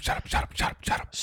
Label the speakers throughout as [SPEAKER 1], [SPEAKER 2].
[SPEAKER 1] Shut up, shut up, shut up, shut up.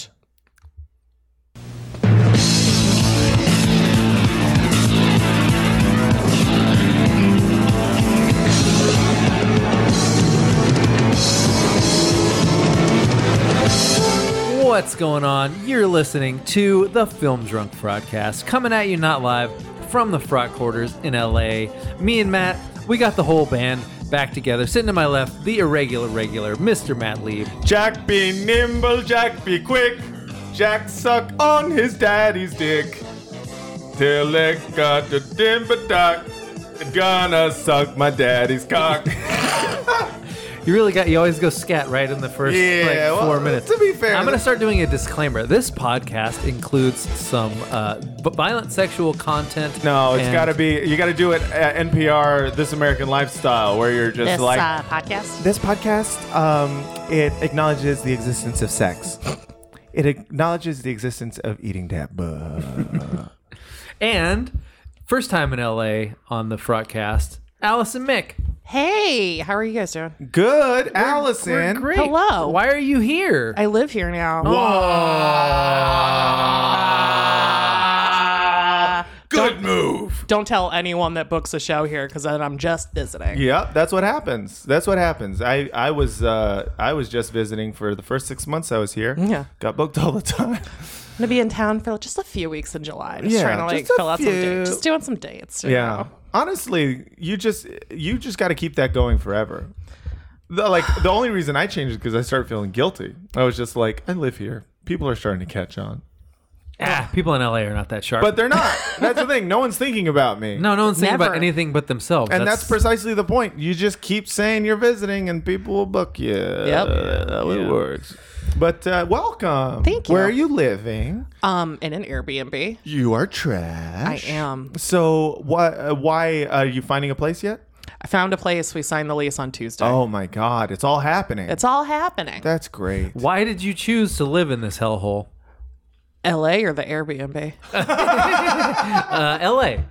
[SPEAKER 2] What's going on? You're listening to the Film Drunk Broadcast, coming at you not live from the Frog Quarters in LA. Me and Matt, we got the whole band back together. Sitting to my left, the irregular regular, Mr. Matt Lieb.
[SPEAKER 1] Jack be nimble, Jack be quick. Jack suck on his daddy's dick. Till it got to dimber duck. Gonna suck my daddy's cock.
[SPEAKER 2] You really got you always go scat right in the first
[SPEAKER 1] Yeah,
[SPEAKER 2] like, four
[SPEAKER 1] well,
[SPEAKER 2] minutes.
[SPEAKER 1] to be fair,
[SPEAKER 2] I'm gonna
[SPEAKER 1] that-
[SPEAKER 2] start doing a disclaimer. This podcast includes some uh, b- violent sexual content.
[SPEAKER 1] no, it's
[SPEAKER 2] and-
[SPEAKER 1] gotta be, you gotta do it at NPR, This American Lifestyle, where you're just
[SPEAKER 3] this
[SPEAKER 1] like,
[SPEAKER 3] uh, podcast.
[SPEAKER 4] This podcast, um, it acknowledges the existence of sex. It acknowledges the existence of eating that butt.
[SPEAKER 2] and first time in LA on the Frogcast, Allison Mick.
[SPEAKER 3] Hey, how are you guys doing?
[SPEAKER 4] Good,
[SPEAKER 2] We're
[SPEAKER 4] Allison.
[SPEAKER 2] great.
[SPEAKER 3] Hello.
[SPEAKER 2] Why are you here?
[SPEAKER 3] I live here now. Uh,
[SPEAKER 1] Good move.
[SPEAKER 3] don't tell anyone that books a show here because then I'm just visiting.
[SPEAKER 4] Yep, that's what happens. That's what happens.
[SPEAKER 1] I, I was uh, I was just visiting for the first six months I was here.
[SPEAKER 3] Yeah.
[SPEAKER 1] Got booked all the time.
[SPEAKER 3] I'm gonna be in town for just a few weeks in July. Just
[SPEAKER 1] Yeah,
[SPEAKER 3] trying to like
[SPEAKER 1] just a
[SPEAKER 3] fill out some
[SPEAKER 1] few.
[SPEAKER 3] dates. Just doing some dates. you
[SPEAKER 1] Yeah.
[SPEAKER 3] know?
[SPEAKER 1] Honestly, you just you just got to keep that going forever. The, like the only reason I changed is because I started feeling guilty. I was just like, I live here. People are starting to catch on,
[SPEAKER 2] Ah, people in LA are not that sharp.
[SPEAKER 1] but they're not. That's the thing. No one's thinking about me.
[SPEAKER 2] no, no one's thinking about
[SPEAKER 3] Never.
[SPEAKER 2] anything but themselves.
[SPEAKER 1] And that's, precisely the point. You just keep saying you're visiting, and people will book you. Yep, it works. But uh, welcome.
[SPEAKER 3] Thank you.
[SPEAKER 1] Where are you living?
[SPEAKER 3] Um, in an Airbnb.
[SPEAKER 1] You are trash.
[SPEAKER 3] I am.
[SPEAKER 1] So what? Uh, why are you finding a place yet?
[SPEAKER 3] I found a place. We signed the lease on Tuesday.
[SPEAKER 1] Oh my God! It's all happening.
[SPEAKER 3] It's all happening.
[SPEAKER 1] That's great.
[SPEAKER 2] Why did you choose to live in this hellhole?
[SPEAKER 3] LA or the Airbnb?
[SPEAKER 2] Uh, LA.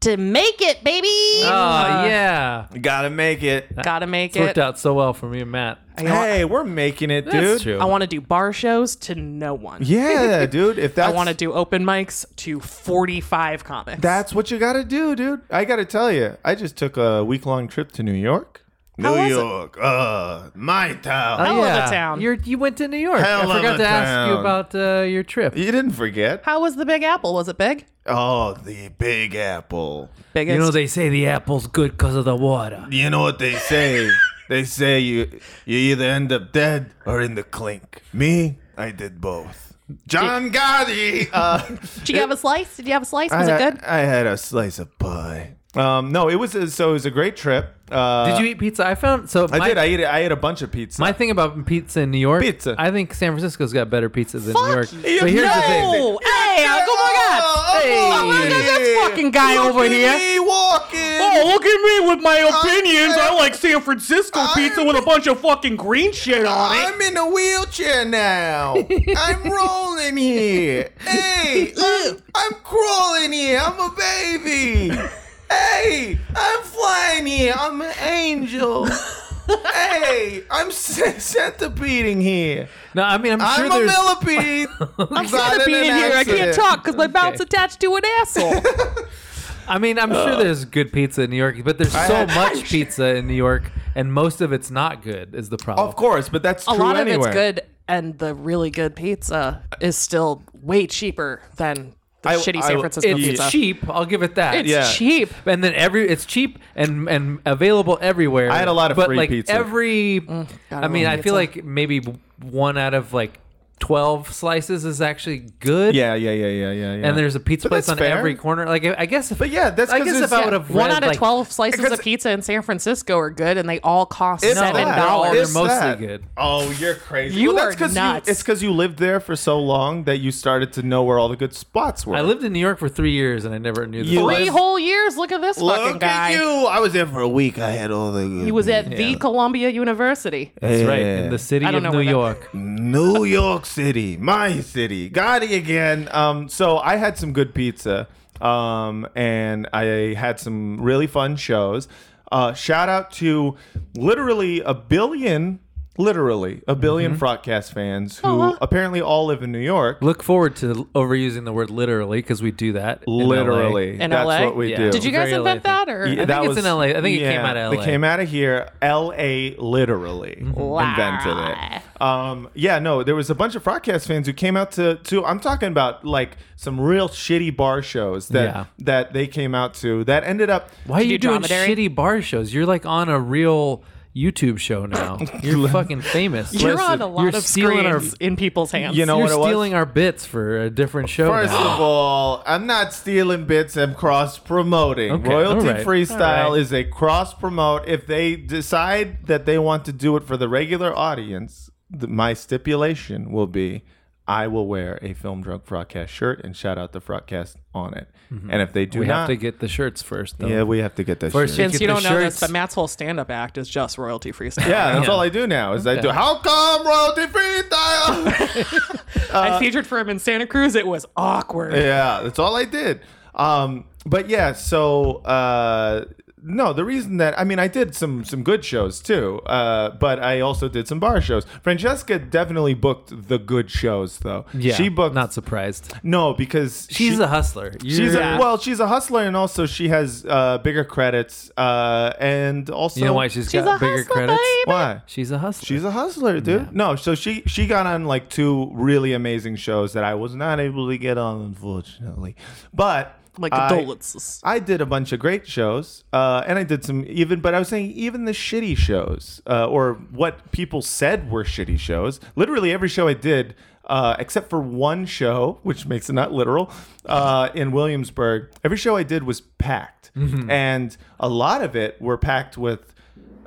[SPEAKER 3] to make it, baby.
[SPEAKER 2] Oh,
[SPEAKER 1] Ah.
[SPEAKER 2] yeah.
[SPEAKER 1] Gotta make it.
[SPEAKER 3] Gotta make
[SPEAKER 2] It's worked
[SPEAKER 3] it.
[SPEAKER 2] out so well for me and Matt. Oh,
[SPEAKER 3] I want-
[SPEAKER 1] Hey, we're making it, dude.
[SPEAKER 2] That's true.
[SPEAKER 3] I want to do bar shows to no one.
[SPEAKER 1] Yeah, dude. If
[SPEAKER 3] I
[SPEAKER 1] that's
[SPEAKER 3] want to do open mics to 45 comics.
[SPEAKER 1] that's what you gotta do, dude. I gotta tell you, I just took a week long trip to New York.
[SPEAKER 3] How was it?
[SPEAKER 1] York, uh, my town.
[SPEAKER 3] hell of a town.
[SPEAKER 2] You're, you went to New York. I
[SPEAKER 1] Hell of
[SPEAKER 2] forgot
[SPEAKER 1] a
[SPEAKER 2] to ask you
[SPEAKER 1] town.
[SPEAKER 2] about uh, your trip.
[SPEAKER 1] you didn't forget.
[SPEAKER 3] How was the Big Apple? Was it big?
[SPEAKER 1] Oh, the Big Apple.
[SPEAKER 3] Biggest.
[SPEAKER 2] You know, they say the apple's good because of the water.
[SPEAKER 1] You know what they say? they say you you either end up dead or in the clink. Me, I did both. John Gotti. Uh,
[SPEAKER 3] Did you have a slice? Did you have a slice? Was
[SPEAKER 1] I,
[SPEAKER 3] it good?
[SPEAKER 1] I had a slice of pie. Um, no, it was so it was a great trip. Uh,
[SPEAKER 2] Did you eat pizza? I found so.
[SPEAKER 1] I
[SPEAKER 2] my,
[SPEAKER 1] did. I ate. I ate a bunch of pizza.
[SPEAKER 2] my thing about pizza in New York.
[SPEAKER 1] Pizza.
[SPEAKER 2] I think San Francisco's got better pizza than New York.
[SPEAKER 3] Fuck
[SPEAKER 2] But here's the thing.
[SPEAKER 3] no! Hey, oh my god!
[SPEAKER 1] Hey.
[SPEAKER 3] Oh my god, this fucking guy
[SPEAKER 1] Look
[SPEAKER 3] over
[SPEAKER 1] at
[SPEAKER 3] here.
[SPEAKER 1] me walking.
[SPEAKER 5] Oh,
[SPEAKER 3] Oh, look at me with my
[SPEAKER 1] opinions. I like
[SPEAKER 3] San Francisco
[SPEAKER 1] I'm- pizza with a
[SPEAKER 3] bunch of fucking green shit
[SPEAKER 1] I'm in a wheelchair now. I'm rolling here. Hey, I'm, I'm crawling here. I'm a baby. Hey, I'm flying here. I'm an angel. Hey, I'm c- centipeding here.
[SPEAKER 2] No, I mean I'm sure
[SPEAKER 1] I'm a
[SPEAKER 2] there's.
[SPEAKER 1] millipede.
[SPEAKER 3] I'm
[SPEAKER 1] Got
[SPEAKER 3] gonna
[SPEAKER 1] in
[SPEAKER 3] be in
[SPEAKER 1] an
[SPEAKER 3] here. I can't
[SPEAKER 1] accident.
[SPEAKER 3] talk because my mouth's attached to an asshole.
[SPEAKER 2] I mean I'm sure there's good pizza in New York, but there's so
[SPEAKER 1] had-
[SPEAKER 2] much pizza in New York, and most of it's not good. Is the problem?
[SPEAKER 1] Of course, but that's
[SPEAKER 3] a
[SPEAKER 1] true
[SPEAKER 3] lot
[SPEAKER 1] anyway.
[SPEAKER 3] of it's good, and the really good pizza is still way cheaper than the
[SPEAKER 1] I-
[SPEAKER 3] shitty
[SPEAKER 1] I-
[SPEAKER 3] San Francisco
[SPEAKER 2] It's
[SPEAKER 3] pizza.
[SPEAKER 2] cheap. I'll give it that.
[SPEAKER 3] It's
[SPEAKER 1] Yeah.
[SPEAKER 3] cheap.
[SPEAKER 2] and then every it's cheap and and available everywhere.
[SPEAKER 1] I had a lot of
[SPEAKER 2] but
[SPEAKER 1] free
[SPEAKER 2] like
[SPEAKER 1] pizza.
[SPEAKER 2] every.
[SPEAKER 3] God,
[SPEAKER 2] I mean,
[SPEAKER 3] love
[SPEAKER 2] I feel
[SPEAKER 3] pizza.
[SPEAKER 2] like maybe one out of like twelve slices is actually good.
[SPEAKER 1] Yeah, yeah, yeah, yeah, yeah. yeah.
[SPEAKER 2] And there's a pizza
[SPEAKER 1] But
[SPEAKER 2] place
[SPEAKER 1] that's
[SPEAKER 2] on
[SPEAKER 1] fair.
[SPEAKER 2] every corner. Like I I guess, if,
[SPEAKER 1] But yeah, that's
[SPEAKER 2] I
[SPEAKER 1] 'cause
[SPEAKER 2] guess if
[SPEAKER 1] it's-
[SPEAKER 2] I
[SPEAKER 1] Yeah.
[SPEAKER 2] would have
[SPEAKER 3] One
[SPEAKER 2] read,
[SPEAKER 3] out of
[SPEAKER 2] like,
[SPEAKER 3] twelve slices
[SPEAKER 1] because-
[SPEAKER 3] of pizza in San Francisco are good, and they all cost
[SPEAKER 1] It's
[SPEAKER 3] seven
[SPEAKER 1] that.
[SPEAKER 2] they're
[SPEAKER 3] dollars.
[SPEAKER 1] It's
[SPEAKER 2] mostly
[SPEAKER 1] that.
[SPEAKER 2] good.
[SPEAKER 1] Oh, you're crazy.
[SPEAKER 3] You
[SPEAKER 1] that's
[SPEAKER 3] are
[SPEAKER 1] 'cause
[SPEAKER 3] nuts.
[SPEAKER 1] You, it's because you lived there for so long that you started to know where all the good spots were.
[SPEAKER 2] I lived in New York for three years and I never knew this.
[SPEAKER 1] You
[SPEAKER 2] place.
[SPEAKER 3] Three
[SPEAKER 1] live-
[SPEAKER 3] whole years. Look at this fucking guy.
[SPEAKER 1] I was there for a week. I had all the.
[SPEAKER 3] He was at the Columbia University.
[SPEAKER 2] That's right in the city
[SPEAKER 3] I
[SPEAKER 2] of
[SPEAKER 3] don't know
[SPEAKER 2] New
[SPEAKER 3] where that-
[SPEAKER 2] York.
[SPEAKER 1] New York City, my city. Got it again. Um, so I had some good pizza, um, and I had some really fun shows. Uh, shout out to literally a billion literally a 1000000000
[SPEAKER 3] Mm-hmm.
[SPEAKER 1] Frogcast fans who
[SPEAKER 3] Uh-huh.
[SPEAKER 1] apparently all live in New York.
[SPEAKER 2] Look forward to overusing the word literally because we do that. in LA.
[SPEAKER 1] Literally,
[SPEAKER 3] In
[SPEAKER 1] that's
[SPEAKER 3] LA?
[SPEAKER 1] what we
[SPEAKER 2] Yeah.
[SPEAKER 1] do.
[SPEAKER 3] Did you guys
[SPEAKER 2] Very
[SPEAKER 3] invent
[SPEAKER 2] LA
[SPEAKER 3] that or?
[SPEAKER 1] Yeah,
[SPEAKER 2] I think
[SPEAKER 1] that
[SPEAKER 2] it's in LA. I think it came
[SPEAKER 1] yeah,
[SPEAKER 2] out of
[SPEAKER 1] It
[SPEAKER 2] LA.
[SPEAKER 1] came out of here. L.A. literally invented it. Um, yeah, no, there was a bunch of Frogcast fans who came out to to. I'm talking about like some real shitty bar shows that
[SPEAKER 2] Yeah.
[SPEAKER 1] that they came out to that ended up.
[SPEAKER 2] Why are
[SPEAKER 3] you
[SPEAKER 2] you
[SPEAKER 3] do
[SPEAKER 2] doing
[SPEAKER 3] dromedary?
[SPEAKER 2] shitty bar shows? You're like on a real YouTube show now. You're fucking famous.
[SPEAKER 3] You're on a lot
[SPEAKER 2] You're
[SPEAKER 3] of
[SPEAKER 2] stealing our-
[SPEAKER 3] screens in people's hands.
[SPEAKER 1] You know
[SPEAKER 2] You're
[SPEAKER 1] what it was?
[SPEAKER 2] stealing our bits for a different show.
[SPEAKER 1] First
[SPEAKER 2] now.
[SPEAKER 1] of all, I'm not stealing bits. I'm cross promoting.
[SPEAKER 2] Okay,
[SPEAKER 1] Royalty
[SPEAKER 2] all right.
[SPEAKER 1] Freestyle
[SPEAKER 3] All right.
[SPEAKER 1] is a cross promote. If they decide that they want to do it for the regular audience, th- my stipulation will be I will wear a Film Drunk Frogcast shirt and shout out the Frogcast on it. And if they do
[SPEAKER 2] Mm-hmm. we
[SPEAKER 1] not,
[SPEAKER 2] have to get the shirts first. Though.
[SPEAKER 1] yeah, we have to get that
[SPEAKER 2] First
[SPEAKER 1] shirt.
[SPEAKER 2] you
[SPEAKER 3] Vince,
[SPEAKER 2] get
[SPEAKER 3] you
[SPEAKER 2] the
[SPEAKER 3] don't know
[SPEAKER 2] shirts.
[SPEAKER 3] this, but Matt's whole stand-up act is just royalty freestyle.
[SPEAKER 1] Yeah, that's
[SPEAKER 2] Yeah.
[SPEAKER 1] all I do now is I
[SPEAKER 2] Okay.
[SPEAKER 1] do. How come royalty freestyle?
[SPEAKER 3] I featured for him in Santa Cruz. It was awkward.
[SPEAKER 1] uh, Yeah, that's all I did. Um, but yeah, so uh, no, the reason that I mean, I did some some good shows too, uh, but I also did some bar shows. Francesca definitely booked the good shows though.
[SPEAKER 2] Yeah,
[SPEAKER 1] she booked
[SPEAKER 2] Not surprised.
[SPEAKER 1] no because
[SPEAKER 2] She's
[SPEAKER 1] she-
[SPEAKER 2] a hustler.
[SPEAKER 1] She's
[SPEAKER 2] You're-
[SPEAKER 1] a, well, she's a hustler, and also she has uh, bigger credits, uh, and also
[SPEAKER 2] you know why she's
[SPEAKER 3] She's
[SPEAKER 2] got
[SPEAKER 3] a
[SPEAKER 2] bigger
[SPEAKER 3] hustler,
[SPEAKER 2] credits?
[SPEAKER 3] babe.
[SPEAKER 1] why
[SPEAKER 2] She's a hustler.
[SPEAKER 1] She's a hustler, dude. No, so she she got on like two really amazing shows that I was not able to get on, unfortunately. But
[SPEAKER 3] My
[SPEAKER 1] I-
[SPEAKER 3] condolences.
[SPEAKER 1] I, did a bunch of great shows, uh, and I did some even. But I was saying even the shitty shows, uh, or what people said were shitty shows. Literally every show I did, uh, except for one show, which makes it not literal, uh, in Williamsburg. Every show I did was packed,
[SPEAKER 3] Mm-hmm.
[SPEAKER 1] and a lot of it were packed with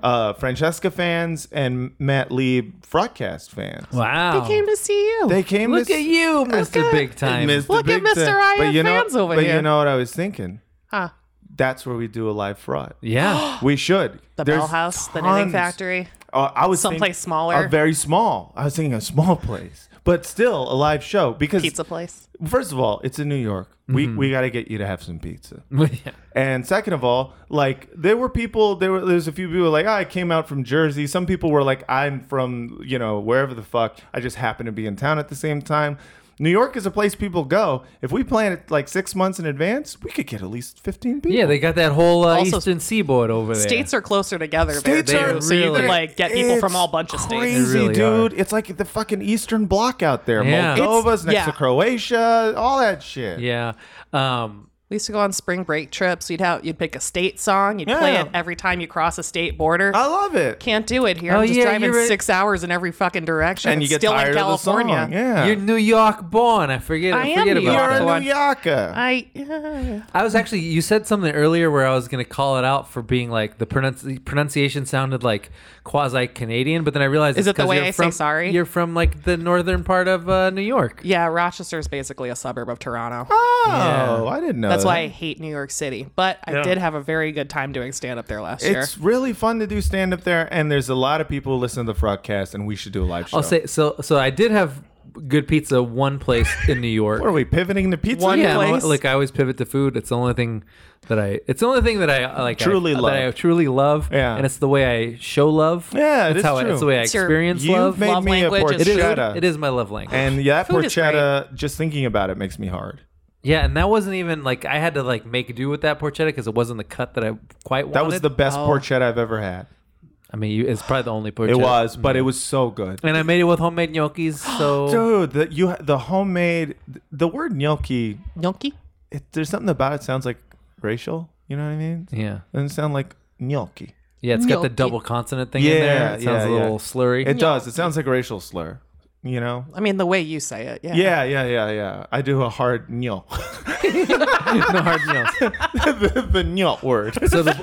[SPEAKER 1] uh, Francesca fans and Matt Lee Frogcast fans.
[SPEAKER 2] wow.
[SPEAKER 3] I came to see you.
[SPEAKER 1] They came.
[SPEAKER 2] Look
[SPEAKER 1] to
[SPEAKER 2] at you, Mr.
[SPEAKER 3] Okay.
[SPEAKER 2] Big Time.
[SPEAKER 3] Look at Mr. I
[SPEAKER 1] But
[SPEAKER 3] have
[SPEAKER 1] you know,
[SPEAKER 3] fans over
[SPEAKER 1] but you
[SPEAKER 3] here.
[SPEAKER 1] know what I was thinking.
[SPEAKER 3] huh.
[SPEAKER 1] That's where we do a live fraud.
[SPEAKER 2] yeah.
[SPEAKER 1] We should.
[SPEAKER 3] The
[SPEAKER 1] There's
[SPEAKER 3] Bell House, the Knitting
[SPEAKER 1] tons-
[SPEAKER 3] Factory.
[SPEAKER 1] Uh, I was
[SPEAKER 3] Someplace
[SPEAKER 1] thinking-
[SPEAKER 3] smaller.
[SPEAKER 1] uh, very small. I was thinking a small place, but still a live show because
[SPEAKER 3] pizza place.
[SPEAKER 1] First of all, it's in New York.
[SPEAKER 2] Mm-hmm.
[SPEAKER 1] We we got to get you to have some pizza.
[SPEAKER 2] Yeah.
[SPEAKER 1] And second of all, like there were people, there were there's a few people like "Ah, I came out from Jersey. Some people were like I'm from you know wherever the fuck. I just happen to be in town at the same time. New York is a place people go. If we plan it like six months in advance, we could get at least fifteen people.
[SPEAKER 2] Yeah, they got that whole uh,
[SPEAKER 3] Also,
[SPEAKER 2] Eastern Seaboard over there.
[SPEAKER 3] States are closer together, there,
[SPEAKER 1] States
[SPEAKER 3] too,
[SPEAKER 2] are
[SPEAKER 3] so you
[SPEAKER 2] really-
[SPEAKER 3] can like get people
[SPEAKER 1] It's
[SPEAKER 3] from all bunch of states.
[SPEAKER 1] Crazy,
[SPEAKER 2] They really
[SPEAKER 1] dude! It's like the fucking Eastern Bloc out there.
[SPEAKER 2] Yeah.
[SPEAKER 1] Moldova's
[SPEAKER 3] It's-
[SPEAKER 1] next
[SPEAKER 3] yeah.
[SPEAKER 1] to Croatia, all that shit.
[SPEAKER 2] yeah. Um,
[SPEAKER 3] We used to go on spring break trips. You'd have you'd pick a state song. You'd play
[SPEAKER 1] Yeah.
[SPEAKER 3] it every time you cross a state border.
[SPEAKER 1] I love it.
[SPEAKER 3] Can't do it here.
[SPEAKER 2] Oh,
[SPEAKER 3] I'm just
[SPEAKER 2] yeah,
[SPEAKER 3] driving
[SPEAKER 2] you're right.
[SPEAKER 3] six hours in every fucking direction.
[SPEAKER 1] And you
[SPEAKER 3] It's
[SPEAKER 1] get
[SPEAKER 3] still
[SPEAKER 1] tired
[SPEAKER 3] in California.
[SPEAKER 1] of the song. Yeah,
[SPEAKER 2] You're New York born. I forget. I,
[SPEAKER 3] I am
[SPEAKER 2] forget
[SPEAKER 3] New
[SPEAKER 2] about
[SPEAKER 3] York
[SPEAKER 1] You're
[SPEAKER 2] that.
[SPEAKER 1] a
[SPEAKER 3] born.
[SPEAKER 1] New Yorker.
[SPEAKER 3] I yeah.
[SPEAKER 2] I was actually you said something earlier where I was going to call it out for being like the pronunci- pronunciation sounded like quasi Canadian, but then I realized
[SPEAKER 3] Is
[SPEAKER 2] it's
[SPEAKER 3] it the
[SPEAKER 2] 'cause
[SPEAKER 3] way
[SPEAKER 2] you're
[SPEAKER 3] I say
[SPEAKER 2] from,
[SPEAKER 3] sorry?
[SPEAKER 2] You're from like the northern part of uh, New York.
[SPEAKER 3] yeah, Rochester is basically a suburb of Toronto.
[SPEAKER 1] Oh, I didn't know.
[SPEAKER 3] That's
[SPEAKER 1] that.
[SPEAKER 3] why I hate New York City. But I did have a very good time doing stand up there last year.
[SPEAKER 1] It's really fun to do stand up there, and there's a lot of people who listen to the Frogcast, and we should do a live show.
[SPEAKER 2] I'll say so. So I did have good pizza one place in New York.
[SPEAKER 1] what are we pivoting to pizza?
[SPEAKER 3] One
[SPEAKER 2] yeah, I'm
[SPEAKER 3] place?
[SPEAKER 2] al- like I always pivot to food. It's the only thing that I. It's the only thing that I uh, like. I-
[SPEAKER 1] Truly love.
[SPEAKER 2] That I truly love.
[SPEAKER 1] Yeah.
[SPEAKER 2] and it's the way I show love.
[SPEAKER 1] Yeah, it
[SPEAKER 2] it's
[SPEAKER 1] is
[SPEAKER 2] how I,
[SPEAKER 1] true.
[SPEAKER 2] it's the way I
[SPEAKER 3] It's your-
[SPEAKER 2] experience
[SPEAKER 1] You've
[SPEAKER 2] love.
[SPEAKER 1] made
[SPEAKER 3] Love
[SPEAKER 1] me a
[SPEAKER 3] language
[SPEAKER 2] it is.
[SPEAKER 3] is-
[SPEAKER 1] porchetta,
[SPEAKER 2] It is my love language.
[SPEAKER 1] and yeah, that
[SPEAKER 3] Food is great.
[SPEAKER 1] porchetta. Just thinking about it makes me hard.
[SPEAKER 2] yeah, and that wasn't even like I had to like make do with that porchetta because it wasn't the cut that I quite wanted.
[SPEAKER 1] That was the best
[SPEAKER 2] Oh.
[SPEAKER 1] porchetta I've ever had.
[SPEAKER 2] I mean, you, it's probably the only porchetta.
[SPEAKER 1] It was, but
[SPEAKER 2] Mm-hmm.
[SPEAKER 1] it was so good.
[SPEAKER 2] And I made it with homemade gnocchis. So
[SPEAKER 1] Dude, the, you the homemade the word gnocchi.
[SPEAKER 3] Gnocchi?
[SPEAKER 1] It, there's something about it sounds like racial. You know what I mean?
[SPEAKER 2] yeah,
[SPEAKER 1] Doesn't sound like gnocchi.
[SPEAKER 2] yeah, it's got the
[SPEAKER 3] Gnocchi.
[SPEAKER 2] double consonant thing in
[SPEAKER 1] Yeah,
[SPEAKER 2] there. It sounds
[SPEAKER 1] yeah,
[SPEAKER 2] a
[SPEAKER 1] yeah.
[SPEAKER 2] little slurry.
[SPEAKER 1] It does. It sounds like a racial slur. You know?
[SPEAKER 3] I mean, the way you say it. Yeah.
[SPEAKER 1] Yeah, yeah, yeah, yeah. I do a hard gnoc.
[SPEAKER 2] no hard nails.
[SPEAKER 1] the, the gnoc word.
[SPEAKER 2] So the,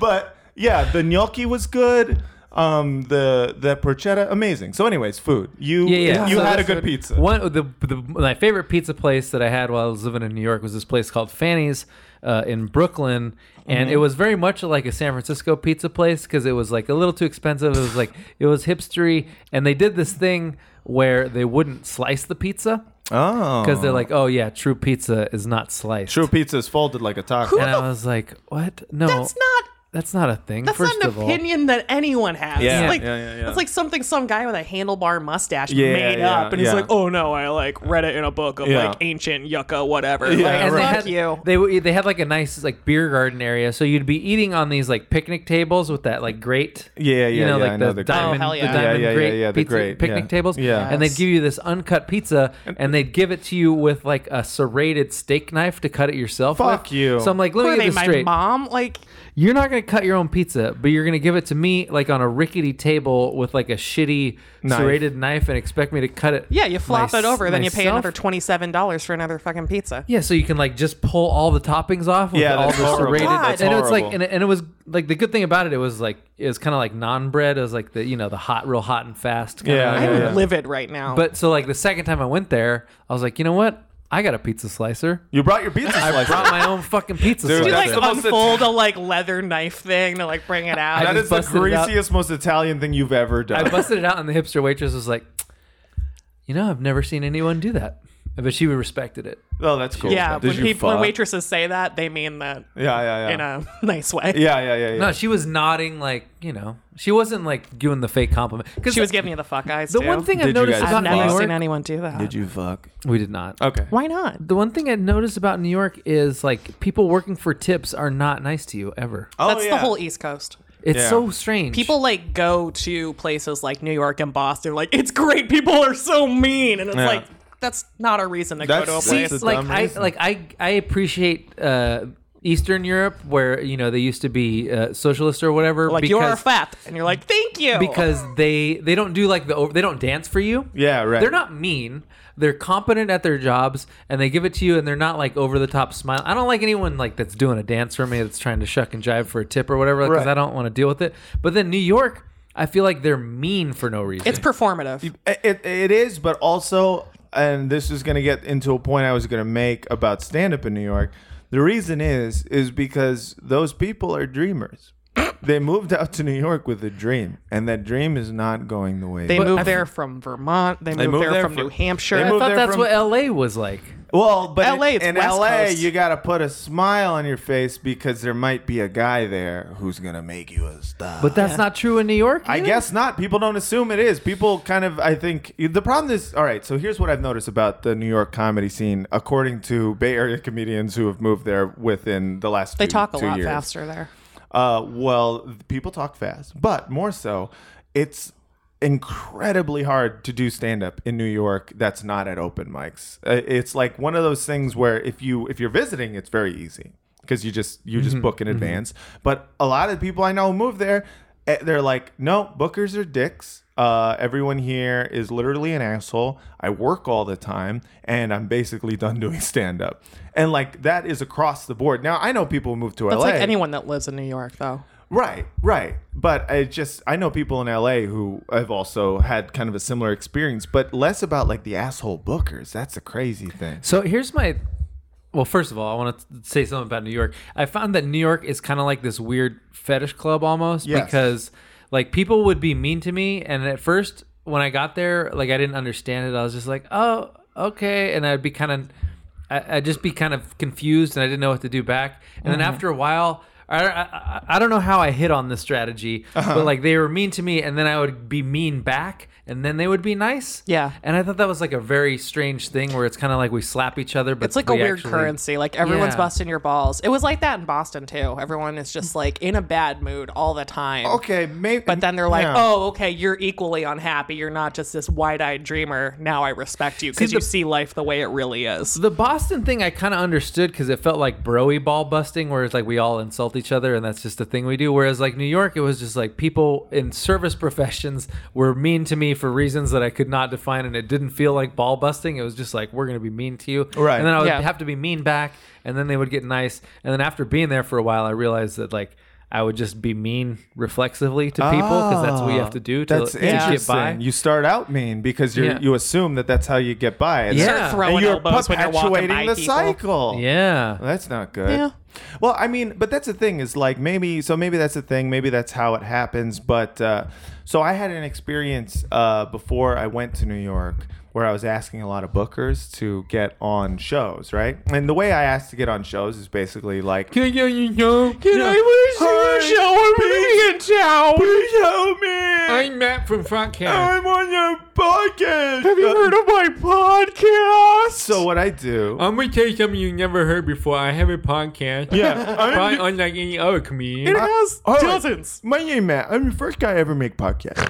[SPEAKER 1] But yeah, the gnocchi was good. Um, the the porchetta, amazing. So, anyways, food. You
[SPEAKER 2] Yeah, yeah.
[SPEAKER 1] you
[SPEAKER 2] So
[SPEAKER 1] had a
[SPEAKER 2] that's
[SPEAKER 1] good
[SPEAKER 2] what-
[SPEAKER 1] pizza.
[SPEAKER 2] One of the, the my favorite pizza place that I had while I was living in New York was this place called Fanny's uh, in Brooklyn, and
[SPEAKER 3] Mm-hmm.
[SPEAKER 2] it was very much like a San Francisco pizza place because it was like a little too expensive. It was like it was hipstery, and they did this thing where they wouldn't slice the pizza
[SPEAKER 1] Oh,
[SPEAKER 2] because they're like, oh yeah, true pizza is not sliced.
[SPEAKER 1] true pizza is folded like a taco.
[SPEAKER 2] And I was like, what? No.
[SPEAKER 3] That's not
[SPEAKER 2] that's not a thing.
[SPEAKER 3] That's
[SPEAKER 2] first
[SPEAKER 3] not
[SPEAKER 2] of
[SPEAKER 3] an
[SPEAKER 2] all,
[SPEAKER 3] opinion that anyone has.
[SPEAKER 1] Yeah,
[SPEAKER 3] It's like,
[SPEAKER 1] yeah, yeah, yeah.
[SPEAKER 3] That's like something some guy with a handlebar mustache
[SPEAKER 1] Yeah,
[SPEAKER 3] made
[SPEAKER 1] yeah,
[SPEAKER 3] up, and he's
[SPEAKER 1] yeah.
[SPEAKER 3] like, "Oh no, I like read it in a book of
[SPEAKER 1] Yeah.
[SPEAKER 3] like ancient yucca, whatever."
[SPEAKER 1] Yeah,
[SPEAKER 3] like,
[SPEAKER 2] and they
[SPEAKER 3] fuck
[SPEAKER 2] had
[SPEAKER 3] you.
[SPEAKER 2] they w- they had like a nice like beer garden area, so you'd be eating on these like picnic tables with that like grate.
[SPEAKER 1] Yeah, yeah,
[SPEAKER 2] you know,
[SPEAKER 1] yeah,
[SPEAKER 2] like
[SPEAKER 1] I
[SPEAKER 2] the,
[SPEAKER 1] know the grate.
[SPEAKER 2] diamond,
[SPEAKER 3] Oh, hell
[SPEAKER 2] the
[SPEAKER 3] yeah.
[SPEAKER 2] diamond
[SPEAKER 1] Yeah, yeah,
[SPEAKER 2] grate,
[SPEAKER 1] yeah, yeah, the
[SPEAKER 2] pizza-
[SPEAKER 1] grate,
[SPEAKER 2] picnic
[SPEAKER 1] yeah.
[SPEAKER 2] tables.
[SPEAKER 1] Yeah.
[SPEAKER 2] and they'd give you this uncut pizza, and they'd give it to you with like a serrated steak knife to cut it yourself.
[SPEAKER 1] Fuck
[SPEAKER 2] with.
[SPEAKER 1] you.
[SPEAKER 2] So I'm like, let
[SPEAKER 3] Were
[SPEAKER 2] me get
[SPEAKER 3] they
[SPEAKER 2] this
[SPEAKER 3] my
[SPEAKER 2] straight.
[SPEAKER 3] mom? Like,
[SPEAKER 2] You're not gonna cut your own pizza, but you're gonna give it to me like on a rickety table with like a shitty
[SPEAKER 1] Knife.
[SPEAKER 2] serrated knife, and expect me to cut it.
[SPEAKER 3] yeah, you flop
[SPEAKER 2] mys-
[SPEAKER 3] it over, then you pay
[SPEAKER 2] myself?
[SPEAKER 3] another twenty-seven dollars for another fucking pizza.
[SPEAKER 2] Yeah, so you can like just pull all the toppings off with
[SPEAKER 1] Yeah,
[SPEAKER 2] all
[SPEAKER 1] that's
[SPEAKER 2] the
[SPEAKER 1] horrible.
[SPEAKER 2] serrated,
[SPEAKER 3] God. That's
[SPEAKER 2] and it was like,
[SPEAKER 1] horrible.
[SPEAKER 2] and it, and it was like the good thing about it, it was like it was kind of like non bread. It was like the you know the hot, real hot and fast. Kinda.
[SPEAKER 1] Yeah,
[SPEAKER 3] I'm
[SPEAKER 1] yeah.
[SPEAKER 3] livid right now.
[SPEAKER 2] But so like the second time I went there, I was like, you know what? I got a pizza slicer.
[SPEAKER 1] You brought your pizza
[SPEAKER 2] I
[SPEAKER 1] slicer.
[SPEAKER 2] brought my own fucking pizza
[SPEAKER 1] Dude,
[SPEAKER 2] slicer.
[SPEAKER 3] you
[SPEAKER 1] that's
[SPEAKER 3] like
[SPEAKER 1] the most
[SPEAKER 3] unfold a like leather knife thing to like bring it out.
[SPEAKER 2] I
[SPEAKER 1] That
[SPEAKER 2] just
[SPEAKER 1] is the
[SPEAKER 2] busted it out.
[SPEAKER 1] greasiest, most Italian thing you've ever done.
[SPEAKER 2] I busted it out, and the hipster waitress was like, you know, I've never seen anyone do that, but she respected it.
[SPEAKER 1] oh, that's cool.
[SPEAKER 3] yeah,
[SPEAKER 1] Did
[SPEAKER 3] when
[SPEAKER 1] you
[SPEAKER 3] people when
[SPEAKER 1] fuck?
[SPEAKER 3] waitresses say that, they mean that
[SPEAKER 1] Yeah, yeah, yeah.
[SPEAKER 3] in a nice way.
[SPEAKER 1] yeah, yeah, yeah, yeah.
[SPEAKER 2] No, she was nodding like you know, she wasn't like doing the fake compliment because
[SPEAKER 3] She was giving you the fuck eyes.
[SPEAKER 2] The
[SPEAKER 3] too.
[SPEAKER 2] one thing
[SPEAKER 1] Did
[SPEAKER 2] I've
[SPEAKER 1] you
[SPEAKER 2] noticed
[SPEAKER 1] guys
[SPEAKER 2] about
[SPEAKER 3] I've never
[SPEAKER 2] New York,
[SPEAKER 3] seen anyone do that.
[SPEAKER 1] you fuck?
[SPEAKER 2] we did not.
[SPEAKER 1] Okay.
[SPEAKER 3] Why not?
[SPEAKER 2] The one thing I noticed about New York is like people working for tips are not nice to you ever.
[SPEAKER 1] Oh,
[SPEAKER 3] That's
[SPEAKER 1] yeah.
[SPEAKER 3] the
[SPEAKER 2] e-
[SPEAKER 3] whole East Coast.
[SPEAKER 2] It's
[SPEAKER 1] Yeah.
[SPEAKER 2] so strange.
[SPEAKER 3] People like go to places like New York and Boston. Like it's great. People are so mean, and it's
[SPEAKER 1] Yeah.
[SPEAKER 3] like that's not a reason to
[SPEAKER 1] That's-
[SPEAKER 3] go to a
[SPEAKER 1] See,
[SPEAKER 3] place.
[SPEAKER 1] It's a
[SPEAKER 2] like
[SPEAKER 1] dumb
[SPEAKER 2] I
[SPEAKER 1] reason.
[SPEAKER 2] like I I appreciate uh, Eastern Europe where you know they used to be uh, socialist or whatever.
[SPEAKER 3] like
[SPEAKER 2] because,
[SPEAKER 3] you are fat, and you're like, thank you.
[SPEAKER 2] because they they don't do like the over, they don't dance for you.
[SPEAKER 1] Yeah, right.
[SPEAKER 2] They're not mean. They're competent at their jobs, and they give it to you, and they're not like over the top smile. I don't like anyone like that's doing a dance for me that's trying to shuck and jive for a tip or whatever because
[SPEAKER 1] Right.
[SPEAKER 2] I don't want to deal with it. But then New York, I feel like they're mean for no reason.
[SPEAKER 3] it's performative.
[SPEAKER 1] It, it is, but also, and this is going to get into a point I was going to make about stand up in New York. The reason is, is because those people are dreamers. they moved out to New York with a dream, and that dream is not going the way.
[SPEAKER 3] they
[SPEAKER 2] But
[SPEAKER 3] moved
[SPEAKER 2] I-
[SPEAKER 3] there from Vermont. They moved,
[SPEAKER 1] moved
[SPEAKER 3] there,
[SPEAKER 1] there
[SPEAKER 3] from
[SPEAKER 1] from-
[SPEAKER 3] New
[SPEAKER 1] they
[SPEAKER 3] Hampshire.
[SPEAKER 2] I
[SPEAKER 1] moved
[SPEAKER 2] thought
[SPEAKER 1] they're
[SPEAKER 2] that's
[SPEAKER 1] from-
[SPEAKER 2] what LA was like.
[SPEAKER 1] well, but
[SPEAKER 3] LA,
[SPEAKER 1] in-
[SPEAKER 3] it's
[SPEAKER 1] in
[SPEAKER 3] West
[SPEAKER 1] LA,
[SPEAKER 3] Coast.
[SPEAKER 1] you got to put a smile on your face because there might be a guy there who's going to make you a star.
[SPEAKER 2] But that's not true in New York.
[SPEAKER 1] I
[SPEAKER 2] either?
[SPEAKER 1] guess not. People don't assume it is. People kind of, I think, the problem is all right, so here's what I've noticed about the New York comedy scene, according to Bay Area comedians who have moved there within the last
[SPEAKER 3] They
[SPEAKER 1] two-
[SPEAKER 3] talk a
[SPEAKER 1] two
[SPEAKER 3] lot
[SPEAKER 1] years.
[SPEAKER 3] faster there.
[SPEAKER 1] Uh, well, people talk fast, but more so, it's incredibly hard to do stand up in New York that's not at open mics. Uh, It's like one of those things where if you if you're visiting, it's very easy because you just you
[SPEAKER 3] Mm-hmm.
[SPEAKER 1] just book in advance. But a lot of the people I know who move there, eh, they're like, no, bookers are dicks. Uh, everyone here is literally an asshole. I work all the time, and I'm basically done doing stand up. And like that is across the board. Now I know people who move to
[SPEAKER 3] That's
[SPEAKER 1] LA.
[SPEAKER 3] like anyone that lives in New York, though.
[SPEAKER 1] Right, right. But I just I know people in LA who have also had kind of a similar experience, but less about like the asshole bookers. That's a crazy thing.
[SPEAKER 2] So here's my. Well, first of all, I want to say something about New York. I found that New York is kind of like this weird fetish club almost
[SPEAKER 1] Yes.
[SPEAKER 2] because like people would be mean to me and at first when I got there, like I didn't understand it. I was just like, "Oh, okay." And I'd be kind of I- I'd just be kind of confused and I didn't know what to do back. And then
[SPEAKER 3] Mm-hmm.
[SPEAKER 2] after a while, I, I, I- I don't know how I hit on this strategy,
[SPEAKER 3] Uh-huh.
[SPEAKER 2] but like they were mean to me and then I would be mean back and then they would be nice.
[SPEAKER 3] Yeah.
[SPEAKER 2] And I thought that was like a very strange thing where it's kind of like we slap each other, but
[SPEAKER 3] It's like a
[SPEAKER 2] we
[SPEAKER 3] weird
[SPEAKER 2] actually-
[SPEAKER 3] currency. Like everyone's
[SPEAKER 2] Yeah.
[SPEAKER 3] busting your balls. It was like that in Boston too. Everyone is just like in a bad mood all the time.
[SPEAKER 1] Okay, maybe
[SPEAKER 3] But then they're like, "Oh, okay, you're equally unhappy. You're not just this wide-eyed dreamer. Now I respect you because
[SPEAKER 2] See,
[SPEAKER 3] you
[SPEAKER 2] the-
[SPEAKER 3] see life the way it really is."
[SPEAKER 2] The Boston thing I kind of understood because it felt like broy ball busting, where it's like we all insult each other and that's just the thing we do. Whereas like New York, it was just like people in service professions were mean to me for reasons that I could not define, and it didn't feel like ball busting. It was just like we're gonna be mean to you,
[SPEAKER 1] Right.
[SPEAKER 2] And then I would
[SPEAKER 3] Yeah.
[SPEAKER 2] have to be mean back, and then they would get nice. And then after being there for a while, I realized that like. I would just be mean reflexively to people because that's what you have to do to,
[SPEAKER 1] that's
[SPEAKER 2] to get
[SPEAKER 1] interesting.
[SPEAKER 2] by.
[SPEAKER 1] You start out mean because you
[SPEAKER 2] Yeah.
[SPEAKER 1] you assume that that's how you get by. And
[SPEAKER 2] Yeah.
[SPEAKER 1] so-
[SPEAKER 3] Start throwing
[SPEAKER 1] and you're
[SPEAKER 3] elbows when you're walking
[SPEAKER 1] perpetuating
[SPEAKER 3] by
[SPEAKER 1] the
[SPEAKER 3] people.
[SPEAKER 1] cycle.
[SPEAKER 2] yeah.
[SPEAKER 1] Well, that's not good.
[SPEAKER 3] Yeah.
[SPEAKER 1] Well, I mean, but that's the thing is like maybe so maybe that's the thing. Maybe that's how it happens. But uh, so I had an experience uh, before I went to New York where I was asking a lot of bookers to get on shows, right? And the way I asked to get on shows is basically like,
[SPEAKER 2] Can I
[SPEAKER 1] Hi, show already in town. Please help me.
[SPEAKER 2] I'm Matt from Frontcast.
[SPEAKER 1] I'm on your podcast.
[SPEAKER 2] Have you heard
[SPEAKER 1] of my podcast? Uh, So what I do?
[SPEAKER 2] I'm gonna tell you something you never heard before. I have a podcast.
[SPEAKER 1] yeah, I'm,
[SPEAKER 2] Probably unlike any other comedian.
[SPEAKER 3] It has
[SPEAKER 1] all right.
[SPEAKER 3] dozens.
[SPEAKER 1] my name Matt. I'm the first guy I ever make podcast.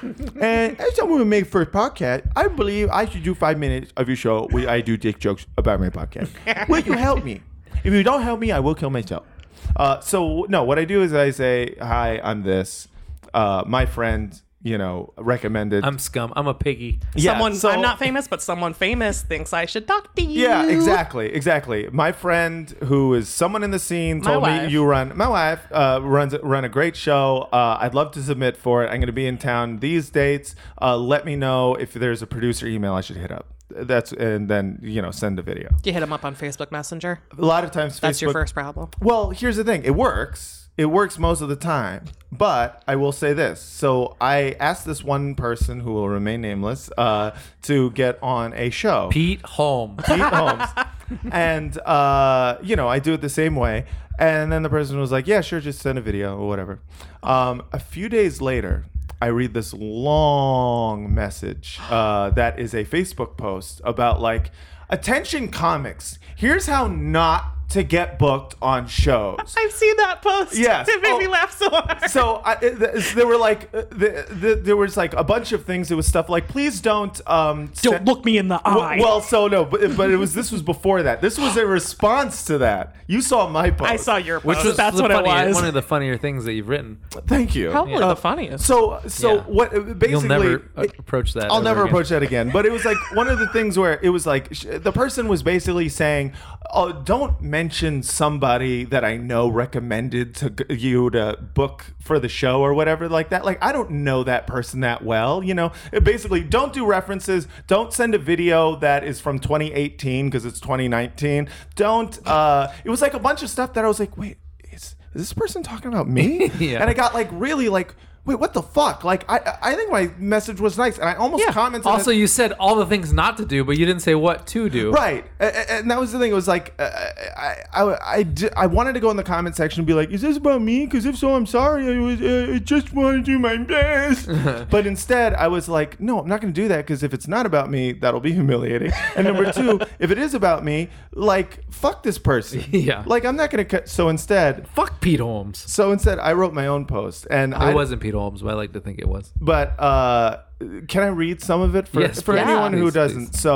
[SPEAKER 1] and as someone who make first podcast, I believe I should do five minutes of your show where I do dick jokes about my podcast. Will you help me? If you don't help me, I will kill myself. Uh, so no, what I do is I say, "Hi, I'm this. Uh, my friend, you know, recommended."
[SPEAKER 2] I'm scum. I'm a piggy.
[SPEAKER 1] Yeah,
[SPEAKER 3] someone
[SPEAKER 1] so-
[SPEAKER 3] I'm not famous, but someone famous thinks I should talk to you.
[SPEAKER 1] Yeah, exactly, exactly. My friend, who is someone in the scene,
[SPEAKER 3] My
[SPEAKER 1] told me
[SPEAKER 3] wife.
[SPEAKER 1] you run. My wife uh, runs run a great show. Uh, I'd love to submit for it. I'm going to be in town these dates. Uh, let me know if there's a producer email I should hit up. That's and then you know send a video.
[SPEAKER 3] You hit him up on Facebook Messenger.
[SPEAKER 1] A lot of times,
[SPEAKER 3] That's your
[SPEAKER 1] Facebook-
[SPEAKER 3] first problem.
[SPEAKER 1] well, here's the thing. It works. It works most of the time. But I will say this. So I asked this one person who will remain nameless uh, to get on a show.
[SPEAKER 2] Pete Holm.
[SPEAKER 1] Pete Holmes. and uh, you know, I do it the same way. And then the person was like, "Yeah, sure, just send a video or whatever." Um, a few days later, I read this long message uh, that is a Facebook post about like, "Attention, comics! Here's how not to get booked on shows."
[SPEAKER 3] I've seen that post.
[SPEAKER 1] Yes.
[SPEAKER 3] It made me
[SPEAKER 1] Oh.
[SPEAKER 3] laugh so hard.
[SPEAKER 1] so I, th- th- there were like uh, th- th- there was like a bunch of things. It was stuff like, "Please don't um,
[SPEAKER 3] Don't
[SPEAKER 1] send-
[SPEAKER 3] look me in the
[SPEAKER 1] well,
[SPEAKER 3] eye.
[SPEAKER 1] well, so no, but, but it was this was before that. This was a response to that. You saw my post.
[SPEAKER 3] I saw your post.
[SPEAKER 2] Which was
[SPEAKER 3] That's
[SPEAKER 2] the
[SPEAKER 3] what it
[SPEAKER 2] funnier-
[SPEAKER 3] was.
[SPEAKER 2] one of the funnier things that you've written.
[SPEAKER 1] Thank you.
[SPEAKER 3] Probably the funniest.
[SPEAKER 1] So so
[SPEAKER 2] Yeah.
[SPEAKER 1] what? Basically,
[SPEAKER 2] You'll never uh,
[SPEAKER 1] it-
[SPEAKER 2] approach that.
[SPEAKER 1] I'll
[SPEAKER 2] ever
[SPEAKER 1] never
[SPEAKER 2] again.
[SPEAKER 1] approach that again. But it was like one of the things where it was like sh- the person was basically saying, "Oh, don't mention somebody that I know recommended to g- you to book for the show or whatever like that." Like I don't know that person that well, you know. It basically, don't do references. Don't send a video that is from 2018 because it's 2019. Don't. uh It was like a bunch of stuff that I was like, "Wait, is, is this person talking about me?"
[SPEAKER 2] Yeah.
[SPEAKER 1] And I got like really like. Wait, what the fuck? Like, I I think my message was nice, and I almost
[SPEAKER 3] Yeah.
[SPEAKER 1] commented.
[SPEAKER 2] Also, you said all the things not to do, but you didn't say what to do.
[SPEAKER 1] Right, A- a- and that was the thing. It was like uh, I, I, I, di- I wanted to go in the comment section and be like, "Is this about me?" Because if so, I'm sorry. I was, uh, I just want to do my best. but instead, I was like, "No, I'm not going to do that because if it's not about me, that'll be humiliating." And number two, if it is about me, like fuck this person.
[SPEAKER 2] Yeah.
[SPEAKER 1] Like I'm not going to cut. So instead,
[SPEAKER 2] Fuck Pete Holmes.
[SPEAKER 1] so instead, I wrote my own post, and I
[SPEAKER 2] It wasn't Pete Holmes, but I like to think it was.
[SPEAKER 1] but uh, can I read some of it for,
[SPEAKER 2] Yes,
[SPEAKER 1] for
[SPEAKER 2] please.
[SPEAKER 1] anyone who
[SPEAKER 2] Please,
[SPEAKER 1] doesn't? So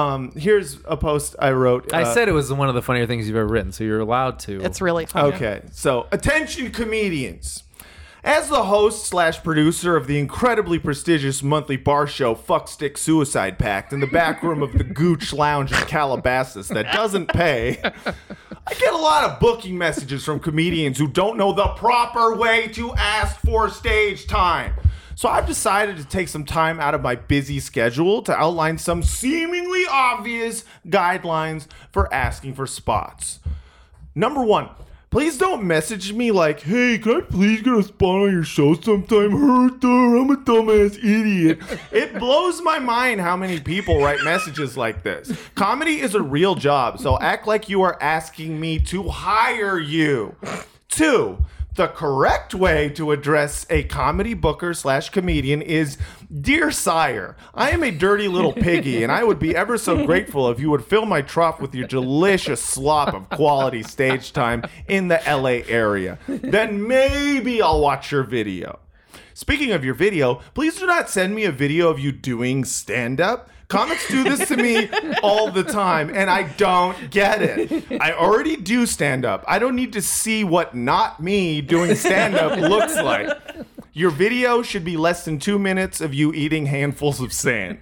[SPEAKER 1] um, here's a post I wrote.
[SPEAKER 2] I
[SPEAKER 1] uh,
[SPEAKER 2] said it was one of the funnier things you've ever written, so you're allowed to.
[SPEAKER 3] it's really funny.
[SPEAKER 1] Okay, so attention comedians. As the host slash producer of the incredibly prestigious monthly bar show Fuck Stick Suicide Pact in the back room of the Gooch Lounge in Calabasas that doesn't pay, I get a lot of booking messages from comedians who don't know the proper way to ask for stage time. So I've decided to take some time out of my busy schedule to outline some seemingly obvious guidelines for asking for spots. Number one, please don't message me like, hey, can I please get a spot on your show sometime? Hurt there, I'm a dumbass idiot. it blows my mind how many people write messages like this. Comedy is a real job, so act like you are asking me to hire you. Two, the correct way to address a comedy booker slash comedian is Dear sire, I am a dirty little piggy, and I would be ever so grateful if you would fill my trough with your delicious slop of quality stage time in the LA area. Then maybe I'll watch your video. Speaking of your video, please do not send me a video of you doing stand up. Comics do this to me all the time, and I don't get it. I already do stand up. I don't need to see what not me doing stand up looks like. Your video should be less than two minutes of you eating handfuls of sand.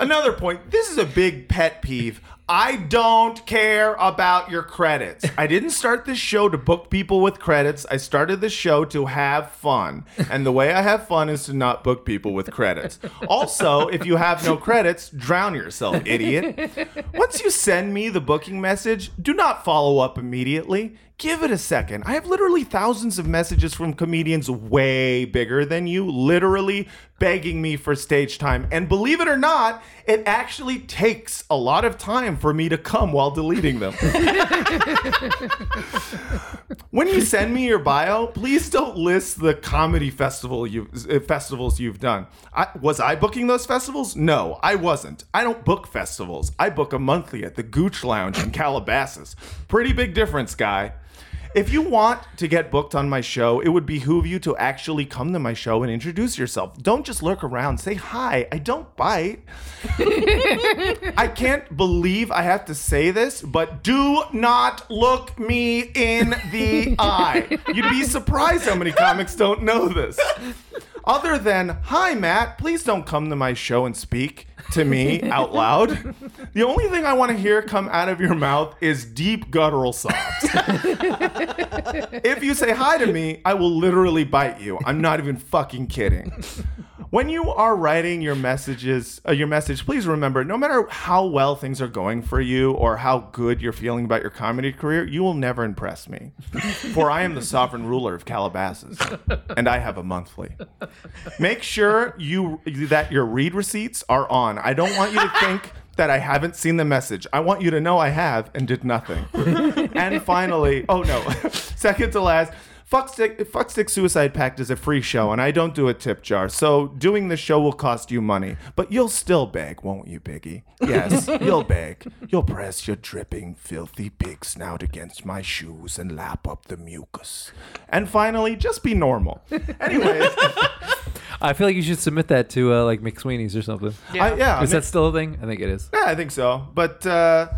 [SPEAKER 1] Another point this is a big pet peeve. I don't care about your credits. I didn't start this show to book people with credits. I started the show to have fun. And the way I have fun is to not book people with credits. Also, if you have no credits, drown yourself, idiot. Once you send me the booking message, do not follow up immediately. Give it a second. I have literally thousands of messages from comedians way bigger than you, literally begging me for stage time. And believe it or not, it actually takes a lot of time time for me to come while deleting them. when you send me your bio, please don't list the comedy festival you uh, festivals you've done. I, was I booking those festivals? No, I wasn't. I don't book festivals. I book a monthly at the Gooch Lounge in Calabasas. Pretty big difference, guy. If you want to get booked on my show, it would behoove you to actually come to my show and introduce yourself. Don't just lurk around. Say hi. I don't bite. I can't believe I have to say this, but do not look me in the eye. You'd be surprised how many comics don't know this. Other than, hi, Matt, please don't come to my show and speak to me out loud. The only thing I want to hear come out of your mouth is deep guttural sobs. if you say hi to me, I will literally bite you. I'm not even fucking kidding. When you are writing your messages, uh, your message, please remember no matter how well things are going for you or how good you're feeling about your comedy career, you will never impress me. For I am the sovereign ruler of Calabasas, and I have a monthly. Make sure you that your read receipts are on. I don't want you to think that I haven't seen the message. I want you to know I have and did nothing. and finally, oh no, second to last, Fuck Stick, Fuck Stick Suicide Pact is a free show, and I don't do a tip jar. So doing the show will cost you money, but you'll still beg, won't you, Biggie? Yes, you'll beg. You'll press your dripping, filthy pig snout against my shoes and lap up the mucus. And finally, just be normal. Anyways,
[SPEAKER 2] I feel like you should submit that to uh, like McSweeney's or something.
[SPEAKER 1] yeah, I, yeah I
[SPEAKER 2] Is
[SPEAKER 1] mean-
[SPEAKER 2] that still a thing? I think it is.
[SPEAKER 1] Yeah, I think so. But uh,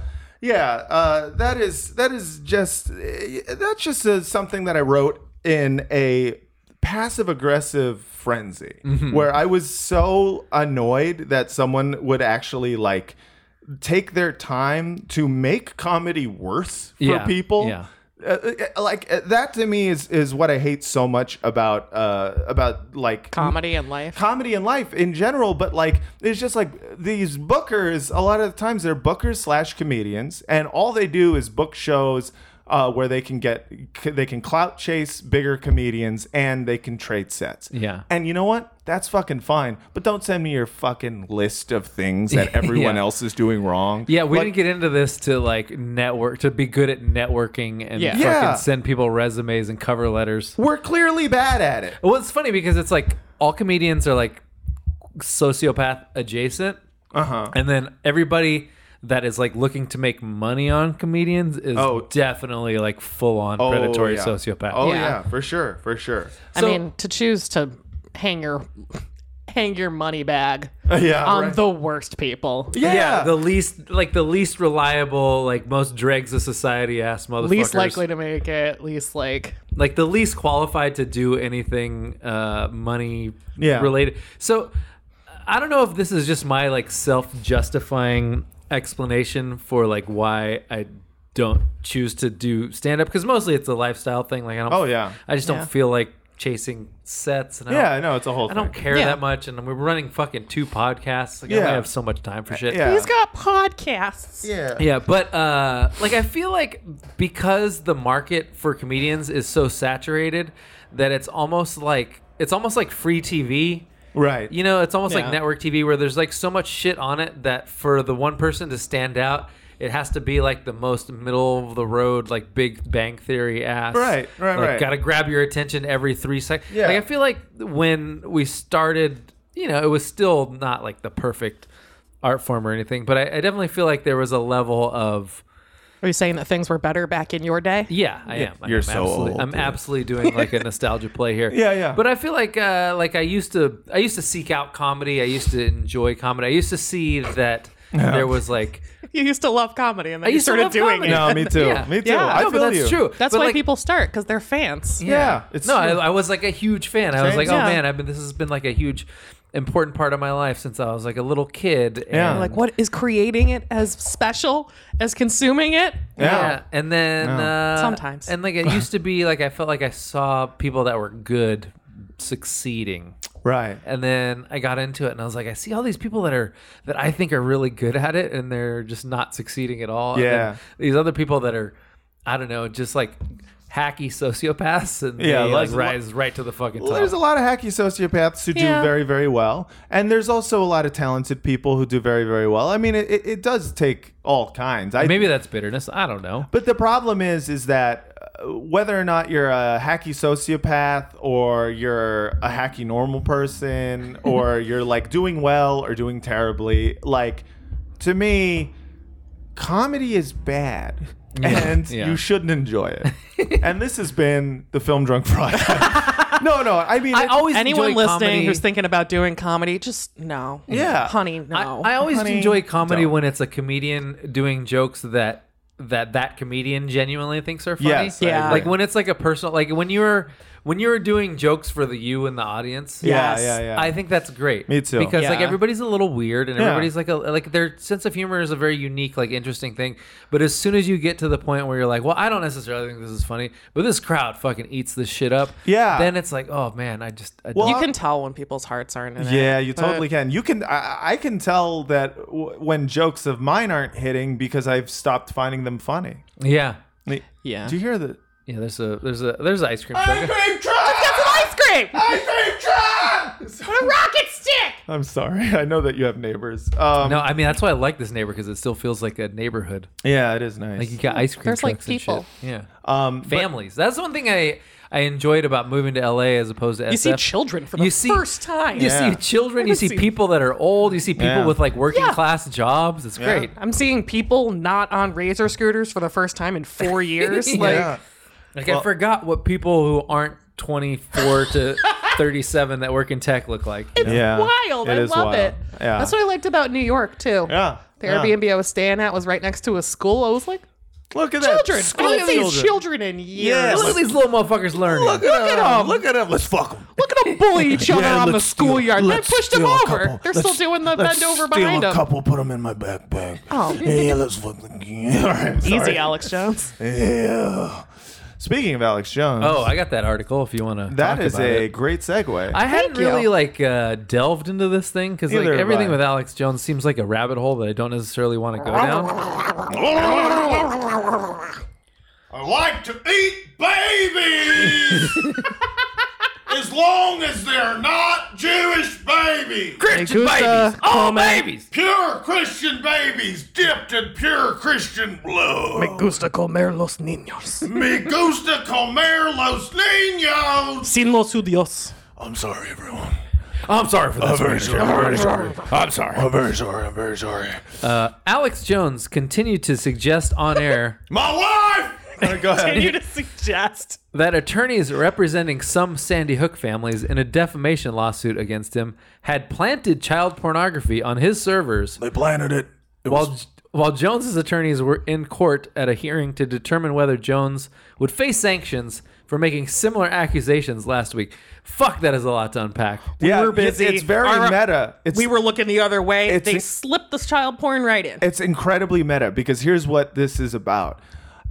[SPEAKER 1] yeah, uh, that is that is just eh, that's just uh something that I wrote in a passive aggressive frenzy
[SPEAKER 2] Mm-hmm.
[SPEAKER 1] where I was so annoyed that someone would actually like take their time to make comedy worse for
[SPEAKER 2] Yeah,
[SPEAKER 1] people.
[SPEAKER 2] yeah.
[SPEAKER 1] Uh, uh, like uh, that to me is is what I hate so much about uh about like
[SPEAKER 3] Comedy and life.
[SPEAKER 1] comedy and life in general, but like it's just like these bookers. A lot of the times they're bookers slash comedians, and all they do is book shows uh, where they can get they can clout chase bigger comedians and they can trade sets.
[SPEAKER 2] Yeah.
[SPEAKER 1] and you know what? That's fucking fine. But don't send me your fucking list of things that everyone
[SPEAKER 2] Yeah.
[SPEAKER 1] else is doing wrong.
[SPEAKER 2] Yeah, we
[SPEAKER 1] Like-
[SPEAKER 2] didn't get into this to like network to be good at networking and
[SPEAKER 3] Yeah.
[SPEAKER 2] fucking
[SPEAKER 1] Yeah.
[SPEAKER 2] send people resumes and cover letters.
[SPEAKER 1] We're clearly bad at it.
[SPEAKER 2] Well, it's funny because it's like all comedians are like sociopath adjacent,
[SPEAKER 1] Uh-huh.
[SPEAKER 2] and then everybody that is like looking to make money on comedians is
[SPEAKER 1] Oh.
[SPEAKER 2] definitely like full on
[SPEAKER 1] Oh,
[SPEAKER 2] predatory
[SPEAKER 1] yeah.
[SPEAKER 2] sociopath.
[SPEAKER 1] Oh
[SPEAKER 3] Yeah.
[SPEAKER 1] yeah, for sure, for sure.
[SPEAKER 3] I
[SPEAKER 2] So-
[SPEAKER 3] mean, to choose to hang your hang your money bag
[SPEAKER 1] Yeah,
[SPEAKER 3] on
[SPEAKER 1] right.
[SPEAKER 3] the worst people.
[SPEAKER 1] yeah,
[SPEAKER 2] Um, the least like the least reliable, like most dregs of society ass motherfuckers.
[SPEAKER 3] Least likely to make it, least like
[SPEAKER 2] like the least qualified to do anything uh, money
[SPEAKER 1] Yeah.
[SPEAKER 2] related. So I don't know if this is just my like self justifying explanation for like why I don't choose to do stand up because mostly it's a lifestyle thing. Like I don't.
[SPEAKER 1] Oh, yeah.
[SPEAKER 2] I just don't feel like chasing sets. And I
[SPEAKER 1] yeah.
[SPEAKER 2] don't-
[SPEAKER 1] No, it's a whole
[SPEAKER 2] I
[SPEAKER 1] thing.
[SPEAKER 2] don't care
[SPEAKER 3] Yeah.
[SPEAKER 2] that much, and we're running fucking two podcasts. Like, I
[SPEAKER 1] Yeah.
[SPEAKER 2] only have so much time for shit.
[SPEAKER 1] Yeah.
[SPEAKER 3] he's got podcasts.
[SPEAKER 1] Yeah.
[SPEAKER 2] Yeah, but uh, like I feel like because the market for comedians is so saturated that it's almost like it's almost like free TV.
[SPEAKER 1] Right.
[SPEAKER 2] You know, it's almost
[SPEAKER 3] Yeah.
[SPEAKER 2] like network TV where there's like so much shit on it that for the one person to stand out, it has to be like the most middle of the road, like Big Bang Theory ass.
[SPEAKER 1] Right, right,
[SPEAKER 2] like,
[SPEAKER 1] right.
[SPEAKER 2] Got to grab your attention every three seconds.
[SPEAKER 1] Yeah.
[SPEAKER 2] Like I feel like when we started, you know, it was still not like the perfect art form or anything, but I, I definitely feel like there was a level of
[SPEAKER 3] Are you saying that things were better back in your day?
[SPEAKER 2] yeah, I am. I
[SPEAKER 1] You're
[SPEAKER 2] am
[SPEAKER 1] so
[SPEAKER 2] absolutely,
[SPEAKER 1] old,
[SPEAKER 2] I'm
[SPEAKER 1] dude.
[SPEAKER 2] absolutely doing like a nostalgia play here.
[SPEAKER 1] Yeah, yeah.
[SPEAKER 2] But I feel like uh, like I used to I used to seek out comedy. I used to enjoy comedy. I used to see that there was like
[SPEAKER 3] You used to love comedy, and then
[SPEAKER 2] I
[SPEAKER 3] you
[SPEAKER 2] used to
[SPEAKER 3] started
[SPEAKER 2] love
[SPEAKER 3] doing
[SPEAKER 2] comedy.
[SPEAKER 3] it.
[SPEAKER 1] No, me too.
[SPEAKER 2] Yeah.
[SPEAKER 1] Me too.
[SPEAKER 3] Yeah.
[SPEAKER 1] I
[SPEAKER 2] no,
[SPEAKER 1] feel
[SPEAKER 2] but that's
[SPEAKER 1] you.
[SPEAKER 2] true.
[SPEAKER 3] That's
[SPEAKER 2] But,
[SPEAKER 3] why
[SPEAKER 2] like,
[SPEAKER 3] people start because they're fans.
[SPEAKER 1] Yeah, it's
[SPEAKER 2] no, I,
[SPEAKER 1] true.
[SPEAKER 2] I was like a huge fan. I was
[SPEAKER 1] Same.
[SPEAKER 2] like, oh
[SPEAKER 1] Yeah.
[SPEAKER 2] man, I've been this has been like a huge important part of my life since I was like a little kid.
[SPEAKER 1] Yeah.
[SPEAKER 2] and-
[SPEAKER 3] Like, what is creating it as special as consuming it?
[SPEAKER 1] Yeah.
[SPEAKER 2] And then uh,
[SPEAKER 3] Sometimes.
[SPEAKER 2] and like it used to be like I felt like I saw people that were good succeeding.
[SPEAKER 1] Right.
[SPEAKER 2] And then I got into it and I was like, I see all these people that are that I think are really good at it and they're just not succeeding at all. And then
[SPEAKER 1] Yeah.
[SPEAKER 2] these other people that are, I don't know, just like hacky sociopaths and
[SPEAKER 1] Yeah,
[SPEAKER 2] they like
[SPEAKER 1] let's-
[SPEAKER 2] rise right to the fucking top.
[SPEAKER 1] Well, there's a lot of hacky sociopaths who
[SPEAKER 3] Yeah.
[SPEAKER 1] do very, very well, and there's also a lot of talented people who do very, very well. I mean, it, it, it does take all kinds. I
[SPEAKER 2] Maybe that's bitterness. I don't know.
[SPEAKER 1] But the problem is, is that uh, whether or not you're a hacky sociopath or you're a hacky normal person or you're like doing well or doing terribly, like to me, comedy is bad. and
[SPEAKER 2] yeah.
[SPEAKER 1] you shouldn't enjoy it. and this has been the film drunk Friday. no, no, I mean,
[SPEAKER 2] I
[SPEAKER 1] it-
[SPEAKER 2] always
[SPEAKER 3] Anyone
[SPEAKER 2] enjoy
[SPEAKER 3] listening
[SPEAKER 2] comedy.
[SPEAKER 3] who's thinking about doing comedy, just no.
[SPEAKER 1] Yeah.
[SPEAKER 3] honey, no.
[SPEAKER 2] I, I always
[SPEAKER 1] Honey,
[SPEAKER 2] enjoy comedy
[SPEAKER 1] don't.
[SPEAKER 2] when it's a comedian doing jokes that that that comedian genuinely thinks are funny.
[SPEAKER 1] Yes, I
[SPEAKER 3] Yeah. agree.
[SPEAKER 2] Like when it's like a personal like when you're when you're doing jokes for the you and the audience.
[SPEAKER 1] yeah,
[SPEAKER 3] Yes.
[SPEAKER 1] yeah, yeah.
[SPEAKER 2] I think that's great.
[SPEAKER 1] Me too.
[SPEAKER 2] Because like
[SPEAKER 3] Yeah.
[SPEAKER 2] everybody's a little weird and
[SPEAKER 1] Yeah.
[SPEAKER 2] everybody's like a like their sense of humor is a very unique, like interesting thing. But as soon as you get to the point where you're like, Well, I don't necessarily think this is funny, but this crowd fucking eats this shit up.
[SPEAKER 1] Yeah.
[SPEAKER 2] Then it's like, oh man, I just I
[SPEAKER 1] Well,
[SPEAKER 2] don't-
[SPEAKER 3] you can tell when people's hearts aren't in it.
[SPEAKER 1] Yeah, you
[SPEAKER 3] but-
[SPEAKER 1] totally can. You can. I, I can tell that w- when jokes of mine aren't hitting because I've stopped finding them funny.
[SPEAKER 2] Yeah.
[SPEAKER 1] Like,
[SPEAKER 3] Yeah.
[SPEAKER 1] Do you hear the
[SPEAKER 2] Yeah, there's a there's a there's an ice cream
[SPEAKER 6] Ice
[SPEAKER 1] Ah!
[SPEAKER 2] truck.
[SPEAKER 6] cream truck!
[SPEAKER 3] Ice cream.
[SPEAKER 6] Ice cream truck!
[SPEAKER 3] Rocket stick.
[SPEAKER 1] I'm sorry. I know that you have neighbors. Um,
[SPEAKER 2] No, I mean that's why I like this neighbor because it still feels like a neighborhood.
[SPEAKER 1] Yeah, it is nice.
[SPEAKER 2] Like you got ice cream.
[SPEAKER 3] There's, like,
[SPEAKER 2] trucks and
[SPEAKER 3] people.
[SPEAKER 2] shit. Yeah,
[SPEAKER 1] um, but-
[SPEAKER 2] families. That's one thing I I enjoyed about moving to LA as opposed to
[SPEAKER 3] You see
[SPEAKER 2] SF.
[SPEAKER 3] children for the
[SPEAKER 2] You see-
[SPEAKER 3] first time.
[SPEAKER 2] You
[SPEAKER 1] Yeah.
[SPEAKER 2] see children. You see
[SPEAKER 3] seen-
[SPEAKER 2] people that are old. You see people
[SPEAKER 1] Yeah.
[SPEAKER 2] with like working
[SPEAKER 3] Yeah.
[SPEAKER 2] class jobs. It's
[SPEAKER 1] Yeah.
[SPEAKER 2] great.
[SPEAKER 3] I'm seeing people not on razor scooters for the first time in four years.
[SPEAKER 2] Yeah.
[SPEAKER 3] Like,
[SPEAKER 1] yeah.
[SPEAKER 2] Like I
[SPEAKER 1] Well-
[SPEAKER 2] forgot what people who aren't 24 to 37 that work in tech look like. you know?
[SPEAKER 1] Yeah.
[SPEAKER 3] wild. I
[SPEAKER 1] is
[SPEAKER 3] love
[SPEAKER 1] wild.
[SPEAKER 3] it.
[SPEAKER 1] Yeah.
[SPEAKER 3] That's what I liked about New York too.
[SPEAKER 1] Yeah.
[SPEAKER 3] The
[SPEAKER 1] yeah.
[SPEAKER 3] Airbnb I was staying at was right next to a school. I was like,
[SPEAKER 1] Look at that.
[SPEAKER 3] children.
[SPEAKER 1] School
[SPEAKER 3] I haven't seen
[SPEAKER 1] children.
[SPEAKER 3] children. in years.
[SPEAKER 1] Yeah.
[SPEAKER 2] Look at these little motherfuckers learning.
[SPEAKER 1] Look at,
[SPEAKER 3] at
[SPEAKER 1] them.
[SPEAKER 3] 'em.
[SPEAKER 1] Look at them. Let's fuck them.
[SPEAKER 3] Look at them bully each other on the schoolyard. I
[SPEAKER 5] let's
[SPEAKER 3] pushed them
[SPEAKER 5] steal a
[SPEAKER 3] over.
[SPEAKER 5] couple.
[SPEAKER 3] They're
[SPEAKER 5] Let's-
[SPEAKER 3] still doing the
[SPEAKER 5] let's
[SPEAKER 3] bend over
[SPEAKER 5] steal
[SPEAKER 3] behind
[SPEAKER 5] a
[SPEAKER 3] them.
[SPEAKER 5] couple, put them in my backpack.
[SPEAKER 3] Oh.
[SPEAKER 5] yeah, let's fuck them. Yeah.
[SPEAKER 3] Easy, Alex Jones.
[SPEAKER 5] yeah.
[SPEAKER 1] Speaking of Alex Jones,
[SPEAKER 2] Oh, I got that article. If you want to.
[SPEAKER 1] that is
[SPEAKER 2] about
[SPEAKER 1] a
[SPEAKER 2] it.
[SPEAKER 1] great segue.
[SPEAKER 2] I hadn't
[SPEAKER 3] Thank you.
[SPEAKER 2] really like uh, delved into this thing because like
[SPEAKER 1] Neither have
[SPEAKER 2] everything
[SPEAKER 1] I.
[SPEAKER 2] with Alex Jones seems like a rabbit hole that I don't necessarily want to go
[SPEAKER 3] Oh.
[SPEAKER 2] down.
[SPEAKER 6] I like to eat babies! as long as they're not Jewish babies!
[SPEAKER 2] Christian babies, all Oh, babies.
[SPEAKER 6] Pure Christian babies dipped in pure Christian blood.
[SPEAKER 3] Gusta comer los niños.
[SPEAKER 6] Me gusta comer los niños.
[SPEAKER 3] Sin los judíos.
[SPEAKER 5] I'm sorry, everyone.
[SPEAKER 2] I'm sorry for
[SPEAKER 5] I'm
[SPEAKER 2] that.
[SPEAKER 5] very sorry. I'm very sorry. I'm sorry. I'm very sorry. I'm very sorry.
[SPEAKER 2] Alex Jones continued to suggest on air
[SPEAKER 6] My wife.
[SPEAKER 1] Go ahead.
[SPEAKER 3] Continue to suggest.
[SPEAKER 2] that attorneys representing some Sandy Hook families in a defamation lawsuit against him had planted child pornography on his servers
[SPEAKER 5] They planted it. It
[SPEAKER 2] while
[SPEAKER 5] was
[SPEAKER 2] while Jones's attorneys were in court at a hearing to determine whether Jones would face sanctions for making similar accusations last week. Fuck, that is a lot to unpack.
[SPEAKER 1] yeah,
[SPEAKER 3] we're busy.
[SPEAKER 1] It's, it's very
[SPEAKER 3] Our-
[SPEAKER 1] meta. It's,
[SPEAKER 3] We were looking the other way.
[SPEAKER 1] It's-
[SPEAKER 3] They slipped this child porn right in.
[SPEAKER 1] it's incredibly meta because here's what this is about.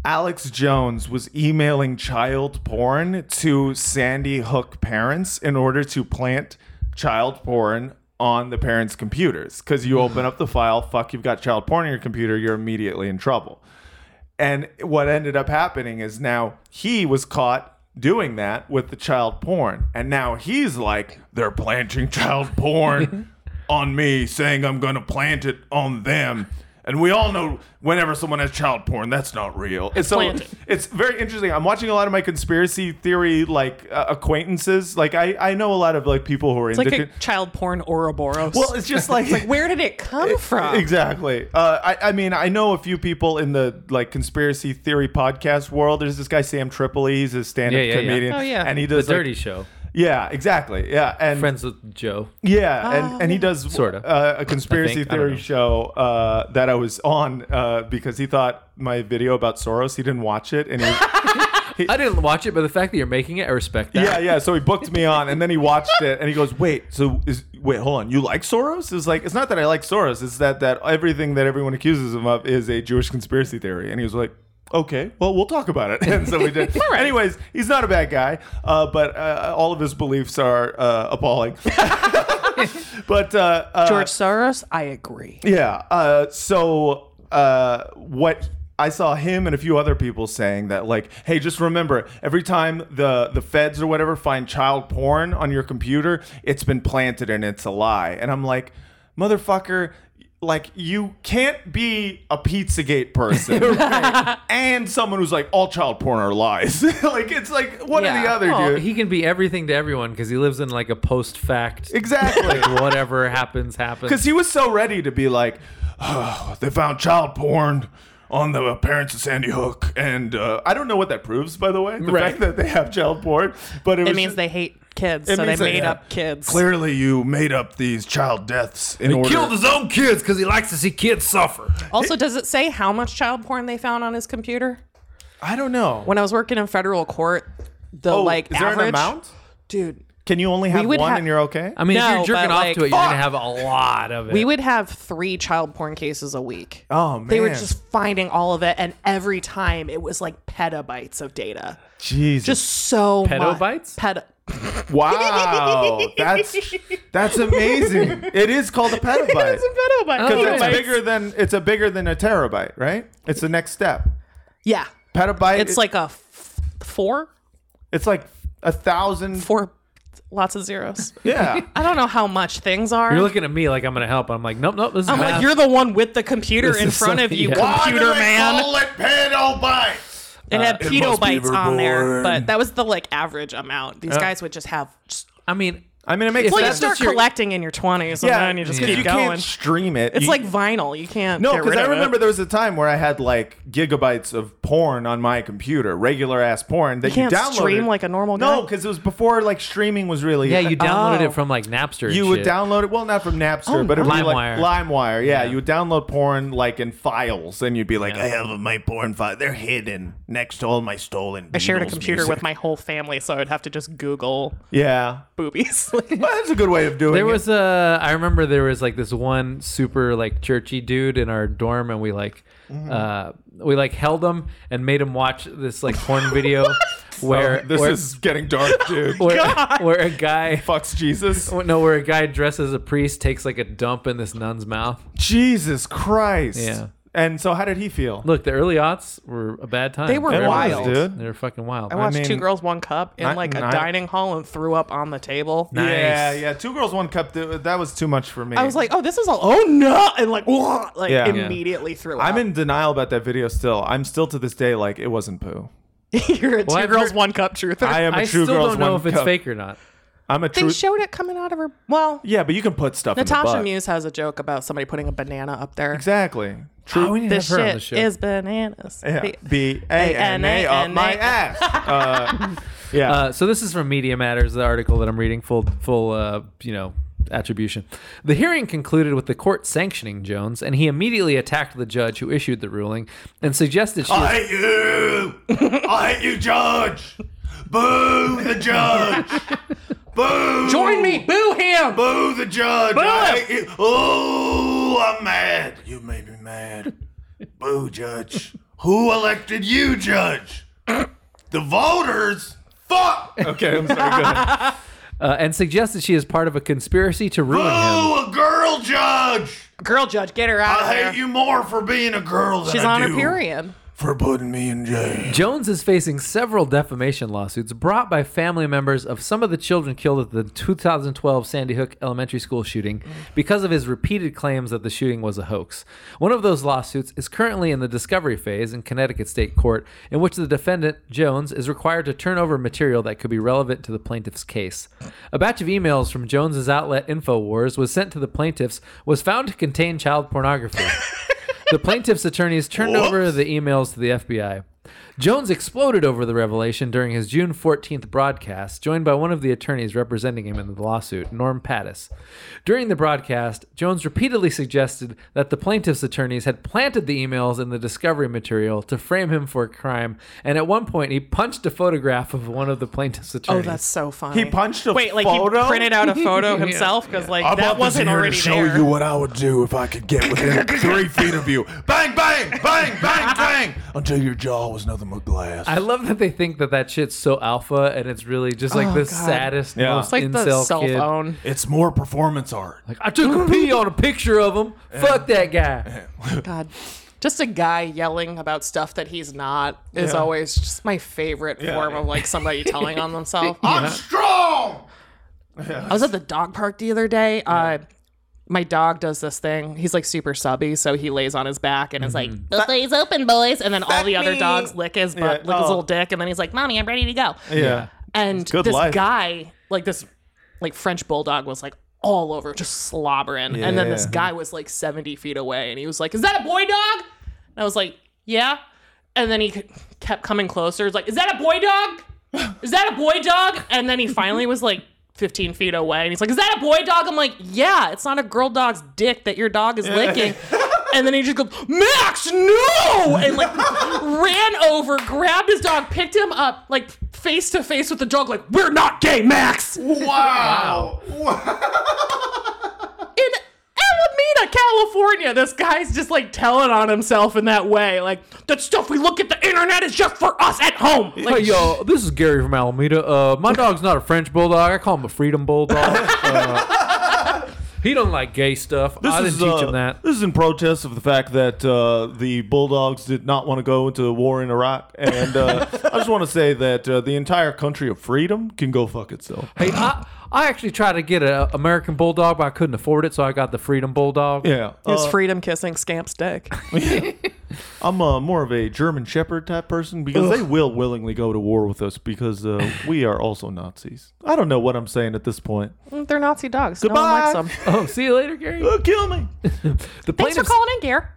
[SPEAKER 1] Alex Jones was emailing child porn to Sandy Hook parents in order to plant child porn on the parents' computers. Because you open up the file, fuck, you've got child porn on your computer, you're immediately in trouble. And what ended up happening is now he was caught doing that with the child porn. And now he's like, they're planting child porn on me, saying I'm going to plant it on them. And we all know whenever someone has child porn, that's not real. And so
[SPEAKER 3] planted.
[SPEAKER 1] it's very interesting. I'm watching a lot of my conspiracy theory like uh, acquaintances. Like I, I know a lot of like people who are
[SPEAKER 3] It's
[SPEAKER 1] into
[SPEAKER 3] like a child porn Ouroboros.
[SPEAKER 1] well, it's just like
[SPEAKER 3] where did it come from?
[SPEAKER 1] Exactly. Uh, I, I mean, I know a few people in the like conspiracy theory podcast world. There's this guy Sam Tripoli. He's a stand-up
[SPEAKER 2] Yeah, yeah, yeah.
[SPEAKER 1] comedian.
[SPEAKER 3] Oh, yeah.
[SPEAKER 1] and he
[SPEAKER 2] The
[SPEAKER 1] does like-
[SPEAKER 2] Dirty Show,
[SPEAKER 1] Yeah, exactly. Yeah, and
[SPEAKER 2] friends with Joe.
[SPEAKER 1] yeah, and,
[SPEAKER 3] Oh.
[SPEAKER 1] and he does
[SPEAKER 2] Sorta.
[SPEAKER 1] uh, a conspiracy
[SPEAKER 2] think. I don't know.
[SPEAKER 1] theory show uh, that I was on uh, because he thought my video about Soros. He didn't watch it, and he.
[SPEAKER 2] I didn't watch it, but the fact that you're making it, I respect that.
[SPEAKER 1] Yeah, yeah. So he booked me on, and then he watched it, and he goes, "Wait, so is wait, hold on, you like Soros?" It's like it's not that I like Soros; it's that that everything that everyone accuses him of is a Jewish conspiracy theory. And he was like, "Okay, well, we'll talk about it." And so we did. Anyways, he's not a bad guy, uh, but uh, all of his beliefs are uh, appalling. but uh, uh,
[SPEAKER 3] George Soros, I agree.
[SPEAKER 1] yeah. Uh, so uh, what I saw him and a few other people saying that, like, hey, just remember, every time the the feds or whatever find child porn on your computer, it's been planted and it's a lie. And I'm like, motherfucker, like you can't be a Pizzagate person and someone who's like all child porn are lies. like it's like one or the
[SPEAKER 3] Yeah.
[SPEAKER 1] other,
[SPEAKER 2] Oh,
[SPEAKER 1] dude.
[SPEAKER 2] he can be everything to everyone because he lives in like a post fact.
[SPEAKER 1] exactly.
[SPEAKER 2] Whatever happens, happens.
[SPEAKER 1] Because he was so ready to be like, "Oh, they found child porn on the parents of Sandy Hook. And uh, I don't know what that proves, by the way, the
[SPEAKER 2] Right.
[SPEAKER 1] fact that they have child porn. But it,
[SPEAKER 3] It
[SPEAKER 1] was
[SPEAKER 3] means
[SPEAKER 1] just-
[SPEAKER 3] they hate kids,
[SPEAKER 1] It
[SPEAKER 3] so they
[SPEAKER 1] means they-
[SPEAKER 3] made
[SPEAKER 1] yeah.
[SPEAKER 3] up kids.
[SPEAKER 1] Clearly, you made up these child deaths in order.
[SPEAKER 5] Killed his own kids because he likes to see kids suffer.
[SPEAKER 3] Also, does it say how much child porn they found on his computer?
[SPEAKER 1] I don't know.
[SPEAKER 3] When I was working in federal court, the
[SPEAKER 1] Oh,
[SPEAKER 3] like
[SPEAKER 1] is there
[SPEAKER 3] average
[SPEAKER 1] an amount?
[SPEAKER 3] dude.
[SPEAKER 1] Can you only have
[SPEAKER 3] would
[SPEAKER 1] one
[SPEAKER 3] ha-
[SPEAKER 1] and you're okay?
[SPEAKER 2] I mean,
[SPEAKER 3] No,
[SPEAKER 2] if you're jerking
[SPEAKER 3] but,
[SPEAKER 2] off
[SPEAKER 3] like,
[SPEAKER 2] to it, you're gonna have a lot of it.
[SPEAKER 3] We would have three child porn cases a week.
[SPEAKER 1] Oh,
[SPEAKER 3] They were
[SPEAKER 1] man.
[SPEAKER 3] just finding all of it, and every time it was like petabytes of data.
[SPEAKER 1] Jesus.
[SPEAKER 3] Just so
[SPEAKER 2] Petabytes?
[SPEAKER 3] Much. Peta-
[SPEAKER 1] wow. That's that's amazing. It is called a petabyte.
[SPEAKER 3] petabyte.
[SPEAKER 1] Because
[SPEAKER 2] yeah.
[SPEAKER 1] it's bigger than it's a bigger than a terabyte, right? It's the next step.
[SPEAKER 3] Yeah,
[SPEAKER 1] Petabyte.
[SPEAKER 3] it's like a f- four,
[SPEAKER 1] It's like a thousand.
[SPEAKER 3] four, lots of zeros.
[SPEAKER 1] Yeah.
[SPEAKER 3] I don't know how much things are.
[SPEAKER 2] You're looking at me like I'm gonna help. I'm like, nope, nope. This is
[SPEAKER 3] I'm
[SPEAKER 2] math.
[SPEAKER 3] like, you're the one with the computer
[SPEAKER 2] This
[SPEAKER 3] in
[SPEAKER 2] is
[SPEAKER 3] front
[SPEAKER 2] so-
[SPEAKER 3] of you,
[SPEAKER 2] yeah. Why
[SPEAKER 3] computer man.
[SPEAKER 1] it petabytes.
[SPEAKER 3] It had
[SPEAKER 5] it must be
[SPEAKER 3] petabytes on there,
[SPEAKER 5] reborn.
[SPEAKER 3] but that was the like average amount. These guys would just have. Just,
[SPEAKER 2] I mean,
[SPEAKER 1] I mean, it makes
[SPEAKER 2] Well,
[SPEAKER 3] well, you
[SPEAKER 1] sense.
[SPEAKER 2] that's
[SPEAKER 3] start
[SPEAKER 2] just your-
[SPEAKER 3] collecting in your twenties, and then you just
[SPEAKER 1] because
[SPEAKER 3] keep
[SPEAKER 1] you
[SPEAKER 3] going.
[SPEAKER 1] can't stream it.
[SPEAKER 3] it's
[SPEAKER 1] You-
[SPEAKER 3] like vinyl. You can't.
[SPEAKER 1] no,
[SPEAKER 3] because
[SPEAKER 1] because I remember there was a time where I had like gigabytes of porn on my computer, regular ass porn that you,
[SPEAKER 3] can't
[SPEAKER 1] downloaded.
[SPEAKER 3] stream like a normal
[SPEAKER 1] No,
[SPEAKER 3] guy?
[SPEAKER 1] because it was before like streaming was really.
[SPEAKER 2] yeah, you downloaded
[SPEAKER 3] Oh.
[SPEAKER 2] it from like Napster. and
[SPEAKER 1] You would
[SPEAKER 2] shit. Oh,
[SPEAKER 1] download it, well, not from Napster, but it would be like
[SPEAKER 2] LimeWire.
[SPEAKER 1] LimeWire. Yeah, you would download porn like in files, and you'd be like, "I have my porn file. They're hidden next to all my stolen."
[SPEAKER 3] I shared a computer with my whole family, so I'd have to just Google
[SPEAKER 1] Yeah,
[SPEAKER 3] boobies.
[SPEAKER 1] well, that's a good way of doing
[SPEAKER 2] There
[SPEAKER 1] it.
[SPEAKER 2] was a. I remember there was like this one super like churchy dude in our dorm, and we like,
[SPEAKER 5] Mm-hmm.
[SPEAKER 2] uh, we like held him and made him watch this like porn video where
[SPEAKER 1] Oh,
[SPEAKER 5] Oh,
[SPEAKER 1] this
[SPEAKER 2] where,
[SPEAKER 1] is getting dark, dude.
[SPEAKER 2] where, where a guy.
[SPEAKER 1] Fucks Jesus.
[SPEAKER 2] No, where a guy dressed as a priest takes like a dump in this nun's mouth.
[SPEAKER 1] Jesus Christ.
[SPEAKER 2] Yeah.
[SPEAKER 1] And so, how did he feel?
[SPEAKER 2] Look, the early aughts were a bad time.
[SPEAKER 3] They were
[SPEAKER 2] for everyone.
[SPEAKER 3] wild.
[SPEAKER 1] dude.
[SPEAKER 2] They were fucking wild.
[SPEAKER 3] I watched
[SPEAKER 1] mean,
[SPEAKER 3] two girls, one cup in
[SPEAKER 1] I-
[SPEAKER 3] like a
[SPEAKER 1] I-
[SPEAKER 3] dining hall and threw up on the table.
[SPEAKER 2] Nice.
[SPEAKER 1] Yeah, yeah. Two girls, one cup. th- That was too much for me.
[SPEAKER 3] I was like, oh, this is all. Oh no! And like, "Whoa," like
[SPEAKER 1] Yeah. Yeah.
[SPEAKER 3] immediately threw up.
[SPEAKER 1] I'm in denial about that video. Still, I'm still to this day like it wasn't poo.
[SPEAKER 3] You're a two
[SPEAKER 2] I've
[SPEAKER 3] girls,
[SPEAKER 2] heard-
[SPEAKER 3] one cup truther.
[SPEAKER 1] I am a
[SPEAKER 2] I
[SPEAKER 1] true
[SPEAKER 2] still
[SPEAKER 1] girls.
[SPEAKER 2] don't know
[SPEAKER 1] one
[SPEAKER 2] if it's
[SPEAKER 1] cup.
[SPEAKER 2] fake or not.
[SPEAKER 1] I'm a true.
[SPEAKER 3] They showed it coming out of her. Well,
[SPEAKER 1] yeah, but you can put stuff. in the
[SPEAKER 3] Natasha
[SPEAKER 1] butt.
[SPEAKER 3] Muse has a joke about somebody putting a banana up there.
[SPEAKER 1] Exactly. True.
[SPEAKER 2] Oh, we need to
[SPEAKER 3] This
[SPEAKER 2] have her on
[SPEAKER 3] shit
[SPEAKER 2] the show.
[SPEAKER 3] is bananas.
[SPEAKER 1] yeah.
[SPEAKER 3] Be-
[SPEAKER 1] B A N A up my ass. Uh, yeah.
[SPEAKER 2] Uh, so this is from Media Matters, the article that I'm reading, full full uh, you know attribution. The hearing concluded with the court sanctioning Jones, and he immediately attacked the judge who issued the ruling and suggested she.
[SPEAKER 3] Oh,
[SPEAKER 2] was-
[SPEAKER 1] hate you. I hate you, Judge. Boo the judge. Boo.
[SPEAKER 3] Join me, boo him.
[SPEAKER 1] Boo the judge.
[SPEAKER 3] I him.
[SPEAKER 1] you. Oh, I'm mad.
[SPEAKER 5] You made me mad. Boo, Judge. Who elected you, Judge? The voters? Fuck!
[SPEAKER 1] Okay, I'm sorry. Go ahead.
[SPEAKER 2] uh, and suggested she is part of a conspiracy to ruin him.
[SPEAKER 5] Boo, a girl judge!
[SPEAKER 3] Girl judge, get her out of
[SPEAKER 5] I
[SPEAKER 3] there.
[SPEAKER 5] hate you more for being a girl than
[SPEAKER 3] She's
[SPEAKER 5] I
[SPEAKER 3] on her
[SPEAKER 5] do
[SPEAKER 3] period.
[SPEAKER 5] for putting me in jail.
[SPEAKER 2] Jones is facing several defamation lawsuits brought by family members of some of the children killed at the 2012 Sandy Hook Elementary School shooting because of his repeated claims that the shooting was a hoax. One of those lawsuits is currently in the discovery phase in Connecticut State Court, in which the defendant, Jones, is required to turn over material that could be relevant to the plaintiff's case. A batch of emails from Jones's outlet InfoWars was sent to the plaintiffs was found to contain child pornography. The plaintiff's attorneys turned over the emails to the FBI. Jones exploded over the revelation during his June 14th broadcast, joined by one of the attorneys representing him in the lawsuit, Norm Pattis. During the broadcast, Jones repeatedly suggested that the plaintiff's attorneys had planted the emails in the discovery material to frame him for a crime, and at one point he punched a photograph of one of the plaintiff's
[SPEAKER 3] Oh,
[SPEAKER 2] attorneys.
[SPEAKER 3] that's so funny.
[SPEAKER 1] He punched a
[SPEAKER 3] Wait, like
[SPEAKER 1] photo?
[SPEAKER 3] he printed out a photo himself because like
[SPEAKER 5] I
[SPEAKER 3] that
[SPEAKER 5] bought this
[SPEAKER 3] wasn't
[SPEAKER 5] here to
[SPEAKER 3] already
[SPEAKER 5] show
[SPEAKER 3] there.
[SPEAKER 5] you what I would do if I could get within three feet of you. Bang, bang, bang, bang, bang, until your jaw was nothing but glass.
[SPEAKER 2] I love that they think that that shit's so alpha, and it's really just like the saddest, most
[SPEAKER 1] Yeah.
[SPEAKER 3] Oh, it's like the
[SPEAKER 2] incel
[SPEAKER 3] cell
[SPEAKER 2] kid.
[SPEAKER 3] phone.
[SPEAKER 5] it's more performance art.
[SPEAKER 2] I took a pee on a picture of him. Fuck that guy.
[SPEAKER 3] God, just a guy yelling about stuff that he's not is always just my favorite form of like somebody telling on themselves.
[SPEAKER 5] I'm strong.
[SPEAKER 3] I was at the dog park the other day. Uh, my dog does this thing. He's like super subby, so he lays on his back and is like, "Both eyes open, boys," and then all the other
[SPEAKER 6] me.
[SPEAKER 3] dogs lick his butt,
[SPEAKER 1] Mm-hmm. Yeah,
[SPEAKER 3] lick his
[SPEAKER 1] oh.
[SPEAKER 3] little dick, and then he's like, "Mommy, I'm ready to go."
[SPEAKER 1] Yeah.
[SPEAKER 3] And
[SPEAKER 1] good
[SPEAKER 3] this
[SPEAKER 1] life.
[SPEAKER 3] guy, like this, like French bulldog, was like all over, just slobbering. And then this
[SPEAKER 1] Yeah.
[SPEAKER 3] guy was like seventy feet away, and he was like, "Is that a boy dog?" And I was like, "Yeah." And then he c- kept coming closer. He's like, "Is that a boy dog? Is that a boy dog?" And then he finally was like. 15 feet away and he's like is that a boy dog i'm like yeah it's not a girl dog's dick that your dog is licking and then he just goes max no and like ran over grabbed his dog picked him up like face to face with the dog like we're not gay max in
[SPEAKER 5] Wow.
[SPEAKER 3] alameda california this guy's just like telling on himself in that way like that stuff we look at the internet is just for us at home like
[SPEAKER 2] Hey, yo, this is Gary from Alameda. Uh, my dog's not a French bulldog. I call him a freedom bulldog. Uh, he don't like gay stuff. I didn't teach
[SPEAKER 1] uh,
[SPEAKER 2] him that.
[SPEAKER 1] This is in protest of the fact that uh, the Bulldogs did not want to go into war in Iraq, and uh, I just want to say that uh, the entire country of freedom can go fuck itself.
[SPEAKER 2] Hey, I, I actually tried to get an American bulldog, but I couldn't afford it, so I got the freedom bulldog.
[SPEAKER 1] Yeah,
[SPEAKER 3] his
[SPEAKER 1] uh,
[SPEAKER 3] freedom kissing scamp's dick
[SPEAKER 1] I'm uh, more of a German Shepherd type person because they will willingly go to war with us because uh, we are also Nazis. I don't know what I'm saying at this point.
[SPEAKER 3] they're nazi dogs
[SPEAKER 1] Goodbye.
[SPEAKER 3] no one likes them
[SPEAKER 2] Oh, see you later, Gary.
[SPEAKER 1] Oh, kill me.
[SPEAKER 2] The
[SPEAKER 3] thanks for
[SPEAKER 2] plaintiffs-
[SPEAKER 3] calling in gare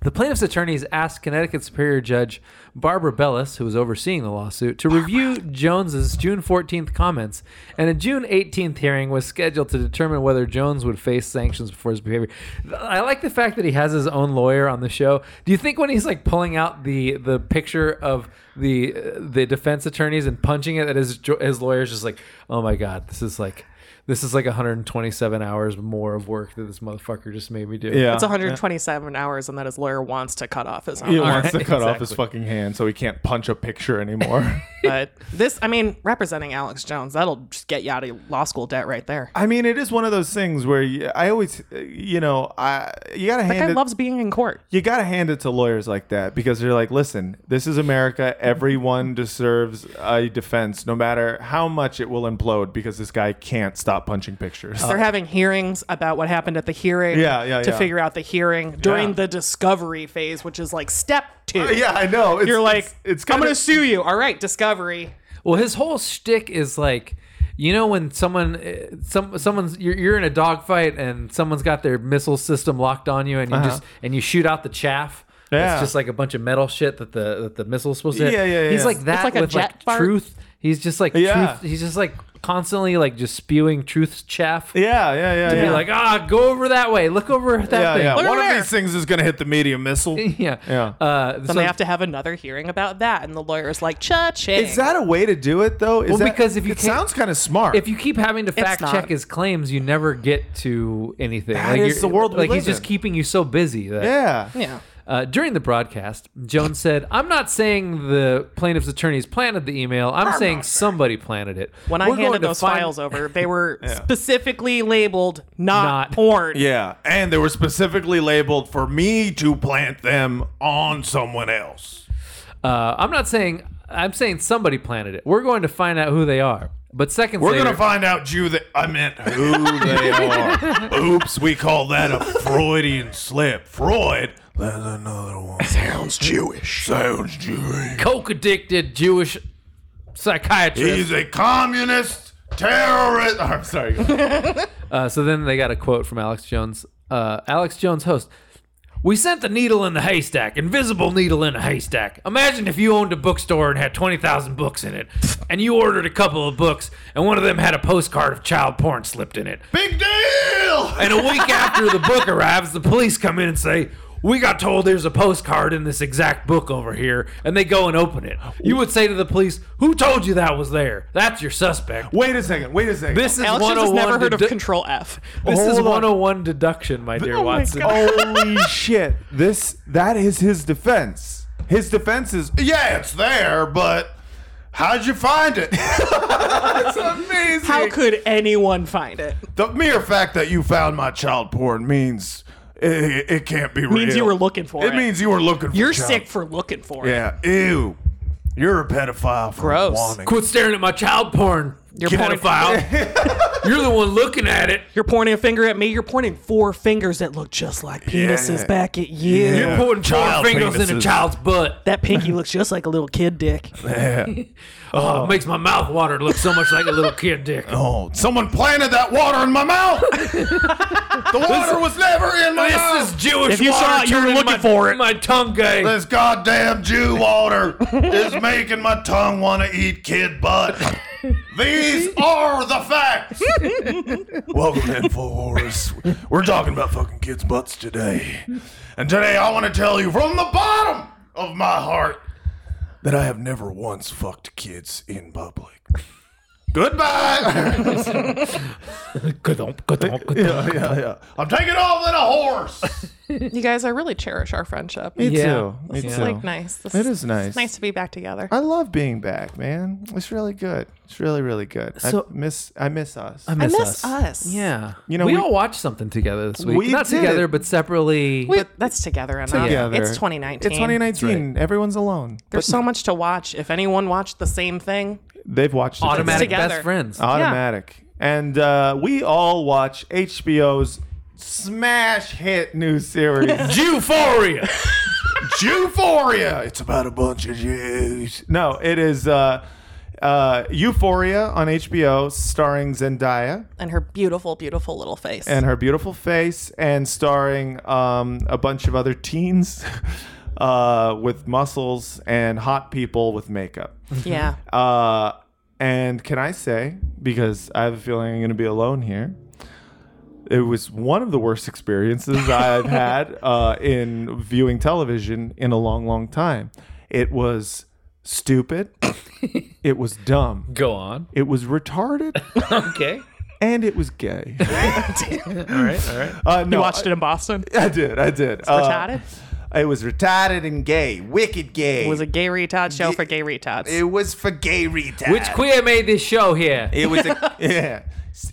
[SPEAKER 2] The plaintiff's attorneys asked Connecticut Superior Judge Barbara Bellis, who was overseeing the lawsuit, to review Jones's June 14th comments, and a June 18th hearing was scheduled to determine whether Jones would face sanctions before his behavior. I like the fact that he has his own lawyer on the show. Do you think when he's like pulling out the the picture of the the defense attorneys and punching it, that his jo- his lawyer's just like, oh my god, this is like. This is like 127 hours more of work that this motherfucker just made me do.
[SPEAKER 1] Yeah,
[SPEAKER 3] It's 127 hours, and that his lawyer wants to cut off his arm.
[SPEAKER 1] He wants to cut off his fucking hand so he can't punch a picture anymore.
[SPEAKER 3] But this, I mean, representing Alex Jones, that'll just get you out of law school debt right there.
[SPEAKER 1] I mean, it is one of those things where you, I always, uh, you know, I you gotta
[SPEAKER 3] That guy
[SPEAKER 1] hand it.
[SPEAKER 3] loves being in court.
[SPEAKER 1] you gotta hand it to lawyers like that because they're like, listen, this is America. Everyone deserves a defense, no matter how much it will implode, because this guy can't stop punching pictures.
[SPEAKER 2] Uh,
[SPEAKER 3] They're having hearings about what happened at the hearing
[SPEAKER 1] Uh, Yeah, yeah,
[SPEAKER 3] to
[SPEAKER 1] yeah.
[SPEAKER 3] figure out the hearing during
[SPEAKER 1] Yeah. Uh,
[SPEAKER 3] the discovery phase, which is like step two.
[SPEAKER 1] yeah, I know. It's,
[SPEAKER 3] You're like,
[SPEAKER 1] it's, it's
[SPEAKER 3] I'm
[SPEAKER 1] kinda-
[SPEAKER 3] going to sue you. All right, discovery.
[SPEAKER 2] Well, his whole shtick is like, you know, when someone, eh, some, someone's, you're, you're in a dogfight and someone's got their missile system locked on you, and you just and you shoot out the chaff.
[SPEAKER 1] Uh-huh. Yeah.
[SPEAKER 2] It's just like a bunch of metal shit that the that the missile's supposed to. hit.
[SPEAKER 1] Yeah, yeah,
[SPEAKER 2] He's
[SPEAKER 1] yeah.
[SPEAKER 2] like that
[SPEAKER 3] like a
[SPEAKER 2] with
[SPEAKER 3] jet
[SPEAKER 2] like
[SPEAKER 3] fart.
[SPEAKER 2] truth. He's just like
[SPEAKER 1] Yeah.
[SPEAKER 2] truth. He's just like constantly like just spewing truth chaff.
[SPEAKER 1] Yeah, yeah, yeah.
[SPEAKER 2] Be
[SPEAKER 1] yeah.
[SPEAKER 2] like, ah, go over that way. Look over at that
[SPEAKER 1] yeah,
[SPEAKER 2] thing.
[SPEAKER 1] yeah.
[SPEAKER 3] Look
[SPEAKER 1] One
[SPEAKER 3] over
[SPEAKER 1] of
[SPEAKER 3] there.
[SPEAKER 1] these things is gonna hit the medium missile.
[SPEAKER 2] Yeah.
[SPEAKER 1] Yeah.
[SPEAKER 2] Uh,
[SPEAKER 3] Then they have to have another hearing about that, and the lawyer is like, cha-ching.
[SPEAKER 1] Is that a way to do it though? Is
[SPEAKER 2] Well,
[SPEAKER 1] that,
[SPEAKER 2] because if you
[SPEAKER 1] it
[SPEAKER 2] can't-
[SPEAKER 1] sounds kind of smart.
[SPEAKER 2] if you keep having to fact check
[SPEAKER 3] not.
[SPEAKER 2] his claims, you never get to anything.
[SPEAKER 1] That
[SPEAKER 2] like
[SPEAKER 1] is
[SPEAKER 2] you're-
[SPEAKER 1] the world we
[SPEAKER 2] Like he's
[SPEAKER 1] live
[SPEAKER 2] just
[SPEAKER 1] in.
[SPEAKER 2] keeping you so busy. That,
[SPEAKER 1] yeah,
[SPEAKER 3] Yeah.
[SPEAKER 2] Uh, during the broadcast, Jones said, "I'm not saying the plaintiff's attorneys planted the email. I'm saying somebody planted it."
[SPEAKER 3] When I
[SPEAKER 2] We're going
[SPEAKER 3] handed
[SPEAKER 2] to
[SPEAKER 3] those
[SPEAKER 2] find-
[SPEAKER 3] files over, they were specifically labeled not,
[SPEAKER 2] Not-
[SPEAKER 3] porn.
[SPEAKER 5] Yeah, and they were specifically labeled for me to plant them on someone else.
[SPEAKER 2] uh, I'm not saying. I'm saying somebody planted it. We're going to find out who they are. But seconds
[SPEAKER 5] We're
[SPEAKER 2] later,
[SPEAKER 5] gonna find out you that I meant who they are. Oops, we call that a Freudian slip. Freud. That's another one. Sounds Jewish. Sounds Jewish.
[SPEAKER 2] coke addicted Jewish psychiatrist.
[SPEAKER 5] He's a communist terrorist. I'm sorry. go ahead.
[SPEAKER 2] Uh, so then they got a quote from Alex Jones. Uh, Alex Jones, host. We sent the needle in the haystack, invisible needle in a haystack. Imagine if you owned a bookstore and had 20,000 books in it, and you ordered a couple of books, and one of them had a postcard of child porn slipped in it.
[SPEAKER 5] Big deal.
[SPEAKER 2] And a week after the book arrives, the police come in and say, we got told there's a postcard in this exact book over here, and they go and open it. You would say to the police, "Who told you that was there? That's your suspect."
[SPEAKER 1] Wait a second. Wait a second.
[SPEAKER 2] This is
[SPEAKER 3] Alex Jones has
[SPEAKER 2] 101.
[SPEAKER 3] never heard of
[SPEAKER 2] dedu-
[SPEAKER 3] Control F.
[SPEAKER 2] this is
[SPEAKER 1] Hold on.
[SPEAKER 2] 101 deduction, my
[SPEAKER 3] Oh
[SPEAKER 2] dear Watson.
[SPEAKER 1] Holy shit. This that is his defense. His defense is
[SPEAKER 5] Yeah, it's there, but how'd you find it?
[SPEAKER 1] amazing.
[SPEAKER 3] How could anyone find it?
[SPEAKER 5] The mere fact that you found my child porn means It, it can't be real.
[SPEAKER 3] means you were looking for it.
[SPEAKER 5] It means you were looking for
[SPEAKER 3] You're
[SPEAKER 5] child-
[SPEAKER 3] sick for looking for it.
[SPEAKER 5] Yeah. Ew. You're a pedophile for
[SPEAKER 3] Gross.
[SPEAKER 5] wanting.
[SPEAKER 2] Quit staring at my child porn.
[SPEAKER 3] You're pointing,
[SPEAKER 5] Pedophile.
[SPEAKER 2] You're the one looking at it.
[SPEAKER 3] you're pointing a finger at me. You're pointing four fingers that look just like penises
[SPEAKER 5] Yeah.
[SPEAKER 3] back at you.
[SPEAKER 5] Yeah.
[SPEAKER 2] Putting four
[SPEAKER 5] Child
[SPEAKER 2] fingers in a
[SPEAKER 5] penises.
[SPEAKER 2] child's butt.
[SPEAKER 3] That pinky looks just like a little kid dick.
[SPEAKER 2] Oh, it makes my mouth water look so much like a little kid dick.
[SPEAKER 5] Oh, someone planted that water in my mouth. the water was never in my mouth.
[SPEAKER 2] This is Jewish
[SPEAKER 3] If you
[SPEAKER 2] water
[SPEAKER 3] saw it, you were
[SPEAKER 2] turning
[SPEAKER 3] looking
[SPEAKER 2] my,
[SPEAKER 3] for it.
[SPEAKER 2] My tongue gay.
[SPEAKER 5] This goddamn Jew water is making my tongue want to eat kid butt. These are the facts. Welcome to InfoWars. We're talking about fucking kids' butts today. And today I want to tell you from the bottom of my heart that I have never once fucked kids in public. Goodbye. yeah, yeah, yeah. I'm taking off in a horse.
[SPEAKER 7] You guys, I really cherish our friendship.
[SPEAKER 1] Me
[SPEAKER 2] Yeah.
[SPEAKER 1] too. Me
[SPEAKER 2] It's
[SPEAKER 1] too.
[SPEAKER 7] Like nice. This
[SPEAKER 1] It is nice.
[SPEAKER 7] It's nice to be back together.
[SPEAKER 1] I love being back, man. It's really good. It's really, really good.
[SPEAKER 2] So-
[SPEAKER 1] I miss I miss us.
[SPEAKER 7] I miss us.
[SPEAKER 2] Yeah.
[SPEAKER 1] You know,
[SPEAKER 2] we,
[SPEAKER 1] we-
[SPEAKER 2] all watched something together this week.
[SPEAKER 1] We
[SPEAKER 2] Not
[SPEAKER 1] did.
[SPEAKER 2] together, but separately.
[SPEAKER 7] We, that's together enough.
[SPEAKER 1] Together.
[SPEAKER 7] It's 2019.
[SPEAKER 1] it's 2019. Everyone's alone.
[SPEAKER 7] There's so much to watch. If anyone watched the same thing,
[SPEAKER 1] They've watched it. Uh,
[SPEAKER 2] automatic
[SPEAKER 7] together.
[SPEAKER 2] best friends.
[SPEAKER 1] Automatic. And uh, we all watch HBO's smash hit new series
[SPEAKER 2] Euphoria.
[SPEAKER 1] Euphoria.
[SPEAKER 5] It's about a bunch of Jews.
[SPEAKER 1] No, it is uh, uh, Euphoria on HBO, starring Zendaya
[SPEAKER 7] and her beautiful, beautiful little face.
[SPEAKER 1] and her beautiful face, and starring um, a bunch of other teens uh, with muscles and hot people with makeup.
[SPEAKER 7] yeah.
[SPEAKER 1] Uh, and can I say, because I have a feeling I'm going to be alone here, it was one of the worst experiences I've had uh, in viewing television in a long, long time. It was stupid. it was dumb.
[SPEAKER 2] Go on.
[SPEAKER 1] It was retarded.
[SPEAKER 2] Okay.
[SPEAKER 1] And it was gay.
[SPEAKER 2] All right. All right.
[SPEAKER 1] Uh, no,
[SPEAKER 3] You watched it in Boston.
[SPEAKER 1] I, I did. I did. Uh,
[SPEAKER 7] Retarded?
[SPEAKER 1] it was retarded and gay. Wicked gay.
[SPEAKER 7] it was a gay retard show for gay retards.
[SPEAKER 1] it was for gay retards.
[SPEAKER 2] Which queer made this show here?
[SPEAKER 1] It was a, yeah.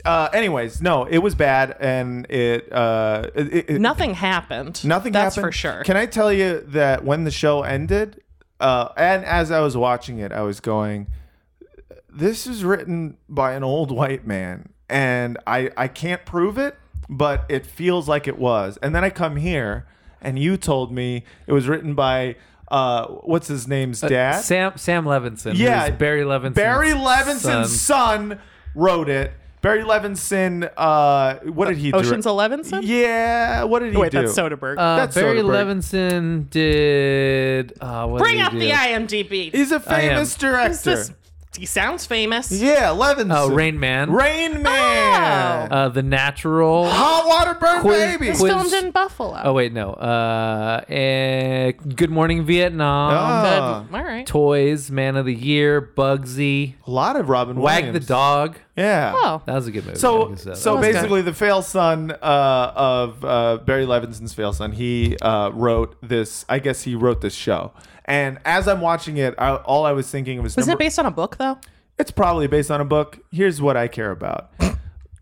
[SPEAKER 1] Uh, anyways, no, it was bad, and it, uh, it, it-
[SPEAKER 7] Nothing happened.
[SPEAKER 1] nothing.
[SPEAKER 7] That's
[SPEAKER 1] happened.
[SPEAKER 7] for sure.
[SPEAKER 1] Can I tell you that when the show ended, uh, and as I was watching it, I was going, "This is written by an old white man," and I I can't prove it, but it feels like it was. And then I come here, and you told me it was written by. Uh, what's his name's dad?
[SPEAKER 2] Sam Sam Levinson.
[SPEAKER 1] Yeah,
[SPEAKER 2] who's Barry Levinson.
[SPEAKER 1] Barry Levinson's son, wrote it. Barry Levinson, uh, what did he
[SPEAKER 7] Ocean's
[SPEAKER 1] do?
[SPEAKER 7] Eleven? son?
[SPEAKER 1] Yeah, what did he
[SPEAKER 7] Wait,
[SPEAKER 1] do?
[SPEAKER 7] that's Soderbergh.
[SPEAKER 2] Uh,
[SPEAKER 1] That's
[SPEAKER 2] Barry
[SPEAKER 1] Soderbergh.
[SPEAKER 2] Levinson did. Uh, what
[SPEAKER 7] Bring
[SPEAKER 2] did he
[SPEAKER 7] up
[SPEAKER 2] do?
[SPEAKER 7] the IMDb.
[SPEAKER 1] He's a famous
[SPEAKER 7] Is
[SPEAKER 1] director.
[SPEAKER 7] this- he sounds famous.
[SPEAKER 1] Yeah, Levinson.
[SPEAKER 2] Oh, Rain Man.
[SPEAKER 1] Rain Man.
[SPEAKER 2] Uh, the Natural.
[SPEAKER 7] Oh.
[SPEAKER 1] Hot water burn
[SPEAKER 2] Quiz-
[SPEAKER 1] baby.
[SPEAKER 2] Quiz-
[SPEAKER 7] Filmed in Buffalo.
[SPEAKER 2] Oh wait, no. Uh, eh, Good Morning Vietnam.
[SPEAKER 7] Good.
[SPEAKER 1] Ah.
[SPEAKER 7] All right.
[SPEAKER 2] Toys, Man of the Year, Bugsy,
[SPEAKER 1] a lot of Robin Williams.
[SPEAKER 2] Wag the Dog.
[SPEAKER 1] Yeah.
[SPEAKER 7] Oh.
[SPEAKER 2] That was a good movie. I
[SPEAKER 1] So,
[SPEAKER 2] guess that-
[SPEAKER 1] so
[SPEAKER 2] that was-
[SPEAKER 1] basically, the fail son uh, of uh, Barry Levinson's fail son, he uh, wrote this. I guess he wrote this show. And as I'm watching it, I, all I was thinking was,
[SPEAKER 7] Was
[SPEAKER 1] number,
[SPEAKER 7] it based on a book though?
[SPEAKER 1] it's probably based on a book. Here's what I care about.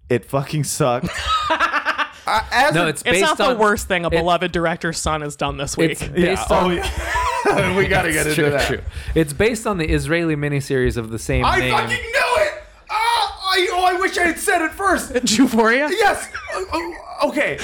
[SPEAKER 1] it fucking sucked. I- as
[SPEAKER 2] no,
[SPEAKER 1] a-
[SPEAKER 2] it's
[SPEAKER 3] It's
[SPEAKER 2] based
[SPEAKER 3] not the
[SPEAKER 2] on
[SPEAKER 3] worst thing a beloved director's son has done this week.
[SPEAKER 2] It's based
[SPEAKER 1] yeah.
[SPEAKER 2] on
[SPEAKER 1] Oh, yeah. we gotta get into
[SPEAKER 2] True,
[SPEAKER 1] that.
[SPEAKER 2] true. It's based on the Israeli miniseries of the same
[SPEAKER 1] I
[SPEAKER 2] name.
[SPEAKER 1] fucking knew it. Ah, I, oh, I wish I had said it first.
[SPEAKER 3] Euphoria?
[SPEAKER 1] Yes. Oh, oh, okay.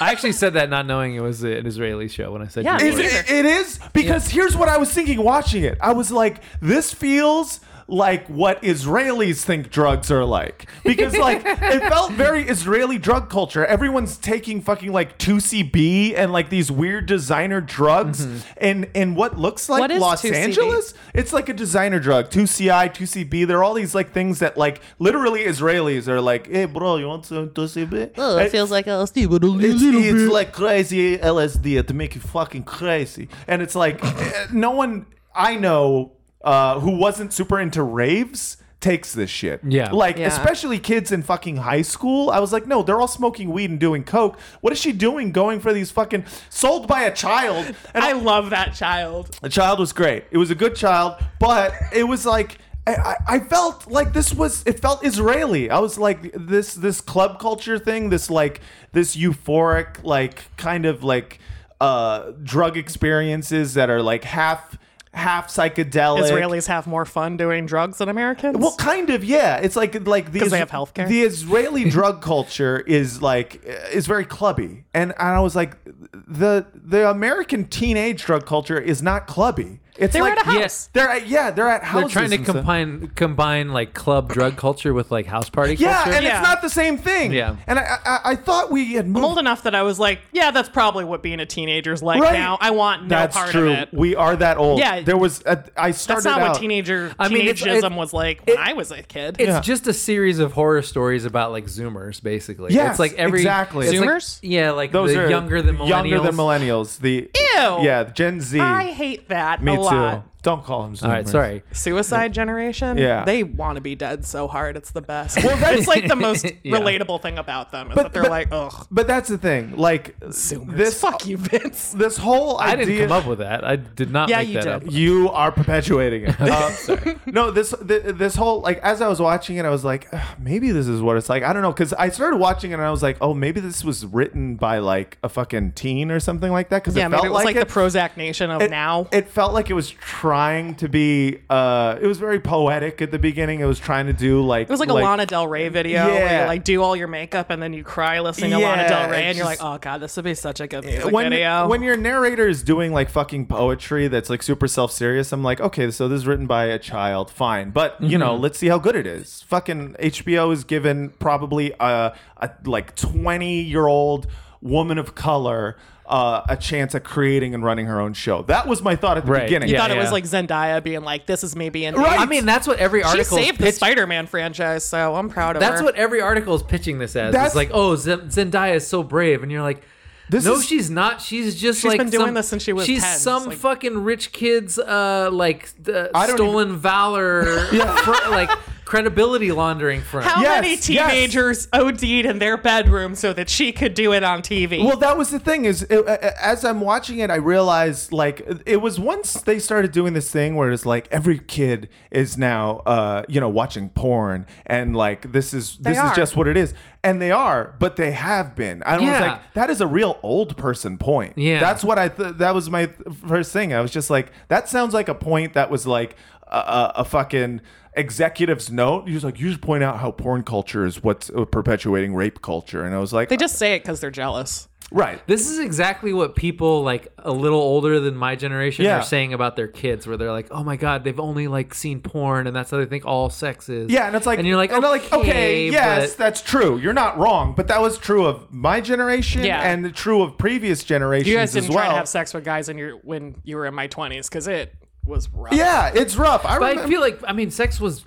[SPEAKER 2] I actually said that not knowing it was an Israeli show when I said
[SPEAKER 7] Yeah,
[SPEAKER 2] you
[SPEAKER 7] me
[SPEAKER 1] Is
[SPEAKER 2] were-
[SPEAKER 1] it, it is because here's what I was thinking watching it. I was like, this feels like what Israelis think drugs are like because like it felt very Israeli drug culture. Everyone's taking fucking like 2CB and like these weird designer drugs and and what looks like
[SPEAKER 7] Mm-hmm. What is
[SPEAKER 1] Los
[SPEAKER 7] 2CB?
[SPEAKER 1] Angeles. It's like a designer drug, 2CI, 2CB. There are all these like things that like literally Israelis are like, "Hey bro, you want some 2CB?"
[SPEAKER 7] Oh,
[SPEAKER 1] And-
[SPEAKER 7] like LSD, but a
[SPEAKER 1] it's, it's like crazy LSD it to make you fucking crazy. And it's like eh, no one I know uh, who wasn't super into raves takes this shit.
[SPEAKER 2] Yeah.
[SPEAKER 1] Like
[SPEAKER 7] Yeah.
[SPEAKER 1] especially kids in fucking high school. I was like, no, they're all smoking weed and doing coke. What is she doing going for these fucking sold by a child? And
[SPEAKER 3] I love that child.
[SPEAKER 1] the child was great. It was a good child, but it was like I, I, I felt like this was it felt Israeli. I was like this this club culture thing, this like this euphoric like kind of like uh drug experiences that are like half half psychedelic.
[SPEAKER 3] Israelis have more fun doing drugs than Americans.
[SPEAKER 1] Well, kind of, yeah. It's like like the
[SPEAKER 3] 'Cause they
[SPEAKER 1] Isra-
[SPEAKER 3] have healthcare?
[SPEAKER 1] The Israeli drug culture is like is very clubby, and and I was like, the the American teenage drug culture is not clubby. It's
[SPEAKER 3] They were
[SPEAKER 1] like
[SPEAKER 3] at a house.
[SPEAKER 2] Yes.
[SPEAKER 1] they're at, yeah they're at
[SPEAKER 2] They're
[SPEAKER 1] houses.
[SPEAKER 2] trying to
[SPEAKER 1] and stuff.
[SPEAKER 2] combine combine like club drug culture with like house party
[SPEAKER 1] Yeah,
[SPEAKER 2] culture.
[SPEAKER 1] and
[SPEAKER 3] Yeah.
[SPEAKER 1] it's not the same thing.
[SPEAKER 2] Yeah.
[SPEAKER 1] and I I, I thought we had
[SPEAKER 3] I'm old
[SPEAKER 1] moved.
[SPEAKER 3] enough that I was like, yeah, that's probably what being a teenager's like
[SPEAKER 1] Right.
[SPEAKER 3] now. I want no
[SPEAKER 1] That's
[SPEAKER 3] part
[SPEAKER 1] true.
[SPEAKER 3] of it.
[SPEAKER 1] We are that old.
[SPEAKER 3] Yeah.
[SPEAKER 1] there was a, I started
[SPEAKER 3] That's not
[SPEAKER 1] out.
[SPEAKER 3] what teenager
[SPEAKER 2] I mean, it's-
[SPEAKER 3] teenageism
[SPEAKER 2] it-
[SPEAKER 3] was like when I was a kid.
[SPEAKER 2] It's just a series of horror stories about like Zoomers, basically.
[SPEAKER 1] Yes,
[SPEAKER 2] it's like every
[SPEAKER 1] exactly.
[SPEAKER 2] it's like-
[SPEAKER 3] Zoomers?
[SPEAKER 2] yeah, like
[SPEAKER 1] Those
[SPEAKER 2] the
[SPEAKER 1] are
[SPEAKER 2] younger than millennials.
[SPEAKER 1] younger than millennials. The
[SPEAKER 3] Ew.
[SPEAKER 1] yeah Gen Z.
[SPEAKER 3] I hate that
[SPEAKER 1] Me
[SPEAKER 3] a
[SPEAKER 1] too.
[SPEAKER 3] lot.
[SPEAKER 1] Don't call them.
[SPEAKER 2] All right, sorry.
[SPEAKER 3] Suicide generation,
[SPEAKER 1] Yeah.
[SPEAKER 3] they want to be dead so hard. It's the best. Well, that's like the most
[SPEAKER 2] Yeah.
[SPEAKER 3] relatable thing about them is that they're
[SPEAKER 1] but-
[SPEAKER 3] like, ugh,
[SPEAKER 1] But that's the thing. Like
[SPEAKER 3] Zoomers.
[SPEAKER 1] this
[SPEAKER 3] Fuck you, Vince.
[SPEAKER 1] this whole
[SPEAKER 2] I
[SPEAKER 1] idea.
[SPEAKER 2] didn't come up with that. I did not
[SPEAKER 3] Yeah,
[SPEAKER 2] make
[SPEAKER 3] you
[SPEAKER 2] that
[SPEAKER 3] did.
[SPEAKER 2] up.
[SPEAKER 1] You are perpetuating it. Um, no, this th- this whole like as I was watching it, I was like, "Ugh, maybe this is what it's like. I don't know because I started watching it and I was like, oh, maybe this was written by like a fucking teen or something like that. Because
[SPEAKER 3] Yeah,
[SPEAKER 1] it
[SPEAKER 3] maybe
[SPEAKER 1] felt
[SPEAKER 3] it was like,
[SPEAKER 1] it.
[SPEAKER 3] the Prozac Nation of
[SPEAKER 1] It-
[SPEAKER 3] now.
[SPEAKER 1] It felt like it was trying to be. uh It was very poetic at the beginning. It was trying to do like
[SPEAKER 3] It was like a Lana Del Rey video where
[SPEAKER 1] Yeah.
[SPEAKER 3] you like do all your makeup and then you cry listening to Lana
[SPEAKER 1] Yeah,
[SPEAKER 3] Del Rey
[SPEAKER 1] it
[SPEAKER 3] and you're like,
[SPEAKER 1] just-
[SPEAKER 3] oh god, this would be such a good music
[SPEAKER 1] when,
[SPEAKER 3] video.
[SPEAKER 1] when your narrator is doing like fucking poetry that's like super self serious, I'm like, okay, so this is written by a child, fine. But
[SPEAKER 2] Mm-hmm.
[SPEAKER 1] you know, let's see how good it is. Fucking HBO is given probably a, a like 20 year old woman of color uh, a chance at creating and running her own show. That was my thought at the
[SPEAKER 2] Right,
[SPEAKER 1] beginning.
[SPEAKER 3] you thought
[SPEAKER 2] Yeah,
[SPEAKER 3] it was
[SPEAKER 2] yeah.
[SPEAKER 3] like Zendaya being like, this is me being
[SPEAKER 1] Right.
[SPEAKER 2] I mean, that's what every
[SPEAKER 3] She
[SPEAKER 2] article is
[SPEAKER 3] saved the
[SPEAKER 2] pitch-
[SPEAKER 3] Spider-Man franchise, so I'm proud of
[SPEAKER 2] That's
[SPEAKER 3] her.
[SPEAKER 2] what every article is pitching this as. It's
[SPEAKER 1] That's-
[SPEAKER 2] like, oh, Z- Zendaya is so brave, and you're like,
[SPEAKER 1] This
[SPEAKER 2] no,
[SPEAKER 1] is-
[SPEAKER 2] she's not. She's just
[SPEAKER 3] She's
[SPEAKER 2] like
[SPEAKER 3] been doing
[SPEAKER 2] some-
[SPEAKER 3] this since she was
[SPEAKER 2] She's
[SPEAKER 3] 10.
[SPEAKER 2] some
[SPEAKER 3] It's like-
[SPEAKER 2] fucking rich kid's uh like uh,
[SPEAKER 1] I don't
[SPEAKER 2] stolen valor, fr- like credibility laundering front.
[SPEAKER 3] How
[SPEAKER 1] Yes,
[SPEAKER 3] many
[SPEAKER 1] yes.
[SPEAKER 3] teenagers OD'd in their bedroom so that she could do it on TV?
[SPEAKER 1] Well, that was the thing is, it, uh, as I'm watching it, I realized like it was once they started doing this thing where it's like every kid is now, uh, you know, watching porn and like this is this
[SPEAKER 3] are.
[SPEAKER 1] is just what it is, and they are, but they have been. I was
[SPEAKER 2] Yeah.
[SPEAKER 1] like, that is a real old person point.
[SPEAKER 2] Yeah.
[SPEAKER 1] that's what I. Th- that was my th- first thing. I was just like, that sounds like a point that was like a, a, a fucking. Executive's note. He was like, "You just point out how porn culture is what's uh, perpetuating rape culture," and I was like,
[SPEAKER 3] they just say it because they're jealous.
[SPEAKER 1] "Right,
[SPEAKER 2] This is exactly what people like a little older than my generation
[SPEAKER 1] Yeah.
[SPEAKER 2] are saying about their kids, where they're like, "Oh my god, they've only like seen porn, and that's how they think all sex is."
[SPEAKER 1] Yeah, and it's like,
[SPEAKER 2] and you're like,
[SPEAKER 1] and
[SPEAKER 2] okay,
[SPEAKER 1] they're like, okay, yes,
[SPEAKER 2] but-
[SPEAKER 1] that's true. You're not wrong, but that was true of my generation
[SPEAKER 3] Yeah.
[SPEAKER 1] and true of previous generations
[SPEAKER 3] You guys
[SPEAKER 1] as
[SPEAKER 3] didn't
[SPEAKER 1] well.
[SPEAKER 3] try to have sex with guys in your when you were in my 20s because it was rough.
[SPEAKER 1] Yeah, it's rough. I
[SPEAKER 2] But
[SPEAKER 1] remember.
[SPEAKER 2] I feel like I mean, sex was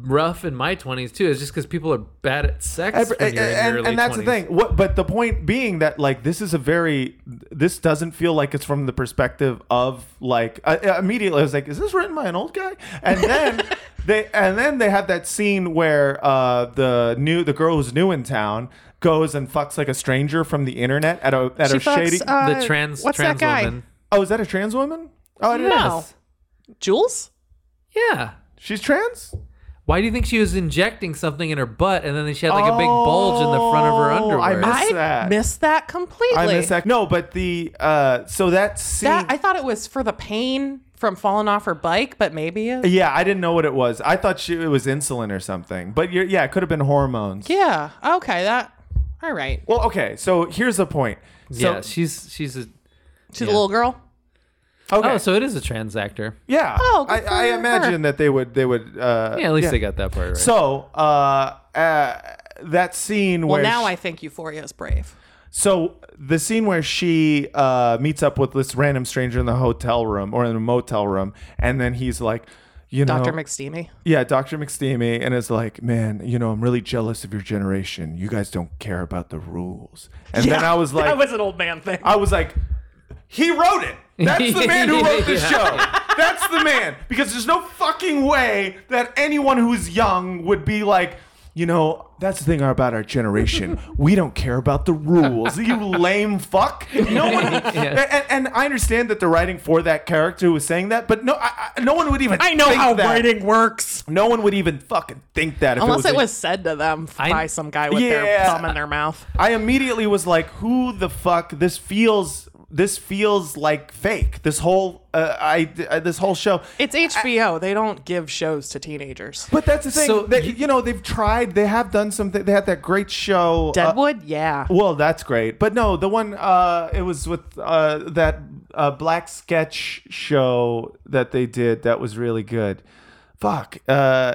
[SPEAKER 2] rough in my twenties too. It's just because people are bad at sex.
[SPEAKER 1] Every-
[SPEAKER 2] when you're in your
[SPEAKER 1] and,
[SPEAKER 2] early
[SPEAKER 1] and that's the
[SPEAKER 2] 20s.
[SPEAKER 1] thing. What, but the point being that like this is a very this doesn't feel like it's from the perspective of like I, I immediately I was like, is this written by an old guy? And then they and then they have that scene where uh, the new the girl who's new in town goes and fucks like a stranger from the internet at a at a shady.
[SPEAKER 2] The trans trans woman.
[SPEAKER 1] Oh, is that a trans woman? Oh, I didn't know.
[SPEAKER 2] Yes.
[SPEAKER 3] Jules?
[SPEAKER 2] Yeah.
[SPEAKER 1] She's trans?
[SPEAKER 2] Why do you think she was injecting something in her butt and then she had like a big bulge in the front of her
[SPEAKER 1] Oh,
[SPEAKER 2] underwear?
[SPEAKER 1] I missed
[SPEAKER 3] I
[SPEAKER 1] that.
[SPEAKER 3] missed that completely.
[SPEAKER 1] I miss that. No, but the uh so that scene
[SPEAKER 3] That- I thought it was for the pain from falling off her bike, but maybe it-
[SPEAKER 1] Yeah, I didn't know what it was. I thought she, it was insulin or something. But you're, yeah, it could have been hormones.
[SPEAKER 3] yeah. Okay, that. All right.
[SPEAKER 1] Well, okay. So here's the point. So,
[SPEAKER 2] yeah, she's she's a
[SPEAKER 3] She's a little girl.
[SPEAKER 1] Okay.
[SPEAKER 2] oh, so it is a trans actor.
[SPEAKER 1] yeah.
[SPEAKER 3] Oh, good
[SPEAKER 1] I,
[SPEAKER 3] for
[SPEAKER 1] I
[SPEAKER 3] her.
[SPEAKER 1] imagine that they would. They would. Uh,
[SPEAKER 2] Yeah, at least
[SPEAKER 1] yeah.
[SPEAKER 2] they got that part right.
[SPEAKER 1] So uh, uh, that scene
[SPEAKER 3] Well,
[SPEAKER 1] where
[SPEAKER 3] now
[SPEAKER 1] she-
[SPEAKER 3] I think Euphoria is brave.
[SPEAKER 1] So the scene where she uh, meets up with this random stranger in the hotel room or in a motel room, and then he's like, you know,
[SPEAKER 3] Dr. McSteamy.
[SPEAKER 1] yeah, Dr. McSteamy, and it's like, man, you know, I'm really jealous of your generation. You guys don't care about the rules. And then I was like,
[SPEAKER 3] that was an old man thing.
[SPEAKER 1] I was like, he wrote it. That's the man who wrote this
[SPEAKER 2] Yeah.
[SPEAKER 1] show. That's the man. Because there's no fucking way that anyone who's young would be like, you know, that's the thing about our generation. We don't care about the rules. You lame fuck. No one. and, and I understand that they're writing for that character who was saying that, but no, I, I- no one would even.
[SPEAKER 3] I know
[SPEAKER 1] think
[SPEAKER 3] how
[SPEAKER 1] that.
[SPEAKER 3] writing works.
[SPEAKER 1] No one would even fucking think that. If
[SPEAKER 3] Unless
[SPEAKER 1] it was,
[SPEAKER 3] it was said to them f-
[SPEAKER 2] I-
[SPEAKER 3] by some guy with their
[SPEAKER 1] Yeah.
[SPEAKER 3] thumb in their mouth.
[SPEAKER 1] I immediately was like, "Who the fuck? This feels. This feels like fake. This whole. Uh, I. Uh, this whole show.
[SPEAKER 3] It's HBO. they don't give shows to teenagers.
[SPEAKER 1] But that's the thing.
[SPEAKER 2] So
[SPEAKER 1] they,
[SPEAKER 2] you-
[SPEAKER 1] you, know, they've tried. They have done something. They had that great show. uh,
[SPEAKER 3] Deadwood, yeah.
[SPEAKER 1] well, that's great. But no, the one. Uh, it was with uh, that uh, black sketch show that they did. That was really good. Fuck. Uh,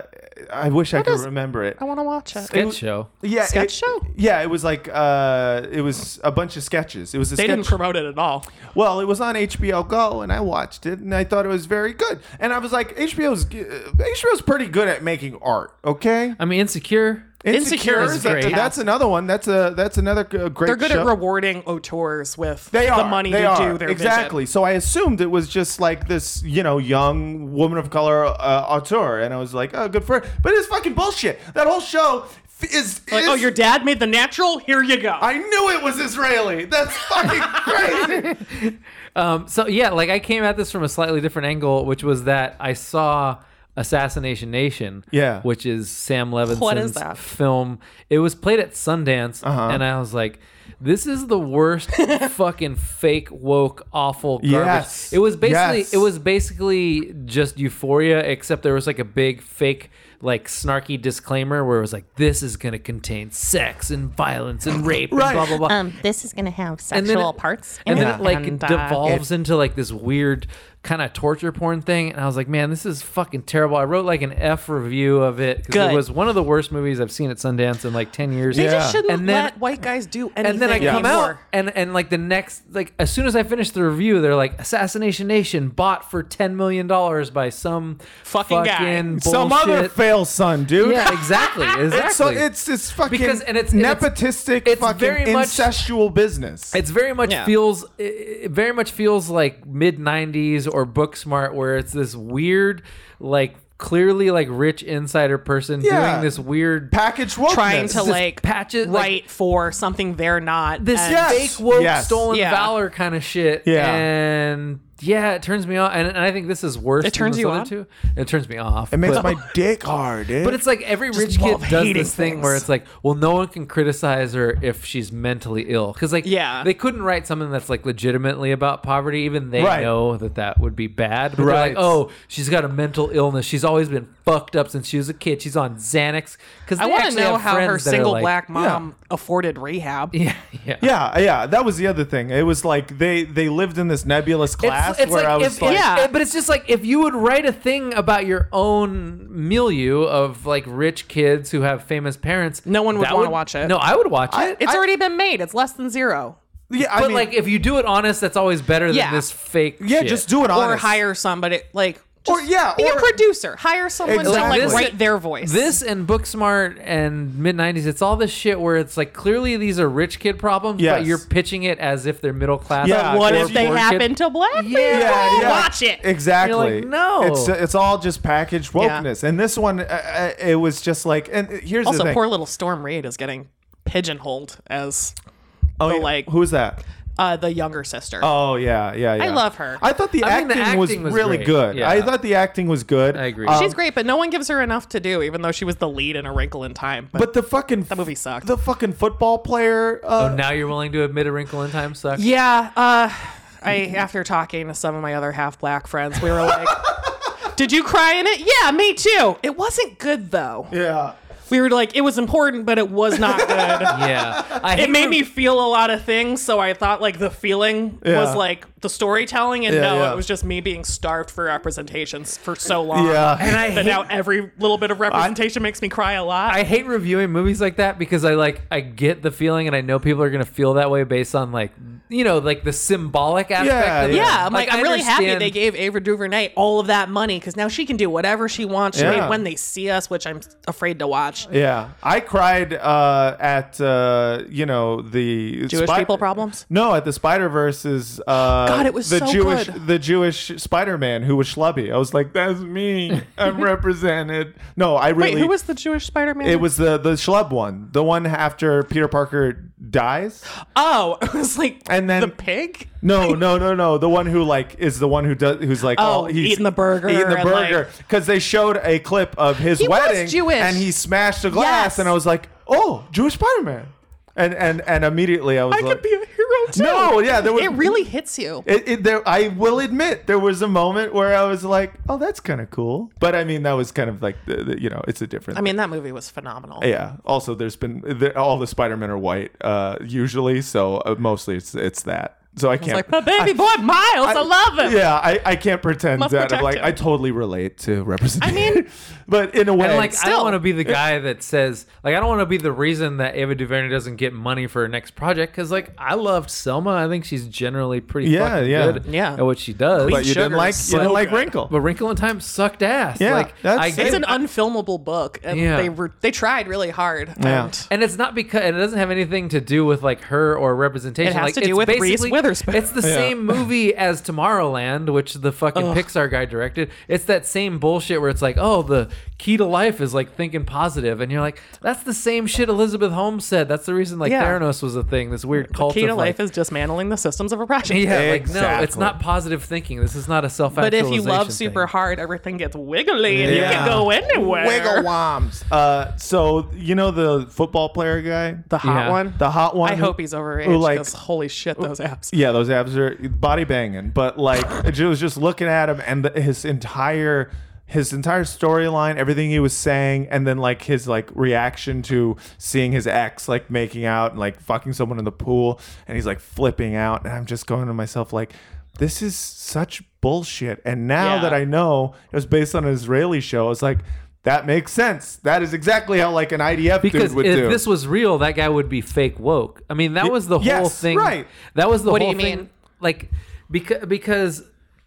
[SPEAKER 1] I wish I could
[SPEAKER 3] is-
[SPEAKER 1] remember it.
[SPEAKER 3] I want to watch it.
[SPEAKER 2] Sketch show.
[SPEAKER 1] Yeah,
[SPEAKER 3] Sketch
[SPEAKER 1] it-
[SPEAKER 3] show?
[SPEAKER 1] Yeah, it was like uh, it was a bunch of sketches. It was a
[SPEAKER 3] They
[SPEAKER 1] sketch
[SPEAKER 3] didn't promote it at all.
[SPEAKER 1] Well, it was on HBO Go, and I watched it, and I thought it was very good. And I was like, HBO's uh, HBO's pretty good at making art. Okay,
[SPEAKER 2] I mean, Insecure.
[SPEAKER 3] Uh, Insecure is
[SPEAKER 1] that-
[SPEAKER 2] great.
[SPEAKER 1] that's another one. That's a that's another uh, great.
[SPEAKER 3] They're good
[SPEAKER 1] show.
[SPEAKER 3] at rewarding auteurs with
[SPEAKER 1] They
[SPEAKER 3] the
[SPEAKER 1] are.
[SPEAKER 3] money
[SPEAKER 1] they
[SPEAKER 3] to
[SPEAKER 1] are.
[SPEAKER 3] do their
[SPEAKER 1] exactly.
[SPEAKER 3] vision.
[SPEAKER 1] So I assumed it was just like this, you know, young woman of color uh, auteur, and I was like, oh, good for her. But it's fucking bullshit. That whole show f- is
[SPEAKER 3] Like,
[SPEAKER 1] is,
[SPEAKER 3] oh, your dad made the natural? Here you go.
[SPEAKER 1] I knew it was Israeli. That's fucking crazy.
[SPEAKER 2] Um, so yeah, like I came at this from a slightly different angle, which was that I saw Assassination Nation,
[SPEAKER 1] Yeah.
[SPEAKER 2] which is Sam Levinson's
[SPEAKER 3] is that?
[SPEAKER 2] film. It was played at Sundance,
[SPEAKER 1] Uh-huh.
[SPEAKER 2] and I was like, "This is the worst fucking fake woke awful garbage."
[SPEAKER 1] Yes.
[SPEAKER 2] It was basically
[SPEAKER 1] Yes.
[SPEAKER 2] it was basically just Euphoria, except there was like a big fake like snarky disclaimer where it was like, "This is gonna contain sex and violence and rape and blah blah blah."
[SPEAKER 8] Um, this is gonna have
[SPEAKER 2] and then
[SPEAKER 8] sexual
[SPEAKER 2] it-
[SPEAKER 8] parts. in
[SPEAKER 2] and then
[SPEAKER 8] it,
[SPEAKER 2] it like
[SPEAKER 8] and, uh,
[SPEAKER 2] devolves into like this weird kind of torture porn thing and i was like man this is fucking terrible i wrote like an f review of it because
[SPEAKER 3] Good.
[SPEAKER 2] it was one of the worst movies i've seen at sundance in like 10 years
[SPEAKER 3] They just shouldn't
[SPEAKER 2] and then
[SPEAKER 3] let white guys do anything.
[SPEAKER 2] and then I come out,
[SPEAKER 3] anymore.
[SPEAKER 2] and and like the next, like as soon as I finished the review, they're like, "Assassination Nation bought for ten million dollars by some
[SPEAKER 3] Fucking guy.
[SPEAKER 2] bullshit.
[SPEAKER 1] Some other fail son, dude.
[SPEAKER 2] yeah, exactly, exactly.
[SPEAKER 1] It's so it's it's fucking
[SPEAKER 2] Because- and it's- and it's-
[SPEAKER 1] nepotistic
[SPEAKER 2] it's
[SPEAKER 1] fucking
[SPEAKER 2] very much-
[SPEAKER 1] incestual business.
[SPEAKER 2] It's very much
[SPEAKER 3] Yeah.
[SPEAKER 2] feels it it very much feels like mid 90s or Booksmart where it's this weird like clearly like rich insider person
[SPEAKER 1] Yeah.
[SPEAKER 2] doing this weird
[SPEAKER 1] package wokeness.
[SPEAKER 3] trying to
[SPEAKER 2] this
[SPEAKER 3] like
[SPEAKER 2] patches- like-
[SPEAKER 3] right for something they're not.
[SPEAKER 2] this
[SPEAKER 3] and-
[SPEAKER 1] Yes.
[SPEAKER 2] fake woke
[SPEAKER 1] Yes.
[SPEAKER 2] stolen
[SPEAKER 3] Yeah.
[SPEAKER 2] valor kind of shit.
[SPEAKER 1] Yeah.
[SPEAKER 2] And yeah, it turns me off and, and I think this is worse
[SPEAKER 3] It turns
[SPEAKER 2] than
[SPEAKER 3] you
[SPEAKER 2] the other
[SPEAKER 3] on?
[SPEAKER 2] two. It turns me off.
[SPEAKER 1] It makes
[SPEAKER 2] but-
[SPEAKER 1] my dick hard, dude.
[SPEAKER 2] But it's like every rich kid
[SPEAKER 3] love
[SPEAKER 2] does
[SPEAKER 3] hating
[SPEAKER 2] this thing where
[SPEAKER 3] things.
[SPEAKER 2] it's like, well, no one can criticize her if she's mentally ill, because like,
[SPEAKER 3] Yeah.
[SPEAKER 2] they couldn't write something that's like legitimately about poverty. Even they
[SPEAKER 1] Right.
[SPEAKER 2] know that that would be bad. But they're like,
[SPEAKER 1] Right.
[SPEAKER 2] oh, she's got a mental illness. She's always been fucked up since she was a kid. She's on Xanax. Because
[SPEAKER 3] I
[SPEAKER 2] want to
[SPEAKER 3] know how her single black
[SPEAKER 1] Yeah.
[SPEAKER 3] mom afforded rehab.
[SPEAKER 2] yeah, yeah.
[SPEAKER 1] yeah, yeah, that was the other thing. It was like they they lived in this nebulous class
[SPEAKER 2] It's, it's
[SPEAKER 1] where
[SPEAKER 2] like
[SPEAKER 1] I was
[SPEAKER 2] if,
[SPEAKER 1] like,
[SPEAKER 2] yeah,
[SPEAKER 3] Yeah.
[SPEAKER 2] but it's just like if you would write a thing about your own milieu of like rich kids who have famous parents,
[SPEAKER 3] No one would
[SPEAKER 2] that
[SPEAKER 3] wanna watch it.
[SPEAKER 2] No, I would watch it.
[SPEAKER 3] It's
[SPEAKER 1] I-
[SPEAKER 3] already been made. It's less than zero.
[SPEAKER 1] yeah, I
[SPEAKER 2] but
[SPEAKER 1] mean,
[SPEAKER 2] like, if you do it honest, that's always better than
[SPEAKER 3] Yeah.
[SPEAKER 2] this fake.
[SPEAKER 1] yeah,
[SPEAKER 2] shit.
[SPEAKER 1] just do it honest.
[SPEAKER 3] Or hire somebody like
[SPEAKER 1] Or-
[SPEAKER 3] just
[SPEAKER 1] yeah,
[SPEAKER 3] be
[SPEAKER 1] or-
[SPEAKER 3] a producer. Hire someone
[SPEAKER 1] Exactly.
[SPEAKER 3] to like
[SPEAKER 1] This-
[SPEAKER 3] write their voice.
[SPEAKER 2] This and Booksmart and mid '90s. It's all this shit where it's like clearly these are rich kid problems, but
[SPEAKER 1] Yes.
[SPEAKER 2] you're pitching it as if they're middle class.
[SPEAKER 1] Yeah, But
[SPEAKER 3] what
[SPEAKER 1] or
[SPEAKER 3] if they
[SPEAKER 2] poor kid-
[SPEAKER 3] happen to black people?
[SPEAKER 2] Yeah,
[SPEAKER 1] yeah, yeah.
[SPEAKER 3] Watch it.
[SPEAKER 1] Exactly.
[SPEAKER 2] You're like, no.
[SPEAKER 1] it's it's all just packaged wokeness. And this one, uh, uh, it was just like, and here's the
[SPEAKER 3] Also,
[SPEAKER 1] thing.
[SPEAKER 3] poor little Storm Reed is getting pigeonholed as
[SPEAKER 1] oh,
[SPEAKER 3] the,
[SPEAKER 1] yeah.
[SPEAKER 3] like-
[SPEAKER 1] who's that?
[SPEAKER 3] uh, the younger sister.
[SPEAKER 1] Oh yeah, yeah, yeah.
[SPEAKER 3] I love her.
[SPEAKER 1] I thought the,
[SPEAKER 2] I mean,
[SPEAKER 1] acting,
[SPEAKER 2] the
[SPEAKER 1] was,
[SPEAKER 2] acting was
[SPEAKER 1] really
[SPEAKER 2] great.
[SPEAKER 1] good.
[SPEAKER 2] Yeah.
[SPEAKER 1] I thought the acting was good. Uh,
[SPEAKER 2] I agree.
[SPEAKER 3] She's great, but no one gives her enough to do, even though she was the lead in A Wrinkle in Time. But,
[SPEAKER 1] But the fucking that
[SPEAKER 3] movie sucked.
[SPEAKER 1] The fucking football player. Uh,
[SPEAKER 2] Oh, Now you're willing to admit a wrinkle in time sucks.
[SPEAKER 3] yeah, uh, I after talking to some of my other half black friends, we were like, "Did you cry in it? Yeah, me too. It wasn't good though.
[SPEAKER 1] Yeah.
[SPEAKER 3] We were like, it was important, but it was not good.
[SPEAKER 2] yeah. I
[SPEAKER 3] It
[SPEAKER 2] hate
[SPEAKER 3] made
[SPEAKER 2] the-
[SPEAKER 3] me feel a lot of things, so I thought like the feeling
[SPEAKER 1] Yeah.
[SPEAKER 3] was like the storytelling, and
[SPEAKER 1] Yeah,
[SPEAKER 3] no,
[SPEAKER 1] yeah.
[SPEAKER 3] it was just me being starved for representations for so long.
[SPEAKER 1] Yeah. And
[SPEAKER 2] I
[SPEAKER 3] that now every little bit of representation makes me cry a lot.
[SPEAKER 2] I hate reviewing movies like that because I like I get the feeling and I know people are gonna feel that way based on like you know like the symbolic aspect.
[SPEAKER 1] Yeah,
[SPEAKER 2] of it.
[SPEAKER 1] yeah.
[SPEAKER 3] Yeah, I'm like,
[SPEAKER 2] I
[SPEAKER 3] I'm really happy
[SPEAKER 2] understand-
[SPEAKER 3] they gave Ava DuVernay all of that money because now she can do whatever she wants. She
[SPEAKER 1] Yeah.
[SPEAKER 3] made When They See Us, which I'm afraid to watch
[SPEAKER 9] much.
[SPEAKER 1] Yeah, I cried uh, at uh, you know the
[SPEAKER 9] Jewish people problems?
[SPEAKER 1] No, at the Spider Verse's. Uh,
[SPEAKER 9] God, it was
[SPEAKER 1] the
[SPEAKER 9] so
[SPEAKER 1] Jewish
[SPEAKER 9] good.
[SPEAKER 1] the Jewish Spider Man who was schlubby. I was like, that's me. I'm represented. No, I really.
[SPEAKER 3] Wait, who was the Jewish Spider Man?
[SPEAKER 1] It was the the schlub one, the one after Peter Parker dies.
[SPEAKER 9] Oh, it was like
[SPEAKER 1] And then-
[SPEAKER 9] the pig.
[SPEAKER 1] No, no, no, no. The one who like is the one who does who's like
[SPEAKER 3] Oh,
[SPEAKER 1] all- he's
[SPEAKER 3] eating the burger
[SPEAKER 1] eating the
[SPEAKER 3] and, like-
[SPEAKER 1] burger because they showed a clip of his
[SPEAKER 3] He was
[SPEAKER 1] wedding
[SPEAKER 3] Jewish.
[SPEAKER 1] and he smashed a glass
[SPEAKER 3] Yes.
[SPEAKER 1] and I was like, oh, Jewish Spider Man, and and and immediately I was
[SPEAKER 3] I
[SPEAKER 1] like,
[SPEAKER 3] could be a hero too.
[SPEAKER 1] no, yeah, there was
[SPEAKER 3] it really hits you.
[SPEAKER 1] It, it, there, I will admit there was a moment where I was like, "Oh, that's kind of cool," but I mean that was kind of like the, the, you know it's a different.
[SPEAKER 3] I mean, that movie was phenomenal.
[SPEAKER 1] yeah. Also, there's been there, all the Spider Men are white uh, usually, so uh, mostly it's it's that. So I can't.
[SPEAKER 3] Like my baby boy Miles, I, love him.
[SPEAKER 1] Yeah, I, I can't pretend
[SPEAKER 3] Must
[SPEAKER 1] that I'm
[SPEAKER 3] protect
[SPEAKER 1] like
[SPEAKER 3] him.
[SPEAKER 1] I totally relate to representation.
[SPEAKER 3] I mean-
[SPEAKER 1] but in a way,
[SPEAKER 2] And like, I don't
[SPEAKER 3] still-
[SPEAKER 2] want to be the guy that says, like, I don't want to be the reason that Ava DuVernay doesn't get money for her next project because, like, I loved Selma. I think she's generally pretty
[SPEAKER 1] Yeah,
[SPEAKER 2] fucking
[SPEAKER 1] yeah.
[SPEAKER 2] good
[SPEAKER 3] Yeah.
[SPEAKER 2] at what she does.
[SPEAKER 1] but you didn't
[SPEAKER 3] Sugar
[SPEAKER 1] like
[SPEAKER 3] is
[SPEAKER 1] you didn't
[SPEAKER 3] so
[SPEAKER 1] like
[SPEAKER 3] good.
[SPEAKER 1] Wrinkle.
[SPEAKER 2] But Wrinkle in Time sucked ass.
[SPEAKER 1] Yeah,
[SPEAKER 2] like
[SPEAKER 1] that's-
[SPEAKER 2] get-
[SPEAKER 3] It's an unfilmable book, and
[SPEAKER 2] Yeah.
[SPEAKER 3] they were they tried really hard. Um,
[SPEAKER 1] Yeah.
[SPEAKER 3] And
[SPEAKER 2] and it's not because and it doesn't have anything to do with like her or representation.
[SPEAKER 3] It has
[SPEAKER 2] like,
[SPEAKER 3] to do
[SPEAKER 2] it's
[SPEAKER 3] with Reese
[SPEAKER 2] basically-
[SPEAKER 3] Witherspoon.
[SPEAKER 2] It's the same movie as Tomorrowland, which the fucking Pixar guy directed. It's that same bullshit where it's like, oh, the key to life is like thinking positive, and you're like, that's the same shit Elizabeth Holmes said. That's the reason like
[SPEAKER 3] Yeah.
[SPEAKER 2] Theranos was a thing. This weird cult
[SPEAKER 3] key to
[SPEAKER 2] of like-
[SPEAKER 3] life is dismantling the systems of oppression.
[SPEAKER 2] yeah, like no, it's
[SPEAKER 1] Exactly.
[SPEAKER 2] not positive thinking. This is not a self.
[SPEAKER 3] But if you love super
[SPEAKER 2] thing.
[SPEAKER 3] hard, everything gets wiggly, and
[SPEAKER 1] Yeah.
[SPEAKER 3] you can go anywhere.
[SPEAKER 10] wombs.
[SPEAKER 1] Uh, so you know the football player guy,
[SPEAKER 3] The hot
[SPEAKER 2] Yeah.
[SPEAKER 3] one.
[SPEAKER 1] the hot one.
[SPEAKER 3] I
[SPEAKER 1] who-
[SPEAKER 3] hope he's overage.
[SPEAKER 1] who, like-
[SPEAKER 3] 'cause holy shit, those abs.
[SPEAKER 1] Yeah, those abs are body banging, but like I was just looking at him and the, his entire his entire storyline, everything he was saying, and then like his like reaction to seeing his ex like making out and like fucking someone in the pool, and he's like flipping out, and I'm just going to myself like, this is such bullshit. And now
[SPEAKER 9] Yeah.
[SPEAKER 1] that I know it was based on an Israeli show, it's like. That makes sense. That is exactly how like an IDF
[SPEAKER 2] Because
[SPEAKER 1] dude would
[SPEAKER 2] if
[SPEAKER 1] do.
[SPEAKER 2] this was real, that guy would be fake woke. I mean, that was the
[SPEAKER 1] yes,
[SPEAKER 2] whole thing.
[SPEAKER 1] right.
[SPEAKER 2] That was the
[SPEAKER 3] What do
[SPEAKER 2] whole
[SPEAKER 3] you
[SPEAKER 2] thing.
[SPEAKER 3] mean?
[SPEAKER 2] Like, because because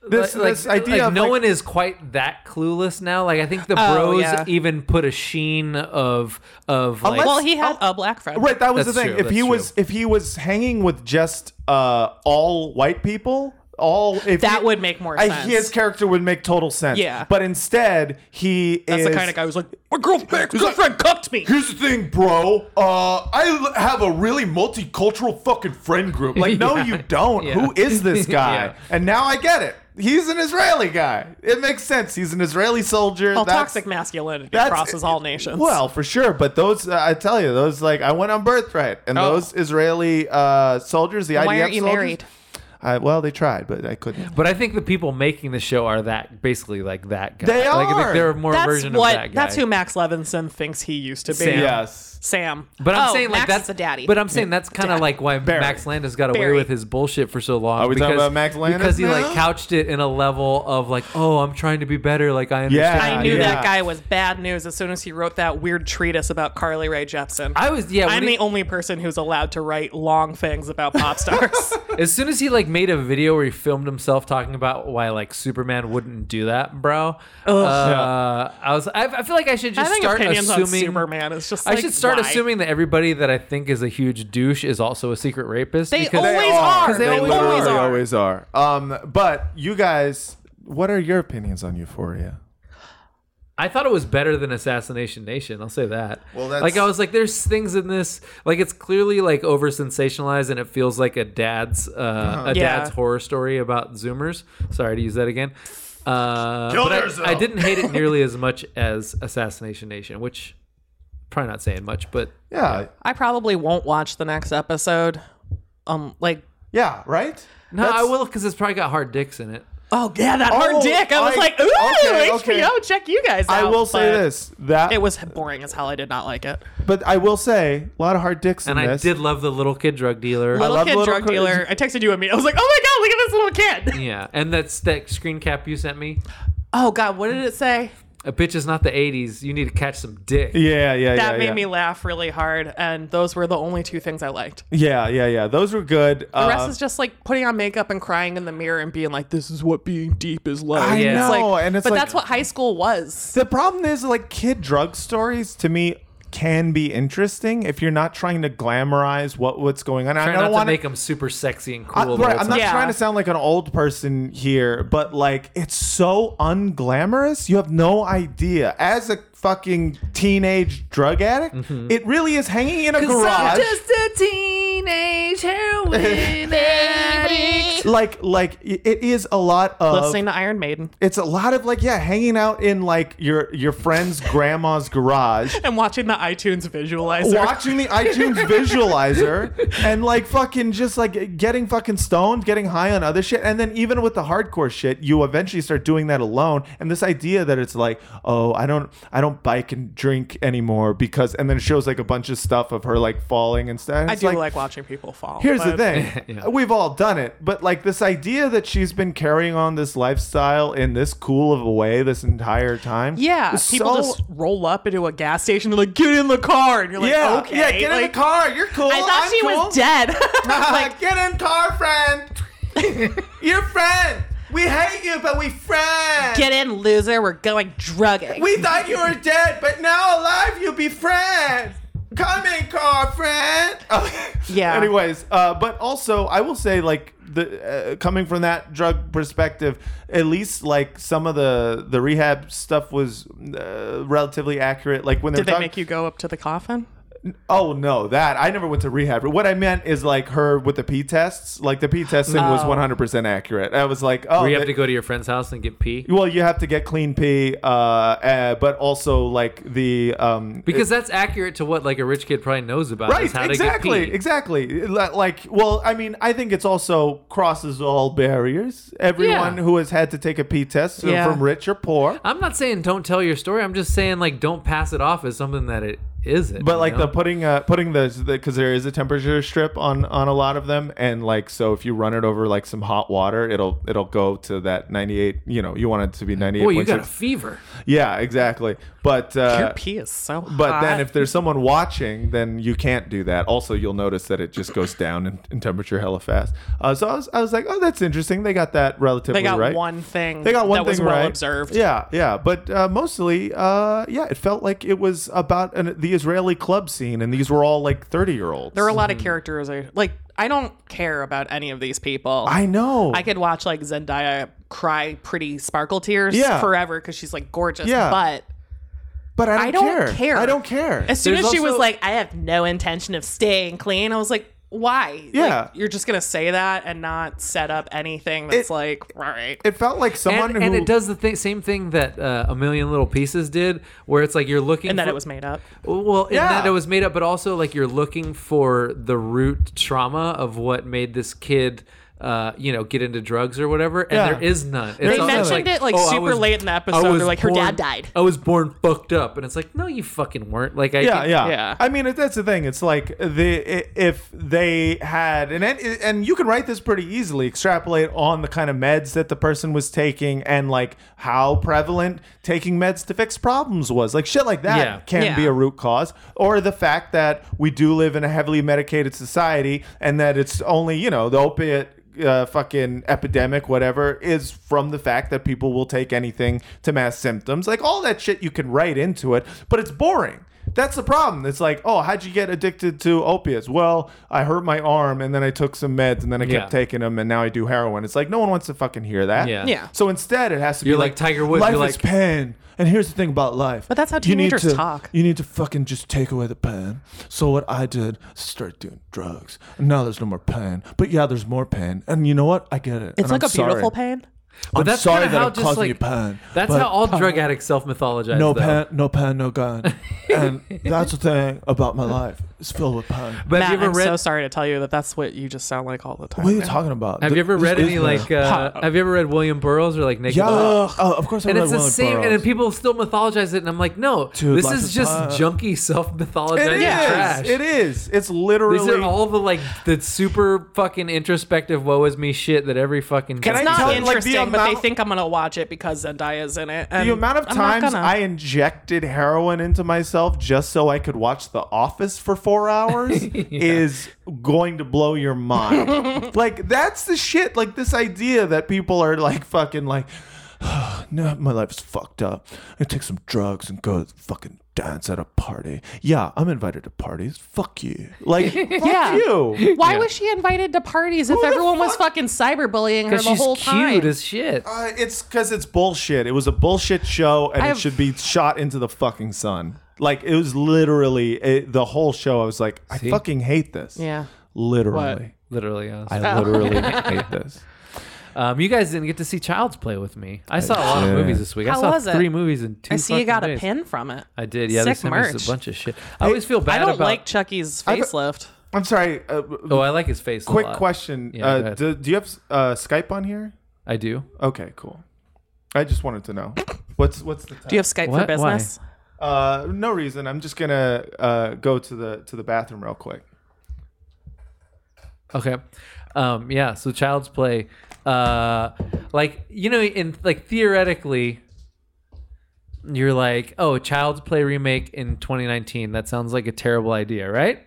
[SPEAKER 1] This-
[SPEAKER 2] like,
[SPEAKER 1] this idea
[SPEAKER 2] like,
[SPEAKER 1] of,
[SPEAKER 2] no
[SPEAKER 1] like-
[SPEAKER 2] one is quite that clueless now. Like, I think the
[SPEAKER 3] Oh,
[SPEAKER 2] bros
[SPEAKER 3] yeah.
[SPEAKER 2] even put a sheen of of like,
[SPEAKER 1] Unless-
[SPEAKER 3] Well, he had a black friend.
[SPEAKER 1] Right, that was
[SPEAKER 2] That's
[SPEAKER 1] the thing.
[SPEAKER 2] true,
[SPEAKER 1] if he
[SPEAKER 2] that's
[SPEAKER 1] was if he was hanging with just uh all white people, all if
[SPEAKER 3] That
[SPEAKER 1] he-
[SPEAKER 3] would make more
[SPEAKER 1] I-
[SPEAKER 3] sense.
[SPEAKER 1] His character would make total sense.
[SPEAKER 3] Yeah.
[SPEAKER 1] but instead he
[SPEAKER 3] That's
[SPEAKER 1] is
[SPEAKER 3] the kind of guy who's like, my girlfriend, girlfriend cucked me.
[SPEAKER 11] Here's the thing, bro. Uh, I l- have a really multicultural fucking friend group. Like,
[SPEAKER 1] Like, no, you don't. Who is this guy?
[SPEAKER 2] Yeah.
[SPEAKER 1] And now I get it. He's an Israeli guy. It makes sense. He's an Israeli soldier.
[SPEAKER 3] Well,
[SPEAKER 1] That's-
[SPEAKER 3] toxic masculinity
[SPEAKER 1] that's-
[SPEAKER 3] crosses all nations.
[SPEAKER 1] Well, for sure, but those uh, I tell you, those like I went on birthright, and
[SPEAKER 3] Oh.
[SPEAKER 1] those Israeli uh, soldiers, the IDF
[SPEAKER 3] why aren't you
[SPEAKER 1] soldiers,
[SPEAKER 3] married?
[SPEAKER 1] I, well, they tried, but I couldn't.
[SPEAKER 2] But I think the people making the show are that basically like that guy.
[SPEAKER 1] They
[SPEAKER 2] Like, I think
[SPEAKER 1] are.
[SPEAKER 2] they're more
[SPEAKER 3] that's
[SPEAKER 2] version
[SPEAKER 3] what.
[SPEAKER 2] of that guy.
[SPEAKER 3] That's who Max Levinson thinks he used to be.
[SPEAKER 2] Sam. Yeah.
[SPEAKER 1] Yes.
[SPEAKER 3] Sam.
[SPEAKER 2] But I'm
[SPEAKER 3] Oh,
[SPEAKER 2] saying like
[SPEAKER 3] Max
[SPEAKER 2] that's
[SPEAKER 3] is the daddy.
[SPEAKER 2] But I'm saying that's kind of like why Max Landis got away
[SPEAKER 3] Barry.
[SPEAKER 2] with his bullshit for so long.
[SPEAKER 1] Are we talking about Max Landis
[SPEAKER 2] Because he
[SPEAKER 1] now?
[SPEAKER 2] like couched it in a level of like, oh, I'm trying to be better. Like I understand.
[SPEAKER 1] Yeah,
[SPEAKER 3] I knew
[SPEAKER 1] yeah.
[SPEAKER 3] that guy was bad news as soon as he wrote that weird treatise about Carly Rae Jepsen.
[SPEAKER 2] I was yeah. when
[SPEAKER 3] I'm
[SPEAKER 2] he-
[SPEAKER 3] the only person who's allowed to write long things about pop stars.
[SPEAKER 2] as soon as he like made a video where he filmed himself talking about why like Superman wouldn't do that, bro. Uh, I was. I, I feel like I should
[SPEAKER 3] I
[SPEAKER 2] just
[SPEAKER 3] think
[SPEAKER 2] start
[SPEAKER 3] opinions on
[SPEAKER 2] assuming.
[SPEAKER 3] Superman is just.
[SPEAKER 2] I
[SPEAKER 3] like,
[SPEAKER 2] should start
[SPEAKER 3] why?
[SPEAKER 2] assuming that everybody that I think is a huge douche is also a secret rapist.
[SPEAKER 3] They
[SPEAKER 2] because-
[SPEAKER 3] always are.
[SPEAKER 2] 'Cause they always
[SPEAKER 3] always
[SPEAKER 1] literally
[SPEAKER 3] are.
[SPEAKER 1] always are. Um, but you guys, what are your opinions on Euphoria?
[SPEAKER 2] I thought it was better than Assassination Nation. I'll say that. Well,
[SPEAKER 10] that's-
[SPEAKER 2] like I was like, there's things in this, like it's clearly like over sensationalized, and it feels like a dad's uh, a
[SPEAKER 3] Yeah.
[SPEAKER 2] dad's horror story about Zoomers. Sorry to use that again. Uh,
[SPEAKER 11] Kill
[SPEAKER 2] but I-
[SPEAKER 11] yourself.
[SPEAKER 2] I, didn't hate it nearly as much as Assassination Nation, which probably not saying much, but
[SPEAKER 1] Yeah,
[SPEAKER 3] I probably won't watch the next episode. Um, like,
[SPEAKER 1] yeah, right.
[SPEAKER 2] no, I will because it's probably got hard dicks in it.
[SPEAKER 3] oh yeah, that hard
[SPEAKER 1] Oh,
[SPEAKER 3] dick. I was
[SPEAKER 1] I-
[SPEAKER 3] like, ooh,
[SPEAKER 1] okay, okay.
[SPEAKER 3] HBO, check you guys
[SPEAKER 1] I
[SPEAKER 3] out.
[SPEAKER 1] will say
[SPEAKER 3] Uh, but
[SPEAKER 1] this that
[SPEAKER 3] It was boring as hell. I did not like it.
[SPEAKER 1] but I will say a lot of hard dicks
[SPEAKER 2] And
[SPEAKER 1] in
[SPEAKER 2] I
[SPEAKER 1] this.
[SPEAKER 2] did love the little kid drug dealer.
[SPEAKER 3] Little
[SPEAKER 1] love
[SPEAKER 3] kid
[SPEAKER 1] little
[SPEAKER 3] drug
[SPEAKER 1] cr-
[SPEAKER 3] dealer. I texted you immediately. I was like, oh my god, look at this little kid.
[SPEAKER 2] yeah, and that's that screen cap you sent me.
[SPEAKER 3] Oh god, what did it say?
[SPEAKER 2] A bitch is not the '80s. You need to catch some dick.
[SPEAKER 1] yeah, yeah,
[SPEAKER 3] That
[SPEAKER 1] yeah,
[SPEAKER 3] made
[SPEAKER 1] yeah.
[SPEAKER 3] me laugh really hard, and those were the only two things I liked.
[SPEAKER 1] Yeah, yeah, yeah. Those were good. Uh,
[SPEAKER 3] The rest is just like putting on makeup and crying in the mirror and being like, "This is what being deep is like."
[SPEAKER 1] I
[SPEAKER 2] yeah.
[SPEAKER 3] It's
[SPEAKER 1] know,
[SPEAKER 3] like-
[SPEAKER 1] and it's
[SPEAKER 3] but
[SPEAKER 1] like-
[SPEAKER 3] that's what high school was.
[SPEAKER 1] the problem is like kid drug stories to me can be interesting if you're not trying to glamorize what what's going on. I
[SPEAKER 2] Try
[SPEAKER 1] don't
[SPEAKER 2] not
[SPEAKER 1] want
[SPEAKER 2] to make them super sexy and cool.
[SPEAKER 1] I,
[SPEAKER 2] the
[SPEAKER 1] right,
[SPEAKER 2] whole
[SPEAKER 1] I'm not
[SPEAKER 3] Yeah.
[SPEAKER 1] trying to sound like an old person here, but like it's so unglamorous. You have no idea. As a fucking teenage drug addict,
[SPEAKER 2] Mm-hmm.
[SPEAKER 1] it really is hanging in a garage.
[SPEAKER 2] a teenage heroin addict.
[SPEAKER 1] like, like i- it is a lot of
[SPEAKER 3] Listening to Iron Maiden
[SPEAKER 1] it's a lot of like yeah, hanging out in like your your friend's grandma's garage.
[SPEAKER 7] And watching the iTunes visualizer.
[SPEAKER 1] Watching the iTunes visualizer and like fucking just like getting fucking stoned, getting high on other shit. And then even with the hardcore shit, you eventually start doing that alone. And this idea that it's like, oh, I don't I don't bike and drink anymore because and then it shows like a bunch of stuff of her like falling and stuff. And
[SPEAKER 7] I
[SPEAKER 1] it's
[SPEAKER 7] do like, watching people fall.
[SPEAKER 1] Here's
[SPEAKER 7] but-
[SPEAKER 1] the thing. Uh,
[SPEAKER 2] Yeah.
[SPEAKER 1] We've all done it, but like this idea that she's been carrying on this lifestyle in this cool of a way this entire time.
[SPEAKER 7] Yeah,
[SPEAKER 1] is
[SPEAKER 7] people
[SPEAKER 1] so-
[SPEAKER 7] just roll up into a gas station and like, get in the car, and you're like,
[SPEAKER 1] yeah,
[SPEAKER 7] okay,
[SPEAKER 1] yeah, get in
[SPEAKER 7] like,
[SPEAKER 1] the car. You're cool.
[SPEAKER 3] I thought
[SPEAKER 1] am
[SPEAKER 3] she
[SPEAKER 1] cool.
[SPEAKER 3] was dead
[SPEAKER 1] like, get in car, friend. You're friend. We hate you, but we friend.
[SPEAKER 3] get in loser we're going drugging
[SPEAKER 1] we thought you were dead, but now alive you be friend. Come in, car friend.
[SPEAKER 7] Yeah.
[SPEAKER 1] Anyways, uh, but also I will say like the uh, coming from that drug perspective, at least like some of the the rehab stuff was uh, relatively accurate. Like when they
[SPEAKER 7] Did
[SPEAKER 1] were
[SPEAKER 7] they
[SPEAKER 1] talking-
[SPEAKER 7] make you go up to the coffin?
[SPEAKER 1] Oh no, that I never went to rehab. But what I meant is like her with the P tests. Like the P testing was 100% accurate. I was like, oh,
[SPEAKER 2] Where you have
[SPEAKER 1] they-
[SPEAKER 2] to go to your friend's house and get pee.
[SPEAKER 1] well, you have to get clean pee, uh, uh, but also like the um,
[SPEAKER 2] Because that's accurate to what like a rich kid probably knows about.
[SPEAKER 1] right,
[SPEAKER 2] is how
[SPEAKER 1] exactly,
[SPEAKER 2] To get pee.
[SPEAKER 1] exactly. Li- Like, well, I mean, I think it's also crosses all barriers. Everyone
[SPEAKER 2] Yeah.
[SPEAKER 1] who has had to take a pee test, so
[SPEAKER 7] Yeah.
[SPEAKER 1] from rich or poor,
[SPEAKER 2] I'm not saying don't tell your story. I'm just saying like don't pass it off as something that it isn't.
[SPEAKER 1] But
[SPEAKER 2] you
[SPEAKER 1] like
[SPEAKER 2] know?
[SPEAKER 1] the putting uh putting the because there is a temperature strip on on a lot of them, and like so if you run it over like some hot water, it'll it'll go to that ninety eight. You know, you want it to be ninety eight.
[SPEAKER 2] boy, you got a fever.
[SPEAKER 1] yeah, exactly. But uh,
[SPEAKER 7] Your pee is so
[SPEAKER 1] but
[SPEAKER 7] hot.
[SPEAKER 1] then if there's someone watching, then you can't do that. Also, you'll notice that it just goes down in, in temperature hella fast. Uh, so I was I was like, oh, that's interesting. They got that relatively
[SPEAKER 7] they got
[SPEAKER 1] right.
[SPEAKER 7] one thing,
[SPEAKER 1] They got one
[SPEAKER 7] that
[SPEAKER 1] thing
[SPEAKER 7] was well
[SPEAKER 1] right.
[SPEAKER 7] observed.
[SPEAKER 1] Yeah, yeah, but uh, mostly, uh, yeah, it felt like it was about an, the Israeli club scene, and these were all like thirty-year-olds.
[SPEAKER 7] There are a lot of characterization. Like, I don't care about any of these people.
[SPEAKER 1] I know.
[SPEAKER 7] I could watch like Zendaya cry pretty sparkle tears
[SPEAKER 1] Yeah.
[SPEAKER 7] forever because she's like gorgeous.
[SPEAKER 1] Yeah.
[SPEAKER 7] But
[SPEAKER 1] but I don't,
[SPEAKER 7] I don't
[SPEAKER 1] care.
[SPEAKER 7] care.
[SPEAKER 1] I don't care.
[SPEAKER 7] as soon
[SPEAKER 2] There's
[SPEAKER 7] as she was
[SPEAKER 2] also-
[SPEAKER 7] like, I have no intention of staying clean, I was like, why? Like,
[SPEAKER 1] Yeah.
[SPEAKER 7] you're just going to say that and not set up anything that's
[SPEAKER 1] It-
[SPEAKER 7] like, all right.
[SPEAKER 1] it felt like someone
[SPEAKER 2] And, and
[SPEAKER 1] who
[SPEAKER 2] it does the th- same thing that uh, a million little pieces did, where it's like you're looking
[SPEAKER 7] and that
[SPEAKER 2] for-
[SPEAKER 7] it was made up.
[SPEAKER 2] Well, in
[SPEAKER 1] Yeah.
[SPEAKER 2] that it was made up, but also like you're looking for the root trauma of what made this kid, uh, you know, get into drugs or whatever, and
[SPEAKER 1] Yeah.
[SPEAKER 2] there is none. It's
[SPEAKER 1] They
[SPEAKER 2] also oh,
[SPEAKER 1] mentioned
[SPEAKER 7] it, like,
[SPEAKER 2] I
[SPEAKER 7] super late in the
[SPEAKER 2] I
[SPEAKER 7] episode. They're
[SPEAKER 2] was
[SPEAKER 7] like, her
[SPEAKER 2] born-
[SPEAKER 7] dad died.
[SPEAKER 2] I was born fucked up, and it's like, no, you fucking weren't. Like, I
[SPEAKER 1] yeah,
[SPEAKER 2] can-
[SPEAKER 1] yeah,
[SPEAKER 7] yeah.
[SPEAKER 1] I mean, that's the thing. It's like the i- if they had and and- and you can write this pretty easily. Extrapolate on the kind of meds that the person was taking and like how prevalent taking meds to fix problems was. Like shit like that
[SPEAKER 2] Yeah.
[SPEAKER 1] can be
[SPEAKER 7] Yeah.
[SPEAKER 1] a root cause, or the fact that we do live in a heavily medicated society and that it's only you know the opiate. Uh, fucking epidemic, whatever, is from the fact that people will take anything to mask symptoms. Like all that shit you can write into it, but it's boring. That's the problem. It's like, oh, how'd you get addicted to opiates? Well, I hurt my arm and then I took some meds and then I kept
[SPEAKER 2] Yeah.
[SPEAKER 1] taking them and now I do heroin. It's like no one wants to fucking hear that.
[SPEAKER 2] Yeah.
[SPEAKER 7] Yeah.
[SPEAKER 1] So instead, it has to
[SPEAKER 2] You're
[SPEAKER 1] be
[SPEAKER 2] like Tiger Woods.
[SPEAKER 1] Life
[SPEAKER 2] You're
[SPEAKER 1] is
[SPEAKER 2] like-
[SPEAKER 1] pain, and here's the thing about life.
[SPEAKER 7] But that's how
[SPEAKER 1] You need
[SPEAKER 7] teenagers
[SPEAKER 1] to-
[SPEAKER 7] talk.
[SPEAKER 1] You need to fucking just take away the pain. So what I did is start doing drugs, and now there's no more pain. But yeah, there's more pain, and you know what? I get it.
[SPEAKER 7] It's like a beautiful pain.
[SPEAKER 2] But
[SPEAKER 1] I'm
[SPEAKER 2] that's
[SPEAKER 1] sorry
[SPEAKER 2] kinda
[SPEAKER 1] that
[SPEAKER 2] how
[SPEAKER 1] I'm
[SPEAKER 2] just
[SPEAKER 1] causing
[SPEAKER 2] like
[SPEAKER 1] you pain,
[SPEAKER 2] That's
[SPEAKER 1] but-
[SPEAKER 2] how all drug addicts self mythologize.
[SPEAKER 1] No
[SPEAKER 2] though.
[SPEAKER 1] pain, no pain, no gun. and that's the thing about my life. It's filled with pain.
[SPEAKER 2] But
[SPEAKER 7] Matt,
[SPEAKER 2] have you ever
[SPEAKER 7] I'm
[SPEAKER 2] read?
[SPEAKER 7] so sorry to tell you that that's what you just sound like all the time.
[SPEAKER 1] What are you
[SPEAKER 7] now.
[SPEAKER 1] talking about?
[SPEAKER 2] have you ever
[SPEAKER 1] This
[SPEAKER 2] read
[SPEAKER 1] is
[SPEAKER 2] any
[SPEAKER 1] the-
[SPEAKER 2] like? Uh, have you ever read William Burroughs or like Naked?
[SPEAKER 1] Yeah,
[SPEAKER 2] Lunch?
[SPEAKER 1] oh, of course. I
[SPEAKER 2] and
[SPEAKER 1] read
[SPEAKER 2] it's the
[SPEAKER 1] William
[SPEAKER 2] same, and
[SPEAKER 1] Burroughs.
[SPEAKER 2] then people still mythologize it, and I'm like, no,
[SPEAKER 1] Dude,
[SPEAKER 2] this
[SPEAKER 1] life
[SPEAKER 2] is
[SPEAKER 1] is
[SPEAKER 2] just
[SPEAKER 1] hot.
[SPEAKER 2] junky self mythologizing
[SPEAKER 1] It is.
[SPEAKER 2] trash.
[SPEAKER 1] It is. It's literally.
[SPEAKER 2] These are all the like the super fucking introspective woe is me shit that every fucking.
[SPEAKER 1] I
[SPEAKER 7] It's
[SPEAKER 2] guy
[SPEAKER 7] not
[SPEAKER 1] tell you, like, the
[SPEAKER 7] interesting, but they
[SPEAKER 1] amount-
[SPEAKER 7] think I'm gonna watch it because Zendaya's in it. And
[SPEAKER 1] the amount of
[SPEAKER 7] I'm not
[SPEAKER 1] times
[SPEAKER 7] gonna.
[SPEAKER 1] I injected heroin into myself just so I could watch The Office for four hours is going to blow your mind. like that's the shit. Like this idea that people are like fucking like.
[SPEAKER 5] no, my life's fucked up. I take some drugs and go fucking dance at a party. Yeah, I'm invited to parties. Fuck you. Like,
[SPEAKER 3] yeah.
[SPEAKER 1] you.
[SPEAKER 3] Why was she invited to parties if everyone was fucking cyberbullying her the
[SPEAKER 2] Because she's
[SPEAKER 3] whole
[SPEAKER 2] cute
[SPEAKER 3] time?
[SPEAKER 2] as shit.
[SPEAKER 1] Uh, it's because it's bullshit. It was a bullshit show, and
[SPEAKER 3] I
[SPEAKER 1] it
[SPEAKER 3] have-
[SPEAKER 1] should be shot into the fucking sun. Like it was literally it, the whole show. I was like, I fucking hate this.
[SPEAKER 3] yeah.
[SPEAKER 1] literally,
[SPEAKER 2] Literally, honestly.
[SPEAKER 1] I literally hate this.
[SPEAKER 2] Um, you guys didn't get to see Child's Play with me. I saw a lot of
[SPEAKER 1] did.
[SPEAKER 2] movies this week. I
[SPEAKER 3] How
[SPEAKER 2] saw
[SPEAKER 3] was it?
[SPEAKER 2] three movies in two.
[SPEAKER 3] I see you
[SPEAKER 2] fucking
[SPEAKER 3] got a
[SPEAKER 2] days.
[SPEAKER 3] pin from it.
[SPEAKER 2] I did. Yeah, they
[SPEAKER 3] Sick
[SPEAKER 2] sent us
[SPEAKER 3] merch.
[SPEAKER 2] a bunch of shit. I always feel bad
[SPEAKER 3] I don't
[SPEAKER 2] about.
[SPEAKER 3] like Chucky's
[SPEAKER 1] I-
[SPEAKER 3] facelift.
[SPEAKER 1] I'm sorry. Uh,
[SPEAKER 2] oh, I like his face. a
[SPEAKER 1] quick
[SPEAKER 2] lot.
[SPEAKER 1] question.
[SPEAKER 2] Yeah, go
[SPEAKER 1] uh,
[SPEAKER 2] ahead.
[SPEAKER 1] do, do you have uh, Skype on here?
[SPEAKER 2] I do.
[SPEAKER 1] Okay, cool. I just wanted to know. What's what's the time?
[SPEAKER 3] Do you have Skype
[SPEAKER 2] What? Why?
[SPEAKER 3] for business?
[SPEAKER 1] uh, no reason. I'm just gonna uh, go to the to the bathroom real quick.
[SPEAKER 2] Okay. Um, yeah, so child's play. Uh, like, you know, in like theoretically, you're like, oh, child's play remake in 2019. That sounds like a terrible idea, right?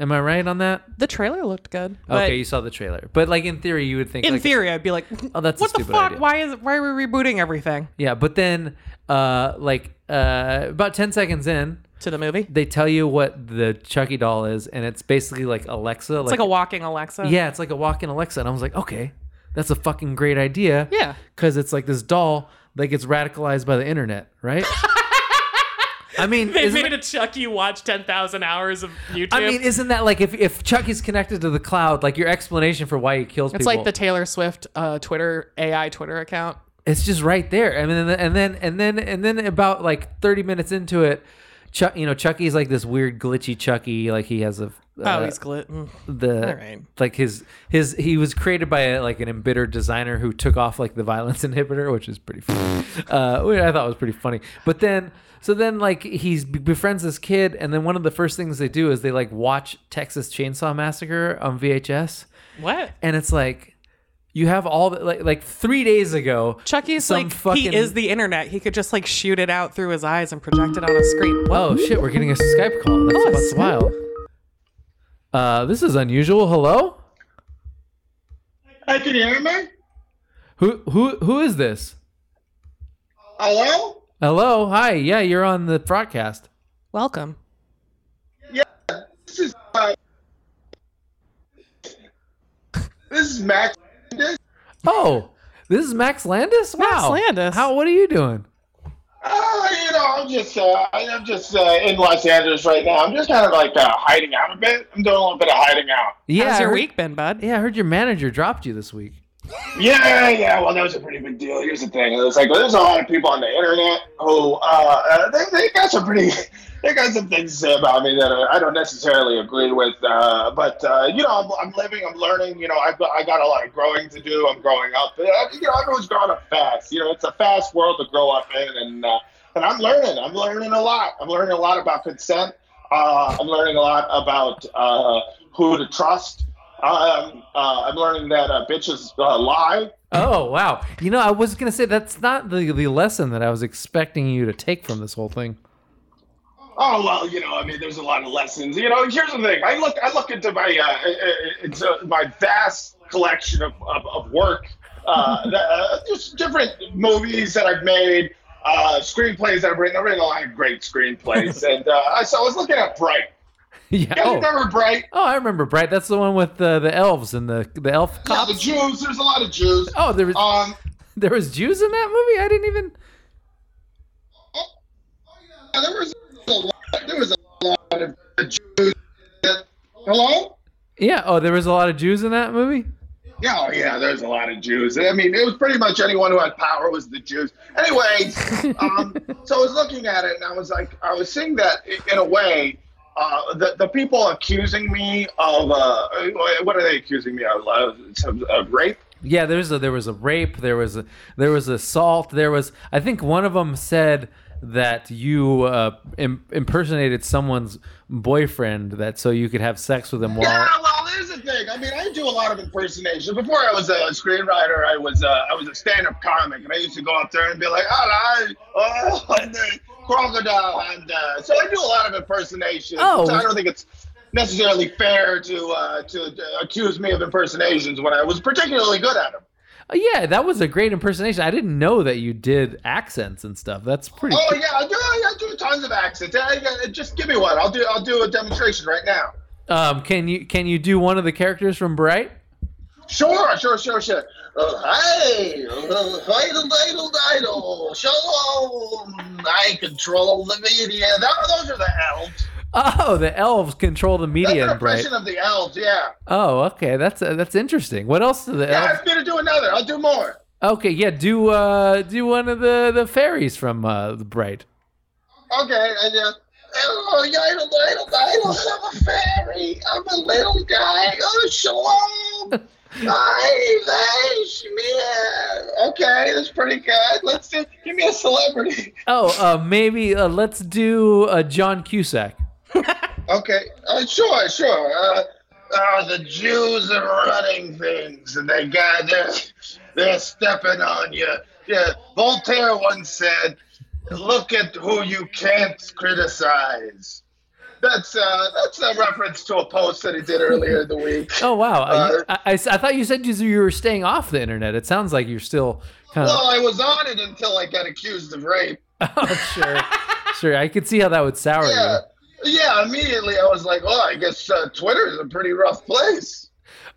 [SPEAKER 2] Am I right on that?
[SPEAKER 3] The trailer looked good. But
[SPEAKER 2] okay, you saw the trailer. But like in theory, you would think
[SPEAKER 3] in
[SPEAKER 2] like,
[SPEAKER 3] theory, I'd be like,
[SPEAKER 2] Oh, that's a
[SPEAKER 3] what the
[SPEAKER 2] stupid
[SPEAKER 3] fuck?
[SPEAKER 2] idea."
[SPEAKER 3] Why is why are we rebooting everything
[SPEAKER 2] Yeah, but then uh like uh about 10 seconds in,
[SPEAKER 3] to the movie?
[SPEAKER 2] they tell you what the Chucky doll is and it's basically like Alexa
[SPEAKER 3] It's like a walking Alexa.
[SPEAKER 2] Yeah, it's like a walk-in Alexa, and I was like, okay, that's a fucking great idea.
[SPEAKER 3] Yeah.
[SPEAKER 2] because it's like this doll that gets radicalized by the internet, right? I mean,
[SPEAKER 3] They
[SPEAKER 2] isn't
[SPEAKER 3] made
[SPEAKER 2] that-
[SPEAKER 3] a Chucky E, watch 10,000 hours of YouTube.
[SPEAKER 2] I mean, isn't that like if if Chucky's connected to the cloud, like your explanation for why he kills
[SPEAKER 3] it's
[SPEAKER 2] people?
[SPEAKER 3] like the Taylor Swift uh, Twitter AI Twitter account.
[SPEAKER 2] it's just right there. I mean, and then and then and then about like thirty minutes into it, Chuck, you know, Chucky's like this weird glitchy Chucky, like he has a.
[SPEAKER 3] Oh,
[SPEAKER 2] uh,
[SPEAKER 3] he's glit. mm.
[SPEAKER 2] the
[SPEAKER 3] right.
[SPEAKER 2] like his his he was created by a, like an embittered designer who took off like the violence inhibitor, which is pretty funny. uh, which I thought was pretty funny. But then so then like he's befriends this kid, and then one of the first things they do is they like watch Texas Chainsaw Massacre on VHS,
[SPEAKER 3] What?
[SPEAKER 2] and it's like. You have all the, like like three days ago.
[SPEAKER 3] Chucky's
[SPEAKER 2] some
[SPEAKER 3] like
[SPEAKER 2] fucking-
[SPEAKER 3] he is the internet. He could just like shoot it out through his eyes and project it on a screen. What?
[SPEAKER 2] Oh shit, we're getting a Skype call. That's
[SPEAKER 3] Oh, a
[SPEAKER 2] that's
[SPEAKER 3] Skype.
[SPEAKER 2] wild. Uh, this is unusual. Hello,
[SPEAKER 8] Hey, can you hear me?
[SPEAKER 2] who who who is this?
[SPEAKER 8] Hello?
[SPEAKER 2] Hello, hi, yeah, you're on the broadcast.
[SPEAKER 3] Welcome.
[SPEAKER 8] This is uh, this is Max.
[SPEAKER 2] Oh, this is Max Landis. Wow,
[SPEAKER 3] Max Landis.
[SPEAKER 2] How? What are you doing?
[SPEAKER 8] Uh, you know, I'm just uh, I'm just uh, in Los Angeles right now. I'm just kind of like uh, hiding out a bit. I'm doing a little bit of hiding out.
[SPEAKER 2] Yeah,
[SPEAKER 3] How's
[SPEAKER 2] I
[SPEAKER 3] your
[SPEAKER 2] heard-
[SPEAKER 3] week been, bud?
[SPEAKER 2] Yeah, I heard your manager dropped you this week.
[SPEAKER 8] Yeah, yeah. Well, that was a pretty big deal. Here's the thing: it's like there's a lot of people on the internet who uh, uh, they they got some pretty they got some things to say about me that uh, I, I don't necessarily agree with. Uh, but uh, you know, I'm, I'm living, I'm learning. You know, I've got, I got a lot of growing to do. I'm growing up. Uh, You know, everyone's growing up fast. You know, it's a fast world to grow up in, and uh, and I'm learning. I'm learning a lot. I'm learning a lot about consent. Uh, I'm learning a lot about uh, who to trust. Um, uh, I'm learning that uh, bitches uh, lie.
[SPEAKER 2] Oh wow! You know, I was gonna say that's not the the lesson that I was expecting you to take from this whole thing.
[SPEAKER 8] Oh well, you know, I mean, there's a lot of lessons. You know, here's the thing: I look, I look into my uh, uh, into my vast collection of of, of work, uh, that, uh, just different movies that I've made, uh, screenplays that I've written. I've written a lot of great screenplays, and uh, I so I was looking at Bright.
[SPEAKER 2] yeah.
[SPEAKER 8] You guys
[SPEAKER 2] Oh.
[SPEAKER 8] remember Bright?
[SPEAKER 2] oh, I remember. Bright. That's the one with the the elves and the the elf
[SPEAKER 8] Yeah,
[SPEAKER 2] cops.
[SPEAKER 8] the Jews. There's a lot of Jews.
[SPEAKER 2] Oh, there was
[SPEAKER 8] Um,
[SPEAKER 2] there was Jews in that movie. I didn't even.
[SPEAKER 8] yeah, there was a lot, there was a lot of Jews. that- Hello.
[SPEAKER 2] Yeah. Oh, there was a lot of Jews in that movie.
[SPEAKER 8] Yeah, oh, yeah, there's a lot of Jews. I mean, it was pretty much anyone who had power was the Jews. Anyway, um, so I was looking at it and I was like, I was seeing that i- in a way, uh, the, the people accusing me of, uh, what are they accusing me of? Uh, some- of rape?
[SPEAKER 2] Yeah, there's a, there was a rape, there was a, there was assault, there was I think one of them said that you uh, Im- impersonated someone's boyfriend that so you could have sex with him while
[SPEAKER 8] Yeah, well, there's the thing. I mean, I do a lot of impersonation. Before I was a screenwriter, I was uh, I was a stand-up comic, and I used to go up there and be like, "Oh, I, oh and the crocodile," and uh, so I do a lot of impersonation.
[SPEAKER 2] Oh.
[SPEAKER 8] so I don't think it's necessarily fair to uh, to uh, accuse me of impersonations when I was particularly good at them.
[SPEAKER 2] Uh, yeah, that was a great impersonation. I didn't know that you did accents and stuff. That's pretty.
[SPEAKER 8] Oh yeah, I do. I do tons of accents. I, I- just give me one. I'll do. I'll do a demonstration right now.
[SPEAKER 2] Um, can you can you do one of the characters from Bright?
[SPEAKER 8] Sure, sure, sure, sure. Uh, hi, uh, idle, idle, idle. Shalom. I control the media. Tho- those are the elves.
[SPEAKER 2] Oh, the elves control the
[SPEAKER 8] That's
[SPEAKER 2] media
[SPEAKER 8] an
[SPEAKER 2] in Bright.
[SPEAKER 8] impression of the elves. Yeah.
[SPEAKER 2] Oh, okay, that's uh, that's interesting. What else do the
[SPEAKER 8] Yeah,
[SPEAKER 2] elves?
[SPEAKER 8] ask me to do another. I'll do more.
[SPEAKER 2] Okay, yeah, do uh do one of the the fairies from uh Bright.
[SPEAKER 8] Okay, and yeah. Oh, idle, idle, idle. I'm a fairy. I'm a little guy. Oh, shalom. Hi, they, shmear. Okay, that's pretty good. Let's do. Give me a celebrity.
[SPEAKER 2] Oh, uh maybe uh, let's do uh, John Cusack.
[SPEAKER 8] Okay, uh, sure, sure. Uh, uh, the Jews are running things, and they got they're, they're stepping on you. Yeah, Voltaire once said, "Look at who you can't criticize." That's uh, that's a reference to a post that he did earlier in the week.
[SPEAKER 2] Oh wow,
[SPEAKER 8] Uh,
[SPEAKER 2] I, I, I thought you said you you were staying off the internet. It sounds like you're still kind of
[SPEAKER 8] Well, I was on it until I got accused of rape.
[SPEAKER 2] oh, sure. Sure, I could see how that would sour
[SPEAKER 8] Yeah,
[SPEAKER 2] you.
[SPEAKER 8] yeah. Immediately, I was like, "Oh, I guess uh, Twitter is a pretty rough place."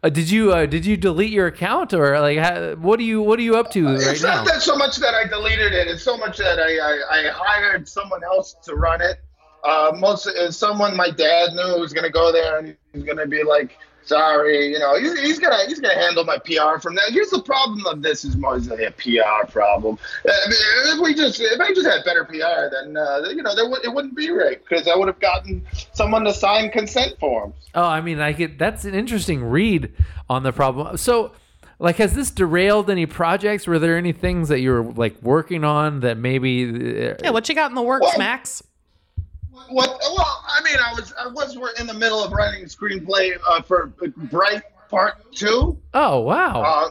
[SPEAKER 2] Uh, did you uh, did you delete your account or like how, what are you what are you up to right
[SPEAKER 8] Uh, it's
[SPEAKER 2] now?
[SPEAKER 8] not that so much that I deleted it. It's so much that I, I, I hired someone else to run it. Uh, most uh, someone my dad knew was gonna go there and he's gonna be like, sorry, you know, he's, he's gonna he's gonna handle my PR from that. Here's the problem of this is more is a PR problem. Uh, I mean, if we just if I just had better PR, then uh, you know there would it wouldn't be rape because I would have gotten someone to sign consent forms.
[SPEAKER 2] Oh, I mean, I get that's an interesting read on the problem. So, like, has this derailed any projects? Were there any things that you were like working on that maybe? uh,
[SPEAKER 3] Yeah, what you got in the works,
[SPEAKER 8] Well-
[SPEAKER 3] Max?
[SPEAKER 8] What? Well, I mean, I was I was in the middle of writing a screenplay uh, for Bright Part Two.
[SPEAKER 2] Oh wow.
[SPEAKER 8] Uh,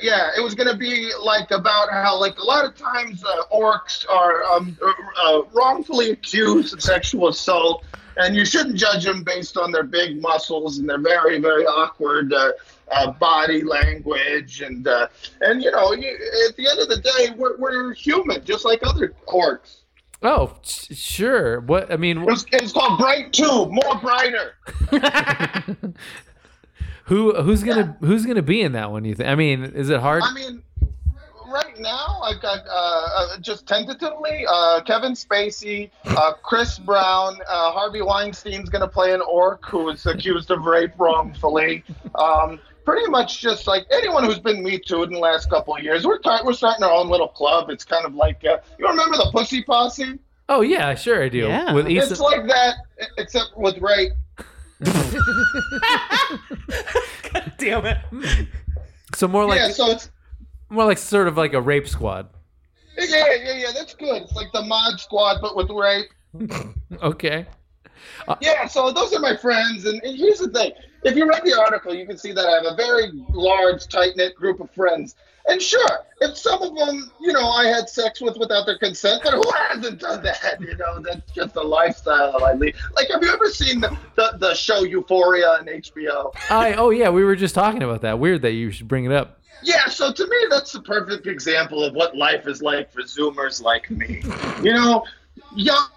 [SPEAKER 8] yeah, it was gonna be like about how like a lot of times uh, orcs are um, uh, uh, wrongfully accused of sexual assault, and you shouldn't judge them based on their big muscles and their very very awkward uh, uh, body language and uh, and you know you, at the end of the day we're, we're human just like other orcs.
[SPEAKER 2] Oh, s- sure. What I mean,
[SPEAKER 8] It was, it was called Bright Two, more brighter.
[SPEAKER 2] who who's gonna who's gonna be in that one? You think? I mean, is it hard?
[SPEAKER 8] I mean, right now I've got uh, uh, just tentatively uh, Kevin Spacey, uh, Chris Brown, uh, Harvey Weinstein's going to play an orc who is accused of rape wrongfully. Um, pretty much just like anyone who's been Me Too'd in the last couple of years. We're tar- we're starting our own little club. It's kind of like uh, you remember the Pussy Posse?
[SPEAKER 2] Oh yeah, sure I do.
[SPEAKER 3] Yeah.
[SPEAKER 2] With Issa,
[SPEAKER 8] It's like that, e- except with rape.
[SPEAKER 3] Damn it.
[SPEAKER 2] so more like
[SPEAKER 8] yeah, so it's
[SPEAKER 2] more like sort of like a rape squad.
[SPEAKER 8] yeah, yeah, yeah. That's good. It's like the Mod Squad, but with rape.
[SPEAKER 2] Okay.
[SPEAKER 8] Yeah, so those are my friends, and, and here's the thing: if you read the article, you can see that I have a very large, tight knit group of friends. And sure, if some of them, you know, I had sex with without their consent, but who hasn't done that? You know, that's just the lifestyle I lead. Like, have you ever seen the, the, the show Euphoria on HBO?
[SPEAKER 2] I oh yeah, we were just talking about that. Weird that you should bring it up.
[SPEAKER 8] Yeah, so to me, that's the perfect example of what life is like for Zoomers like me. You know, young,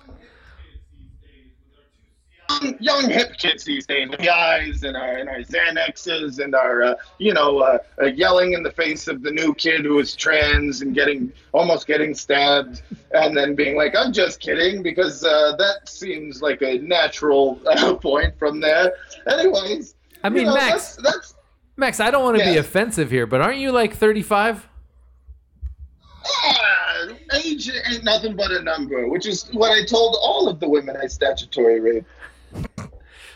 [SPEAKER 8] young hip kids these days, with the eyes and our and our Xanaxes and our uh, you know uh, uh, yelling in the face of the new kid who is trans and getting almost getting stabbed, and then being like, "I'm just kidding," because uh, that seems like a natural uh, point from there. Anyways,
[SPEAKER 2] I mean,
[SPEAKER 8] you know,
[SPEAKER 2] Max-
[SPEAKER 8] that's, that's
[SPEAKER 2] Max, I don't want to be
[SPEAKER 8] Yeah.
[SPEAKER 2] offensive here, but aren't you like 35?
[SPEAKER 8] Ah, age ain't nothing but a number, which is what I told all of the women I statutory rape.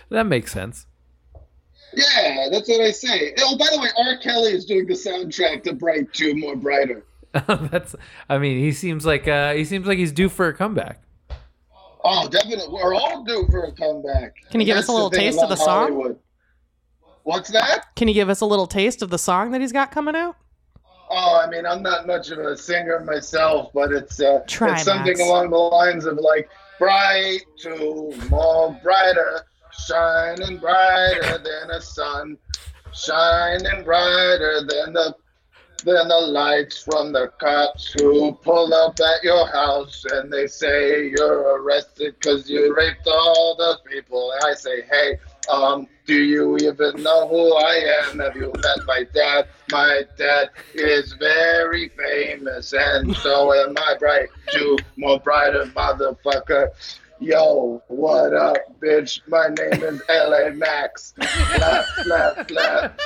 [SPEAKER 2] That makes sense.
[SPEAKER 8] Yeah, that's what I say. Oh, by the way, R. Kelly is doing the soundtrack to Bright 2 More Brighter.
[SPEAKER 2] That's. I mean, he seems like uh, he seems like he's due for a comeback.
[SPEAKER 8] Oh, definitely. We're all due for a comeback.
[SPEAKER 3] Can you give
[SPEAKER 8] That's
[SPEAKER 3] us a little
[SPEAKER 8] the thing
[SPEAKER 3] taste of
[SPEAKER 8] about
[SPEAKER 3] the song?
[SPEAKER 8] Hollywood. What's that?
[SPEAKER 3] Can you give us a little taste of the song that he's got coming out?
[SPEAKER 8] Oh, I mean, I'm not much of a singer myself, but it's uh,
[SPEAKER 3] Try,
[SPEAKER 8] it's something
[SPEAKER 3] Max.
[SPEAKER 8] along the lines of like bright to more brighter, shining brighter than a sun, shining brighter than the than the lights from the cops who pull up at your house and they say you're arrested because you raped all those people. And I say, hey, um, do you even know who I am? Have you met my dad? My dad is very famous, and so am I, bright too, more brighter motherfucker. Yo, what up, bitch? My name is LA Max. Lap, lap, lap.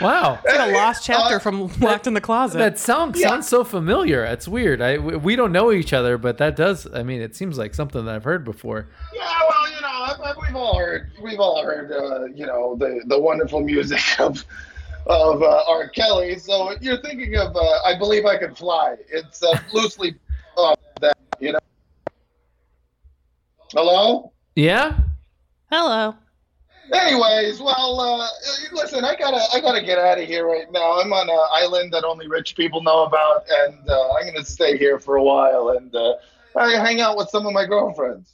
[SPEAKER 2] Wow.
[SPEAKER 3] It's like a lost chapter from Locked in the Closet.
[SPEAKER 2] That sound sounds so familiar. It's weird. I we we don't know each other, but that does. I mean, it seems like something that I've heard before.
[SPEAKER 8] Yeah, well, you know, I, I, we've all heard, we've all heard, uh, you know, the the wonderful music of of uh, R. Kelly. So you're thinking of, uh, I believe I can fly. It's uh, loosely off that, you know. Hello.
[SPEAKER 2] Yeah.
[SPEAKER 3] Hello.
[SPEAKER 8] Anyways, well, uh, listen, I gotta, I gotta get out of here right now. I'm on an island that only rich people know about, and uh, I'm gonna stay here for a while and uh, I hang out with some of my girlfriends.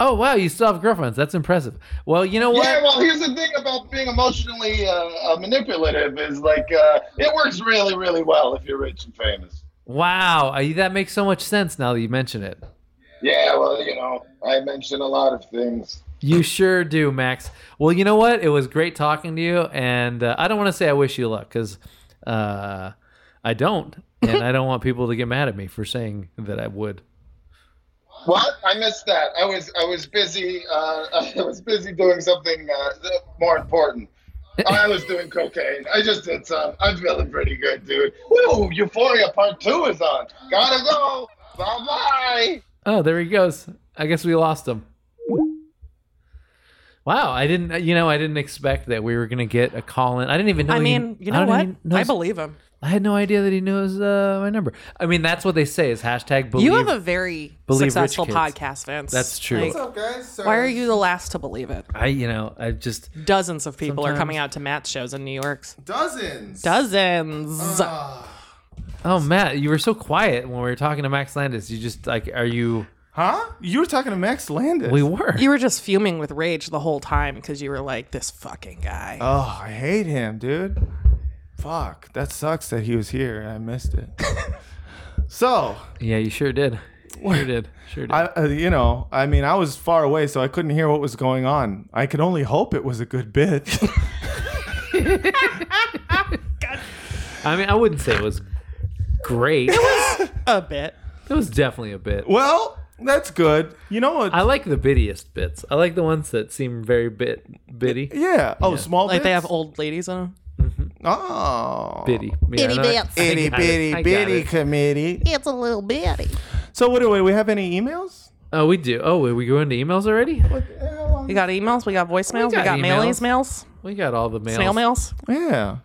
[SPEAKER 2] Oh wow, you still have girlfriends. That's impressive. Well, you know what?
[SPEAKER 8] Yeah, well, here's the thing about being emotionally uh, uh, manipulative is like uh, it works really, really well if you're rich and famous.
[SPEAKER 2] Wow, I, that makes so much sense now that you mention it.
[SPEAKER 8] Yeah, well, you know, I mention a lot of things.
[SPEAKER 2] You sure do, Max. Well, you know what? It was great talking to you, and uh, I don't want to say I wish you luck because uh, I don't, and I don't want people to get mad at me for saying that I would.
[SPEAKER 8] What? I missed that. I was, I was busy. Uh, I was busy doing something uh, more important. I was doing cocaine. I just did some. I'm feeling pretty good, dude. Woo! Euphoria Part Two is on. Gotta go. Bye bye.
[SPEAKER 2] Oh, there he goes. I guess we lost him. Wow, I didn't. You know, I didn't expect that we were gonna get a call in. I didn't even know.
[SPEAKER 3] I
[SPEAKER 2] he-
[SPEAKER 3] mean, you
[SPEAKER 2] I
[SPEAKER 3] know
[SPEAKER 2] don't
[SPEAKER 3] what?
[SPEAKER 2] even know
[SPEAKER 3] I
[SPEAKER 2] his-
[SPEAKER 3] believe him.
[SPEAKER 2] I had no idea that he knows uh, my number. I mean, that's what they say is hashtag believe.
[SPEAKER 3] you have a very
[SPEAKER 2] believe rich
[SPEAKER 3] successful
[SPEAKER 2] kids.
[SPEAKER 3] podcast, Vince.
[SPEAKER 2] That's true.
[SPEAKER 3] Like,
[SPEAKER 6] What's up, guys? So
[SPEAKER 3] why are you the last to believe it?
[SPEAKER 2] I, you know, I just
[SPEAKER 3] Dozens of people are
[SPEAKER 2] Sometimes-
[SPEAKER 3] coming out to Matt's shows in New York.
[SPEAKER 6] dozens?
[SPEAKER 3] Dozens.
[SPEAKER 2] Oh, Matt, you were so quiet when we were talking to Max Landis. You just like, are you?
[SPEAKER 1] Huh? You were talking to Max Landis.
[SPEAKER 2] We were.
[SPEAKER 3] you were just fuming with rage the whole time because you were like, this fucking guy.
[SPEAKER 1] oh, I hate him, dude. Fuck. That sucks that he was here. and I missed it. so,
[SPEAKER 2] yeah, you sure did. Sure did. Sure did.
[SPEAKER 1] I, uh, you know, I mean, I was far away, so I couldn't hear what was going on. I could only hope it was a good bit.
[SPEAKER 2] I mean, I wouldn't say it was great. It was,
[SPEAKER 3] a bit.
[SPEAKER 2] definitely a bit.
[SPEAKER 1] well, that's good. You know what?
[SPEAKER 2] I like the bittiest bits. I like the ones that seem very bit bitty.
[SPEAKER 1] yeah. Oh, small.
[SPEAKER 3] Like they
[SPEAKER 1] bits?
[SPEAKER 3] have old ladies in them.
[SPEAKER 1] Oh.
[SPEAKER 2] Bitty. bitty bits.
[SPEAKER 1] Itty bitty bitty committee.
[SPEAKER 12] It's a little bitty.
[SPEAKER 1] So, what do we, we have? Any emails?
[SPEAKER 2] Oh, we do. Oh, are we going to emails already?
[SPEAKER 3] We got emails, we got voicemails, we
[SPEAKER 2] got
[SPEAKER 3] got,
[SPEAKER 2] emails.
[SPEAKER 3] mailies, mails,
[SPEAKER 2] We got all the mails.
[SPEAKER 3] snail mails.
[SPEAKER 1] Yeah.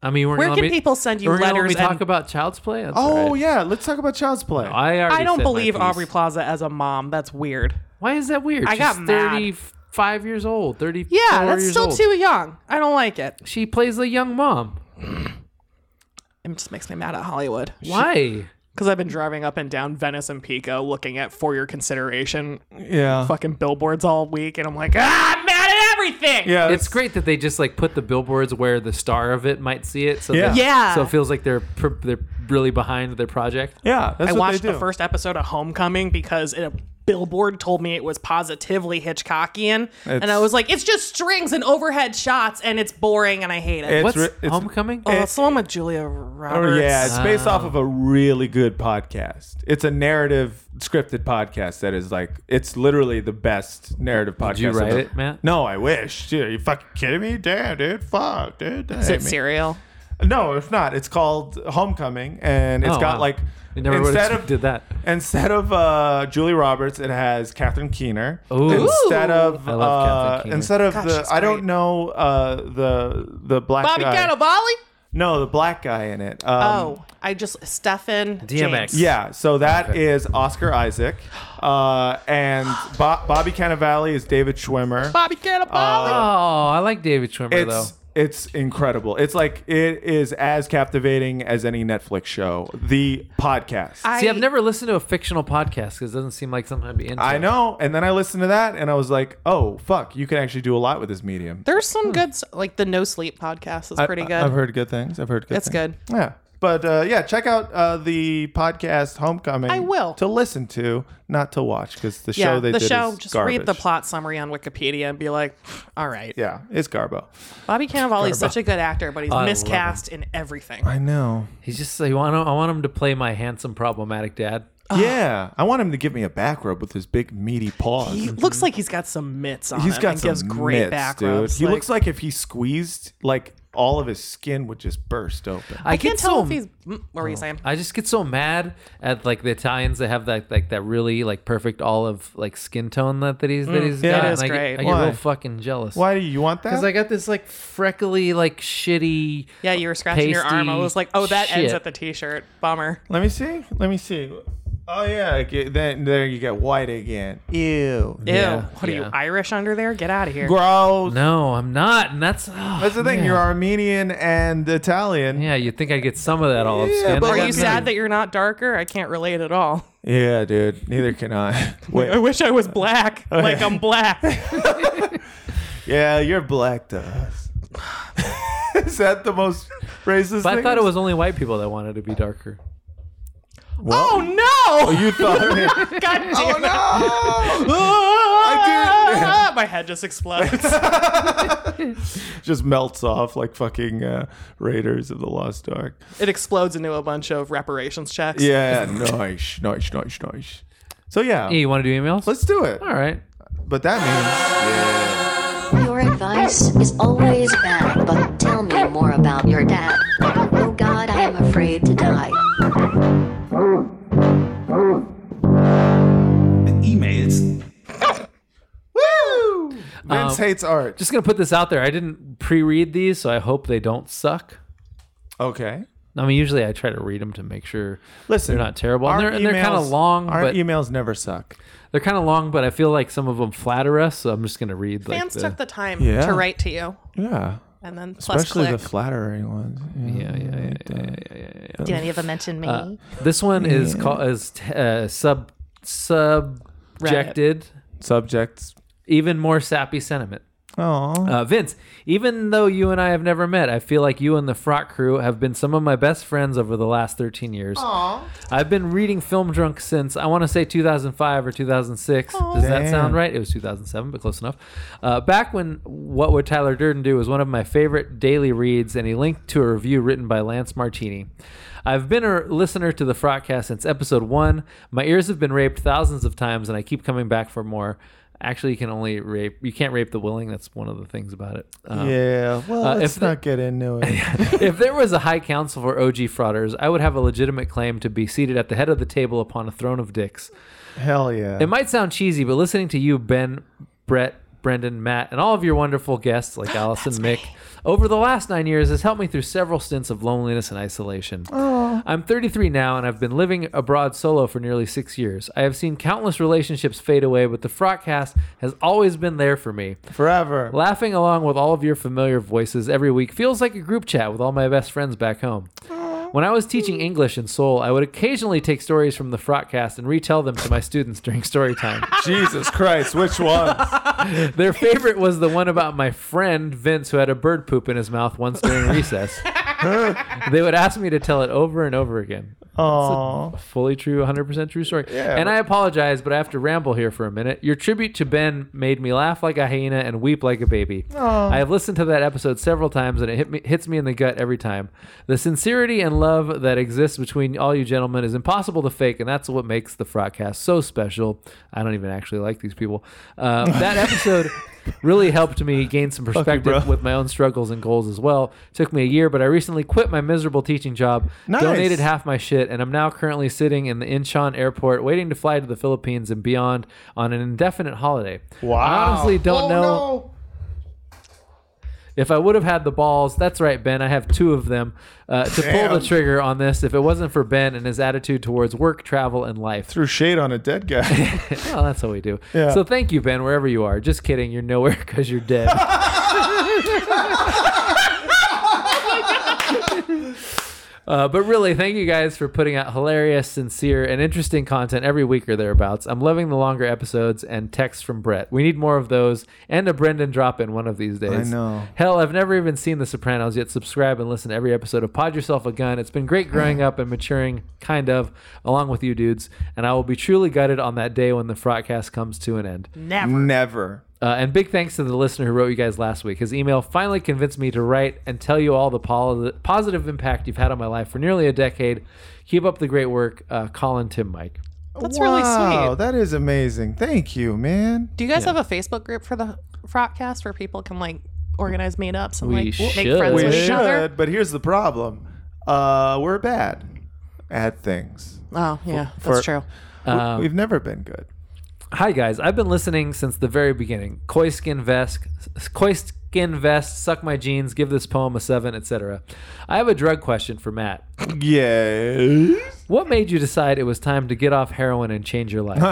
[SPEAKER 2] I mean, we're
[SPEAKER 3] Where
[SPEAKER 2] gonna
[SPEAKER 3] can
[SPEAKER 2] let me-
[SPEAKER 3] people send you
[SPEAKER 2] we're gonna let
[SPEAKER 3] letters
[SPEAKER 2] me talk
[SPEAKER 3] and-
[SPEAKER 2] about child's play? That's
[SPEAKER 1] Oh,
[SPEAKER 2] right.
[SPEAKER 1] yeah. Let's talk about Child's Play.
[SPEAKER 2] I, already
[SPEAKER 3] I don't
[SPEAKER 2] said my
[SPEAKER 3] believe
[SPEAKER 2] piece.
[SPEAKER 3] Aubrey Plaza as a mom. That's weird.
[SPEAKER 2] Why is that weird?
[SPEAKER 3] I
[SPEAKER 2] She's
[SPEAKER 3] got mad.
[SPEAKER 2] 35 years old. 34
[SPEAKER 3] Yeah, that's
[SPEAKER 2] years
[SPEAKER 3] still
[SPEAKER 2] old.
[SPEAKER 3] too young. I don't like it.
[SPEAKER 2] She plays a young mom.
[SPEAKER 3] It just makes me mad at Hollywood.
[SPEAKER 2] Why?
[SPEAKER 3] Because I've been driving up and down Venice and Pico looking at for your consideration
[SPEAKER 1] yeah.
[SPEAKER 3] fucking billboards all week, and I'm like, ah, I'm mad at everything.
[SPEAKER 1] Yeah.
[SPEAKER 2] It's great that they just like put the billboards where the star of it might see it. So
[SPEAKER 1] Yeah.
[SPEAKER 2] that-
[SPEAKER 3] Yeah.
[SPEAKER 2] So it feels like they're pr- they're really behind their project.
[SPEAKER 1] Yeah. That's
[SPEAKER 3] I
[SPEAKER 1] what
[SPEAKER 3] watched
[SPEAKER 1] they do.
[SPEAKER 3] the first episode of Homecoming because a billboard told me it was positively Hitchcockian, and I
[SPEAKER 1] It's-
[SPEAKER 3] was like, it's just strings and overhead shots, and it's boring, and I hate it.
[SPEAKER 1] It's
[SPEAKER 2] What's
[SPEAKER 1] re- it's-
[SPEAKER 2] homecoming?
[SPEAKER 3] oh, it's the one with Julia
[SPEAKER 1] Oh,
[SPEAKER 3] Roberts.
[SPEAKER 1] yeah, it's based off of a really good podcast. It's a narrative scripted podcast that is like it's literally the best narrative podcast.
[SPEAKER 2] you write
[SPEAKER 1] ever.
[SPEAKER 2] it, Matt?
[SPEAKER 1] No, I wish. Dude, are you fucking kidding me? Damn, dude, fuck, dude.
[SPEAKER 3] Is it
[SPEAKER 1] damn.
[SPEAKER 3] cereal?
[SPEAKER 1] No, it's not. It's called Homecoming, and it's
[SPEAKER 2] Oh,
[SPEAKER 1] got
[SPEAKER 2] wow.
[SPEAKER 1] like
[SPEAKER 2] I never would've
[SPEAKER 1] instead of
[SPEAKER 2] did that.
[SPEAKER 1] instead of uh, Julie Roberts, it has Catherine Keener.
[SPEAKER 2] Ooh.
[SPEAKER 1] Instead of
[SPEAKER 2] I love Katherine
[SPEAKER 1] uh,
[SPEAKER 2] Keener.
[SPEAKER 1] instead of
[SPEAKER 3] God,
[SPEAKER 1] the
[SPEAKER 3] she's
[SPEAKER 1] I don't
[SPEAKER 3] great.
[SPEAKER 1] know uh, the the black
[SPEAKER 3] Bobby
[SPEAKER 1] guy.
[SPEAKER 3] Cannavale?
[SPEAKER 1] No, the black guy in it. Um,
[SPEAKER 3] Oh, I just Stefan
[SPEAKER 2] DMX.
[SPEAKER 3] James.
[SPEAKER 1] Yeah, so that is Oscar Isaac, uh, and Bo- Bobby Cannavale is David Schwimmer.
[SPEAKER 3] Bobby Cannavale.
[SPEAKER 1] Uh,
[SPEAKER 2] Oh, I like David Schwimmer
[SPEAKER 1] It's
[SPEAKER 2] though.
[SPEAKER 1] It's incredible. It's like it is as captivating as any Netflix show. The podcast. I,
[SPEAKER 2] See, I've never listened to a fictional podcast because it doesn't seem like something I'd be into.
[SPEAKER 1] know. And then I listened to that and I was like, oh fuck, you can actually do a lot with this medium.
[SPEAKER 3] There's some good, s- like the No Sleep podcast is pretty
[SPEAKER 1] Hmm. I-
[SPEAKER 3] good.
[SPEAKER 1] I've heard good things. I've heard good.
[SPEAKER 3] It's
[SPEAKER 1] things.
[SPEAKER 3] good.
[SPEAKER 1] Yeah. But uh, yeah, check out uh, the podcast Homecoming. I
[SPEAKER 3] will.
[SPEAKER 1] to listen to, not to watch, because the
[SPEAKER 3] yeah,
[SPEAKER 1] show they
[SPEAKER 3] the
[SPEAKER 1] did
[SPEAKER 3] show.
[SPEAKER 1] is
[SPEAKER 3] Just
[SPEAKER 1] garbage.
[SPEAKER 3] read the plot summary on Wikipedia and be like, all right.
[SPEAKER 1] Yeah, it's Garbo.
[SPEAKER 3] Bobby Cannavale is such a good actor, but he's
[SPEAKER 2] love
[SPEAKER 3] miscast in everything.
[SPEAKER 1] I know.
[SPEAKER 2] He's just like, I want, I want him to play my handsome, problematic dad.
[SPEAKER 1] Yeah, I want him to give me a back rub with his big meaty paws.
[SPEAKER 3] He looks like he's got some mitts on.
[SPEAKER 1] Mm-hmm. He's
[SPEAKER 3] him
[SPEAKER 1] got
[SPEAKER 3] and
[SPEAKER 1] some
[SPEAKER 3] gives great
[SPEAKER 1] mitts,
[SPEAKER 3] back
[SPEAKER 1] dude.
[SPEAKER 3] rubs.
[SPEAKER 1] He looks like if he squeezed, like all of his skin would just burst open.
[SPEAKER 2] I,
[SPEAKER 3] I can't
[SPEAKER 2] get
[SPEAKER 3] tell
[SPEAKER 2] so-
[SPEAKER 3] if he's. mm, What
[SPEAKER 1] Oh.
[SPEAKER 3] were you saying?
[SPEAKER 2] I just get so mad at like the Italians that have that like that really like perfect olive like skin tone that, that he's that he's
[SPEAKER 1] Mm. yeah.
[SPEAKER 2] got.
[SPEAKER 1] It
[SPEAKER 2] and
[SPEAKER 3] is
[SPEAKER 2] I get,
[SPEAKER 3] great.
[SPEAKER 2] I get
[SPEAKER 1] Why?
[SPEAKER 2] real fucking jealous.
[SPEAKER 1] Why do you want
[SPEAKER 2] Because
[SPEAKER 1] that?
[SPEAKER 2] I got this like freckly like shitty.
[SPEAKER 3] Yeah, you were scratching your
[SPEAKER 2] Pasty
[SPEAKER 3] arm. I was like, oh, that ends
[SPEAKER 2] shit.
[SPEAKER 3] at the t-shirt. Bummer.
[SPEAKER 1] Let me see. Let me see. Oh yeah, I get- then there you get white again. Ew.
[SPEAKER 3] Ew.
[SPEAKER 2] Yeah,
[SPEAKER 3] what are you
[SPEAKER 2] yeah.
[SPEAKER 3] Irish under there? Get out of here.
[SPEAKER 1] Gross.
[SPEAKER 2] No, I'm not, and that's oh,
[SPEAKER 1] That's the thing.
[SPEAKER 2] man.
[SPEAKER 1] You're Armenian and Italian.
[SPEAKER 2] Yeah, you'd think I'd get some of that olive
[SPEAKER 1] Yeah,
[SPEAKER 2] skin.
[SPEAKER 1] but
[SPEAKER 3] Are
[SPEAKER 1] like-
[SPEAKER 3] you sad that you're not darker? I can't relate at all.
[SPEAKER 1] Yeah, dude. Neither can I.
[SPEAKER 3] I
[SPEAKER 1] Wait.
[SPEAKER 3] wish I was black. Like I'm black.
[SPEAKER 1] Yeah, you're black to us. Is that the most racist?
[SPEAKER 2] But I
[SPEAKER 1] thing?
[SPEAKER 2] thought it was only white people that wanted to be darker.
[SPEAKER 3] oh no!
[SPEAKER 1] You thought. Ah!
[SPEAKER 3] God damn it.
[SPEAKER 1] Oh, I
[SPEAKER 3] My head just explodes.
[SPEAKER 1] did. Just melts off like fucking uh, Raiders of the Lost Ark.
[SPEAKER 3] it explodes into a bunch of reparations checks.
[SPEAKER 1] Yeah, nice, nice, nice, nice. So yeah,
[SPEAKER 2] Hey, you want to do emails?
[SPEAKER 1] let's do it.
[SPEAKER 2] All right.
[SPEAKER 1] But that means
[SPEAKER 12] Your advice is always bad, but tell me more about your dad. Oh god, I am afraid to die.
[SPEAKER 13] Emails.
[SPEAKER 2] Um,
[SPEAKER 1] Vince hates art.
[SPEAKER 2] Just gonna put this out there. I didn't pre-read these, so I hope they don't suck.
[SPEAKER 1] okay.
[SPEAKER 2] I mean, usually I try to read them to make sure
[SPEAKER 1] Listen,
[SPEAKER 2] they're not terrible, and
[SPEAKER 1] our
[SPEAKER 2] they're, and they're kind of
[SPEAKER 1] emails- e-
[SPEAKER 2] long.
[SPEAKER 1] Our
[SPEAKER 2] but
[SPEAKER 1] emails never suck.
[SPEAKER 2] they're kind of long, but I feel like some of them flatter us, so I'm just gonna read like
[SPEAKER 3] Fans
[SPEAKER 2] the,
[SPEAKER 3] took the time
[SPEAKER 1] Yeah.
[SPEAKER 3] to write to you,
[SPEAKER 1] Yeah,
[SPEAKER 3] and then plus
[SPEAKER 1] especially
[SPEAKER 3] click.
[SPEAKER 1] the flattering ones.
[SPEAKER 2] yeah, yeah, yeah, yeah, yeah, yeah, yeah.
[SPEAKER 3] Did any of them mention me?
[SPEAKER 2] This one is called is uh, sub subjected
[SPEAKER 1] Subjects.
[SPEAKER 2] even more sappy sentiment.
[SPEAKER 1] Oh,
[SPEAKER 2] Uh, Vince, even though you and I have never met, I feel like you and the Frock crew have been some of my best friends over the last 13 years. I've been reading Film Drunk since, I want to say 2005 or 2006. Does that
[SPEAKER 1] Damn.
[SPEAKER 2] sound right? It was 2007, but close enough. Uh, back when What Would Tyler Durden Do was one of my favorite daily reads, and he linked to a review written by Lance Martini. I've been a listener to the Frogcast since episode one. My ears have been raped thousands of times, and I keep coming back for more. Actually, you can only rape. You can't rape the willing. That's one of the things about it. Um,
[SPEAKER 1] yeah. Well,
[SPEAKER 2] uh,
[SPEAKER 1] let's
[SPEAKER 2] if the-
[SPEAKER 1] not get into it.
[SPEAKER 2] if there was a high council for OG frauders, I would have a legitimate claim to be seated at the head of the table upon a throne of dicks.
[SPEAKER 1] Hell yeah.
[SPEAKER 2] It might sound cheesy, but listening to you, Ben, Brett, Brendan, Matt, and all of your wonderful guests like Allison, Mick, over the last nine years has helped me through several stints of loneliness and isolation. I'm 33 now, and I've been living abroad solo for nearly six years. I have seen countless relationships fade away, but the Frogcast has always been there for me.
[SPEAKER 1] Forever.
[SPEAKER 2] Laughing along with all of your familiar voices every week feels like a group chat with all my best friends back home. When I was teaching English in Seoul, I would occasionally take stories from the Frotcast and retell them to my students during story time.
[SPEAKER 1] Jesus Christ, which ones?
[SPEAKER 2] Their favorite was the one about my friend Vince who had a bird poop in his mouth once during recess. they would ask me to tell it over and over again.
[SPEAKER 1] Aw.
[SPEAKER 2] Fully true, 100% true story. and I apologize, but I have to ramble here for a minute. Your tribute to Ben made me laugh like a hyena and weep like a baby. I have listened to that episode several times, and it hit me, hits me in the gut every time. The sincerity and love that exists between all you gentlemen is impossible to fake, and that's what makes the Frogcast so special. I don't even actually like these people. Uh, that episode really helped me gain some perspective
[SPEAKER 1] bro.
[SPEAKER 2] with my own struggles and goals as well. Took me a year, but I recently quit my miserable teaching job,
[SPEAKER 1] Nice.
[SPEAKER 2] donated half my shit, and I'm now currently sitting in the Incheon airport waiting to fly to the Philippines and beyond on an indefinite holiday. Wow. I honestly don't
[SPEAKER 8] Oh,
[SPEAKER 2] know if I would have had the balls, that's right, Ben, I have two of them, uh, to pull the trigger on this if it wasn't for Ben and his attitude towards work, travel, and life.
[SPEAKER 1] Threw shade on a dead guy.
[SPEAKER 2] Well, that's what we do.
[SPEAKER 1] Yeah.
[SPEAKER 2] So thank you, Ben, wherever you are. Just kidding. You're nowhere because you're dead. Uh, but really, thank you guys for putting out hilarious, sincere, and interesting content every week or thereabouts. I'm loving the longer episodes and texts from Brett. We need more of those and a Brendan drop in one of these days. I
[SPEAKER 1] know.
[SPEAKER 2] Hell, I've never even seen The Sopranos, yet subscribe and listen to every episode of Pod Yourself a Gun. It's been great growing up and maturing, kind of, along with you dudes. And I will be truly gutted on that day when the Frotcast comes to an end.
[SPEAKER 1] Never.
[SPEAKER 2] Uh, and big thanks to the listener who wrote you guys last week. His email finally convinced me to write and tell you all the pol- positive impact you've had on my life for nearly a decade. Keep up the great work, uh, Colin, Tim, Mike.
[SPEAKER 3] That's really
[SPEAKER 1] Wow,
[SPEAKER 3] sweet.
[SPEAKER 1] that is amazing. Thank you, man.
[SPEAKER 3] Do you guys have a Facebook group for the Frotcast where people can like organize meetups and
[SPEAKER 2] We
[SPEAKER 3] like make
[SPEAKER 2] should.
[SPEAKER 3] friends
[SPEAKER 1] We
[SPEAKER 3] with each other?
[SPEAKER 1] should, but here's the problem. Uh, we're bad at things.
[SPEAKER 3] Oh yeah,
[SPEAKER 1] for-
[SPEAKER 3] that's true.
[SPEAKER 1] We- We've never been good.
[SPEAKER 2] Hi guys, I've been listening since the very beginning. Koi skin vest, koi skin vest, suck my jeans, give this poem a seven, etc. I have a drug question for Matt.
[SPEAKER 1] Yes.
[SPEAKER 2] What made you decide it was time to get off heroin and change your life?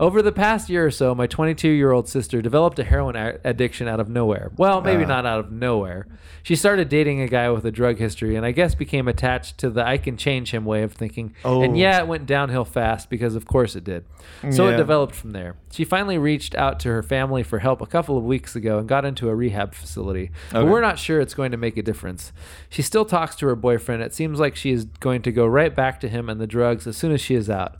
[SPEAKER 2] Over the past year or so, my 22 year old sister developed a heroin a- addiction out of nowhere. Well, maybe not out of nowhere. She started dating a guy with a drug history and I guess became attached to the I can change him way of thinking. And yeah, it went downhill fast because, of course, it did. So it
[SPEAKER 1] Yeah.
[SPEAKER 2] developed from there. She finally reached out to her family for help a couple of weeks ago and got into a rehab facility. But we're not sure it's going to make a difference. She still talks to her boyfriend. It seems like she is going to go right back to him and the drugs as soon as she is out.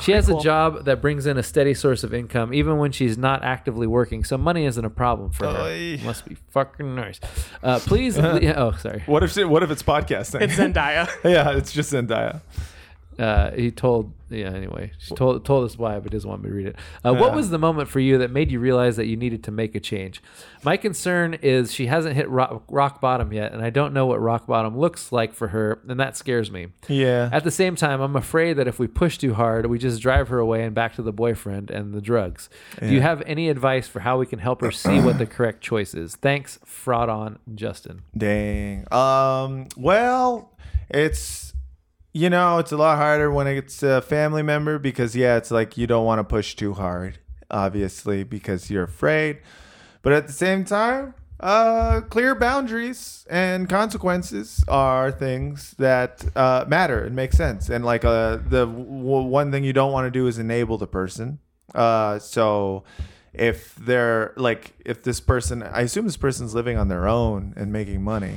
[SPEAKER 2] she has a job that brings in a steady source of income, even when she's not actively working. So money isn't a problem for her. Must be fucking nice. Uh, please. le- oh, sorry.
[SPEAKER 1] What if what if it's podcasting?
[SPEAKER 7] It's Zendaya.
[SPEAKER 1] yeah, it's just Zendaya.
[SPEAKER 2] uh, he told yeah anyway she told told us why but doesn't want me to read it uh, what
[SPEAKER 1] Uh-huh.
[SPEAKER 2] was the moment for you that made you realize that you needed to make a change my concern is she hasn't hit rock, rock bottom yet and i don't know what rock bottom looks like for her and that scares me
[SPEAKER 1] Yeah.
[SPEAKER 2] at the same time i'm afraid that if we push too hard we just drive her away and back to the boyfriend and the drugs do you have any advice for how we can help her see what the correct choice is thanks fraud on justin
[SPEAKER 1] Dang. Um. Well, it's you know it's a lot harder when it's a family member because yeah, it's like you don't want to push too hard, obviously, because you're afraid. But at the same time, uh, clear boundaries and consequences are things that uh, matter and make sense. And like uh, the w- one thing you don't want to do is enable the person. Uh, so if they're like, if this person, I assume this person's living on their own and making money,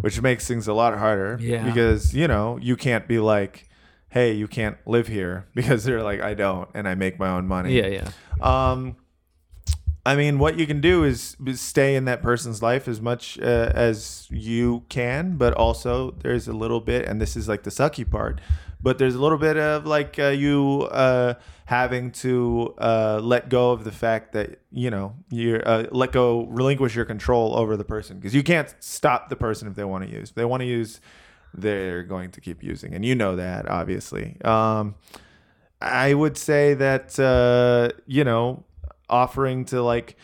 [SPEAKER 1] which makes things a lot harder.
[SPEAKER 2] Yeah.
[SPEAKER 1] Because, you know, you can't be like, hey, you can't live here because they're like, I don't, and I make my own money.
[SPEAKER 2] yeah yeah
[SPEAKER 1] Um, I mean, what you can do is stay in that person's life as much uh, as you can, but also there's a little bit, and this is like the sucky part, but there's a little bit of like uh, you uh, having to uh, let go of the fact that you know you uh, let go, relinquish your control over the person because you can't stop the person if they want to use. If they want to use, they're going to keep using, and you know that obviously. Um, I would say that uh, you know, offering to like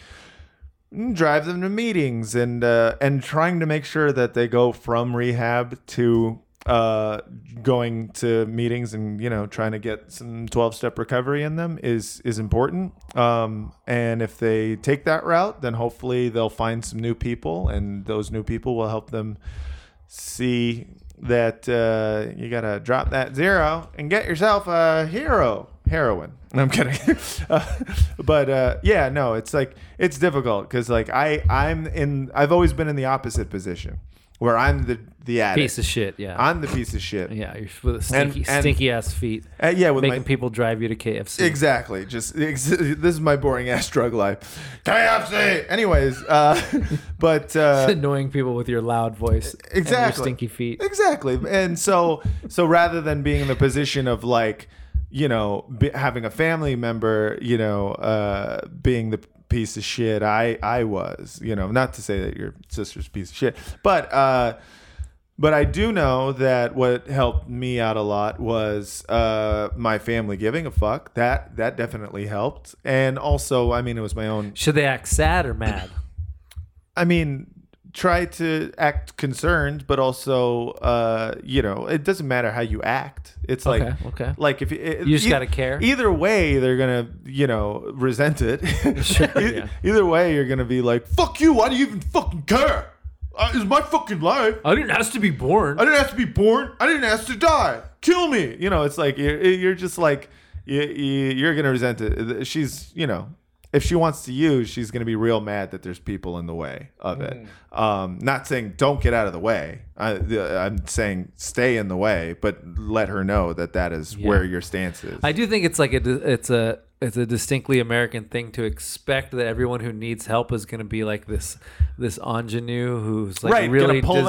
[SPEAKER 1] mm, drive them to meetings and uh, and trying to make sure that they go from rehab to uh, going to meetings and you know trying to get some twelve step recovery in them is is important. Um, and if they take that route, then hopefully they'll find some new people, and those new people will help them see that uh, you gotta drop that zero and get yourself a hero heroin. No, I'm kidding, Uh, but uh, yeah, no, it's like it's difficult because like I I'm in I've always been in the opposite position where I'm the the addict.
[SPEAKER 2] piece of shit yeah
[SPEAKER 1] I'm the piece of shit.
[SPEAKER 2] yeah, you're with stinky,
[SPEAKER 1] and-
[SPEAKER 2] stinky ass feet.
[SPEAKER 1] Uh, yeah, with
[SPEAKER 2] making
[SPEAKER 1] my,
[SPEAKER 2] people drive you to KFC.
[SPEAKER 1] Exactly. Just ex- this is my boring ass drug life. KFC. Anyways, uh, but uh,
[SPEAKER 2] Annoying people with your loud voice and your
[SPEAKER 1] Exactly.
[SPEAKER 2] stinky feet.
[SPEAKER 1] Exactly. And so so rather than being in the position of like, you know, b- having a family member, you know, uh, being the piece of shit I I was, you know, not to say that your sister's a piece of shit, but uh but I do know that what helped me out a lot was uh, my family giving a fuck. That that definitely helped, and also, I mean, it was my own
[SPEAKER 2] Should they act sad or mad?
[SPEAKER 1] I mean, try to act concerned, but also, uh, you know, it doesn't matter how you act. It's
[SPEAKER 2] Okay,
[SPEAKER 1] like,
[SPEAKER 2] okay.
[SPEAKER 1] like if it, e-,
[SPEAKER 2] You just gotta care.
[SPEAKER 1] Either way, they're gonna, you know, resent it. E-
[SPEAKER 2] yeah.
[SPEAKER 1] Either way, you're gonna be like, "Fuck you! Why do you even fucking care?"
[SPEAKER 5] Uh, it's my fucking life.
[SPEAKER 2] I didn't ask to be born.
[SPEAKER 5] I didn't ask to be born. I didn't ask to die. Kill me.
[SPEAKER 1] You know, it's like you're, you're just like you, you, you're gonna resent it. She's, you know, if she wants to use, she's gonna be real mad that there's people in the way of it.
[SPEAKER 5] Mm.
[SPEAKER 1] Um, not saying don't get out of the way. I, the- I'm saying stay in the way, but let her know that that is where your stance is.
[SPEAKER 2] I do think it's like a it's a it's a distinctly American thing to expect that everyone who needs help is going to be like this this ingenue who's like
[SPEAKER 1] Right, gonna
[SPEAKER 2] really
[SPEAKER 1] pull
[SPEAKER 2] deserving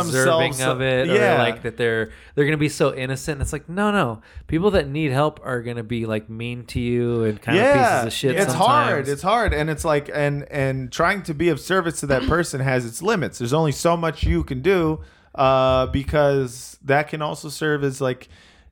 [SPEAKER 1] themselves
[SPEAKER 2] of
[SPEAKER 1] up-
[SPEAKER 2] it, or
[SPEAKER 1] yeah.
[SPEAKER 2] like that they're they're going to be so innocent. It's like no, no, people that need help are going to be like mean to you and kind of pieces of shit.
[SPEAKER 1] It's hard.
[SPEAKER 2] sometimes.
[SPEAKER 1] It's hard, and it's like and and trying to be of service to that person has its limits. There's only so much you can do, uh, because that can also serve as like,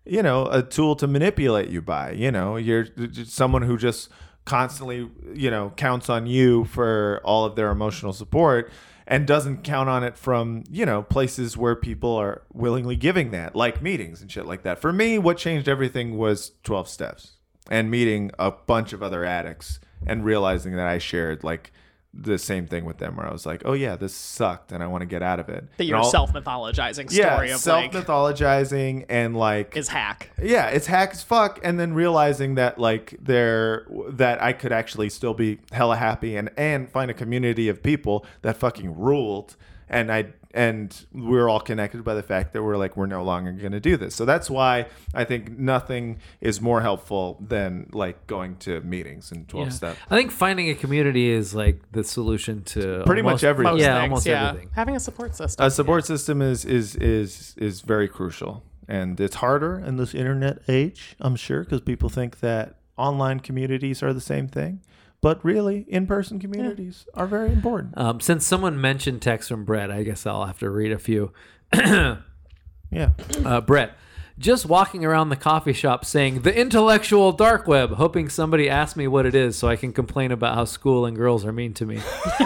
[SPEAKER 1] you know, a tool to manipulate you by. You know, you're just someone who just constantly you know counts on you for all of their emotional support and doesn't count on it from you know places where people are willingly giving that like meetings and shit like that for me what changed everything was 12 steps and meeting a bunch of other addicts and realizing that I shared like the same thing with them where I was like, oh yeah, this sucked and I want to get out of it.
[SPEAKER 3] That
[SPEAKER 1] And
[SPEAKER 3] you're
[SPEAKER 1] all-
[SPEAKER 3] self mythologizing story
[SPEAKER 1] yeah,
[SPEAKER 3] of
[SPEAKER 1] self
[SPEAKER 3] like
[SPEAKER 1] mythologizing and like
[SPEAKER 3] is hack.
[SPEAKER 1] yeah, it's hack as fuck, and then realizing that like there that I could actually still be hella happy and and find a community of people that fucking ruled, and I and we're all connected by the fact that we're like we're no longer gonna do this. So that's why I think nothing is more helpful than like going to meetings and twelve
[SPEAKER 2] Yeah.
[SPEAKER 1] step.
[SPEAKER 2] I think finding a community is like the solution to
[SPEAKER 1] Pretty
[SPEAKER 2] almost-
[SPEAKER 1] much everything.
[SPEAKER 3] Most
[SPEAKER 2] Yeah,
[SPEAKER 3] things,
[SPEAKER 2] almost
[SPEAKER 3] yeah.
[SPEAKER 2] everything.
[SPEAKER 3] Having a support system.
[SPEAKER 1] A support system is is is is very crucial, and it's harder in this internet age, I'm sure, because people think that online communities are the same thing, but really, in-person communities are very important.
[SPEAKER 5] Uh,
[SPEAKER 2] Um, since someone mentioned text from Brett, I guess I'll have to read a few.
[SPEAKER 1] Yeah,
[SPEAKER 2] Uh, Brett, just walking around the coffee shop saying the intellectual dark web, hoping somebody asks me what it is so I can complain about how school and girls are mean to me.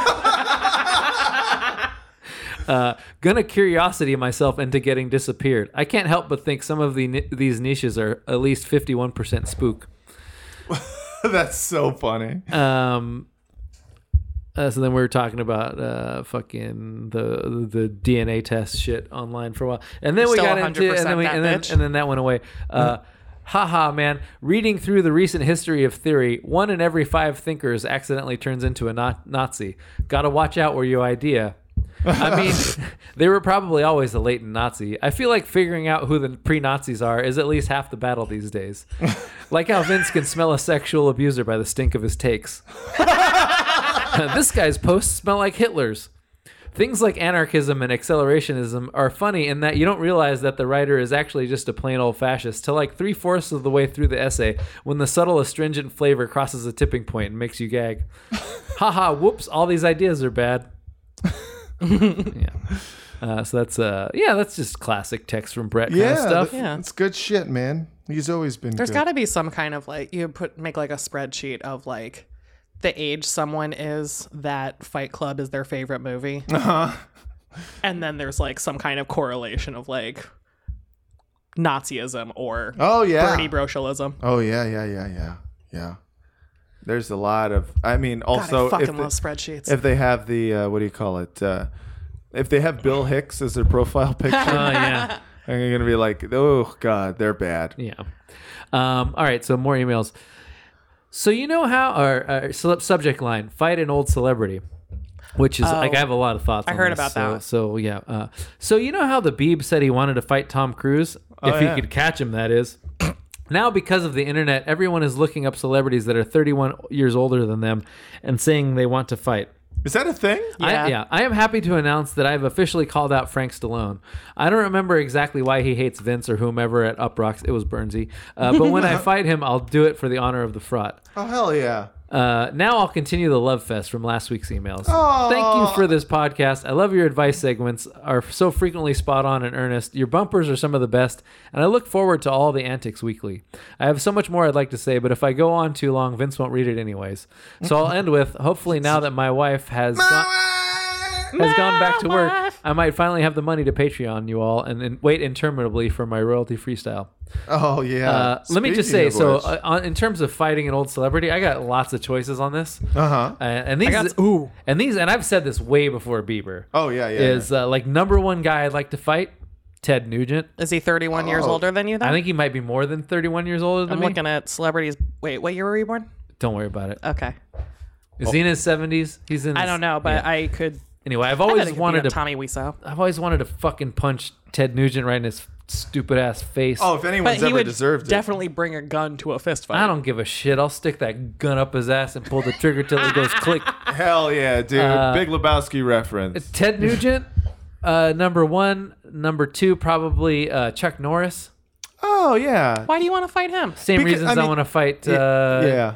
[SPEAKER 2] Uh, gonna curiosity myself into getting disappeared. I can't help but think some of the ni- these niches are at least fifty one percent spook.
[SPEAKER 1] that's so funny.
[SPEAKER 2] Um, uh, so then we were talking about uh, fucking the the DNA test shit online for a while, and then we
[SPEAKER 3] Still
[SPEAKER 2] got into and
[SPEAKER 3] 100%
[SPEAKER 2] then, we,
[SPEAKER 3] that
[SPEAKER 2] and, then,
[SPEAKER 3] bitch.
[SPEAKER 2] and then that went away. Uh, haha, man! Reading through the recent history of theory, one in every five thinkers accidentally turns into a na- Nazi. Got to watch out where your idea. I mean, they were probably always a latent Nazi. I feel like figuring out who the pre Nazis are is at least half the battle these days. like how Vince can smell a sexual abuser by the stink of his takes. this guy's posts smell like Hitler's. Things like anarchism and accelerationism are funny in that you don't realize that the writer is actually just a plain old fascist till like three fourths of the way through the essay when the subtle astringent flavor crosses a tipping point and makes you gag. Haha, whoops, all these ideas are bad. yeah. Uh, so that's uh yeah that's just classic text from Brett kind of stuff.
[SPEAKER 3] Yeah.
[SPEAKER 5] it's good shit, man. He's always been.
[SPEAKER 3] There's
[SPEAKER 5] good.
[SPEAKER 3] got to be some kind of like you put make like a spreadsheet of like the age someone is that Fight Club is their favorite movie.
[SPEAKER 1] Uh-huh.
[SPEAKER 3] And then there's like some kind of correlation of like Nazism or
[SPEAKER 5] Oh yeah.
[SPEAKER 3] Bernie Brocialism.
[SPEAKER 5] Oh yeah, yeah, yeah, yeah, yeah.
[SPEAKER 1] There's a lot of, I mean,
[SPEAKER 3] God,
[SPEAKER 1] also
[SPEAKER 3] I fucking
[SPEAKER 1] if the-
[SPEAKER 3] love spreadsheets.
[SPEAKER 1] if they have the uh, what do you call it? Uh, if they have Bill Hicks as their profile picture,
[SPEAKER 2] Oh yeah.
[SPEAKER 1] I'm gonna be like, oh god, they're bad.
[SPEAKER 2] Yeah. Um, all right. So more emails. So you know how our, our celeb subject line fight an old celebrity, which is like I have a lot of thoughts. I
[SPEAKER 3] heard about
[SPEAKER 2] so,
[SPEAKER 3] that.
[SPEAKER 2] So yeah. Uh, so you know how the Beeb said he wanted to fight Tom Cruise if
[SPEAKER 1] yeah.
[SPEAKER 2] he could catch him. That is. Now, because of the internet, everyone is looking up celebrities that are 31 years older than them and saying they want to fight.
[SPEAKER 1] Is that a thing?
[SPEAKER 2] I,
[SPEAKER 3] Yeah.
[SPEAKER 2] yeah, I am happy to announce that I have officially called out Frank Stallone. I don't remember exactly why he hates Vince or whomever at Up Rocks. It was Bernsey. Uh, but when I fight him, I'll do it for the honor of the fraud.
[SPEAKER 1] Oh hell yeah.
[SPEAKER 2] Uh, now I'll continue the love fest from last week's emails. Thank you for this podcast. I love your advice segments are so frequently spot on and earnest. Your bumpers are some of the best, and I look forward to all the antics weekly. I have so much more I'd like to say, but if I go on too long, Vince won't read it anyways.
[SPEAKER 1] Ah!
[SPEAKER 2] So I'll end with hopefully now that my wife has gone, has gone back to work, I might finally have the money to Patreon you all and then wait interminably for my royalty freestyle.
[SPEAKER 1] Oh yeah.
[SPEAKER 2] Uh, let me just say,
[SPEAKER 1] Speaking of
[SPEAKER 2] so
[SPEAKER 1] which-
[SPEAKER 2] uh, on- in terms of fighting an old celebrity, I got lots of choices on this.
[SPEAKER 1] Uh-huh.
[SPEAKER 2] Uh, and these,
[SPEAKER 3] got- ooh.
[SPEAKER 2] and these, and I've said this way before Bieber.
[SPEAKER 1] Oh, yeah, yeah,
[SPEAKER 2] Is uh, like number one guy I'd like to fight, Ted Nugent.
[SPEAKER 3] Is he 31 years
[SPEAKER 1] Oh.
[SPEAKER 3] older than you, then?
[SPEAKER 2] I think he might be more than 31 years older than
[SPEAKER 3] I'm
[SPEAKER 2] me.
[SPEAKER 3] looking at celebrities. Wait, what year were you born?
[SPEAKER 2] Don't worry about it.
[SPEAKER 3] Okay.
[SPEAKER 2] Is he in his 70s? He's in.
[SPEAKER 3] I
[SPEAKER 2] his-
[SPEAKER 3] don't know, but
[SPEAKER 2] yeah.
[SPEAKER 3] I could.
[SPEAKER 2] anyway, I've
[SPEAKER 3] I bet it
[SPEAKER 2] always
[SPEAKER 3] could beat
[SPEAKER 2] wanted
[SPEAKER 3] up
[SPEAKER 2] to.
[SPEAKER 3] Tommy Wiseau.
[SPEAKER 2] I've always wanted to fucking punch Ted Nugent right in his stupid ass face.
[SPEAKER 1] oh, if
[SPEAKER 3] But
[SPEAKER 1] anyone's
[SPEAKER 3] he
[SPEAKER 1] ever
[SPEAKER 3] would
[SPEAKER 1] deserved it.
[SPEAKER 3] definitely bring a gun to a fist fight.
[SPEAKER 2] I don't give a shit. I'll stick that gun up his ass and pull the trigger till it goes click.
[SPEAKER 1] Hell yeah, dude.
[SPEAKER 2] Uh,
[SPEAKER 1] Big Lebowski reference.
[SPEAKER 2] Ted Nugent, uh, number one. Number two, probably uh, Chuck Norris.
[SPEAKER 1] Oh yeah.
[SPEAKER 3] Why do you want to fight him?
[SPEAKER 2] Same
[SPEAKER 1] Because,
[SPEAKER 2] reasons I,
[SPEAKER 1] I mean,
[SPEAKER 2] want to fight uh,
[SPEAKER 1] yeah.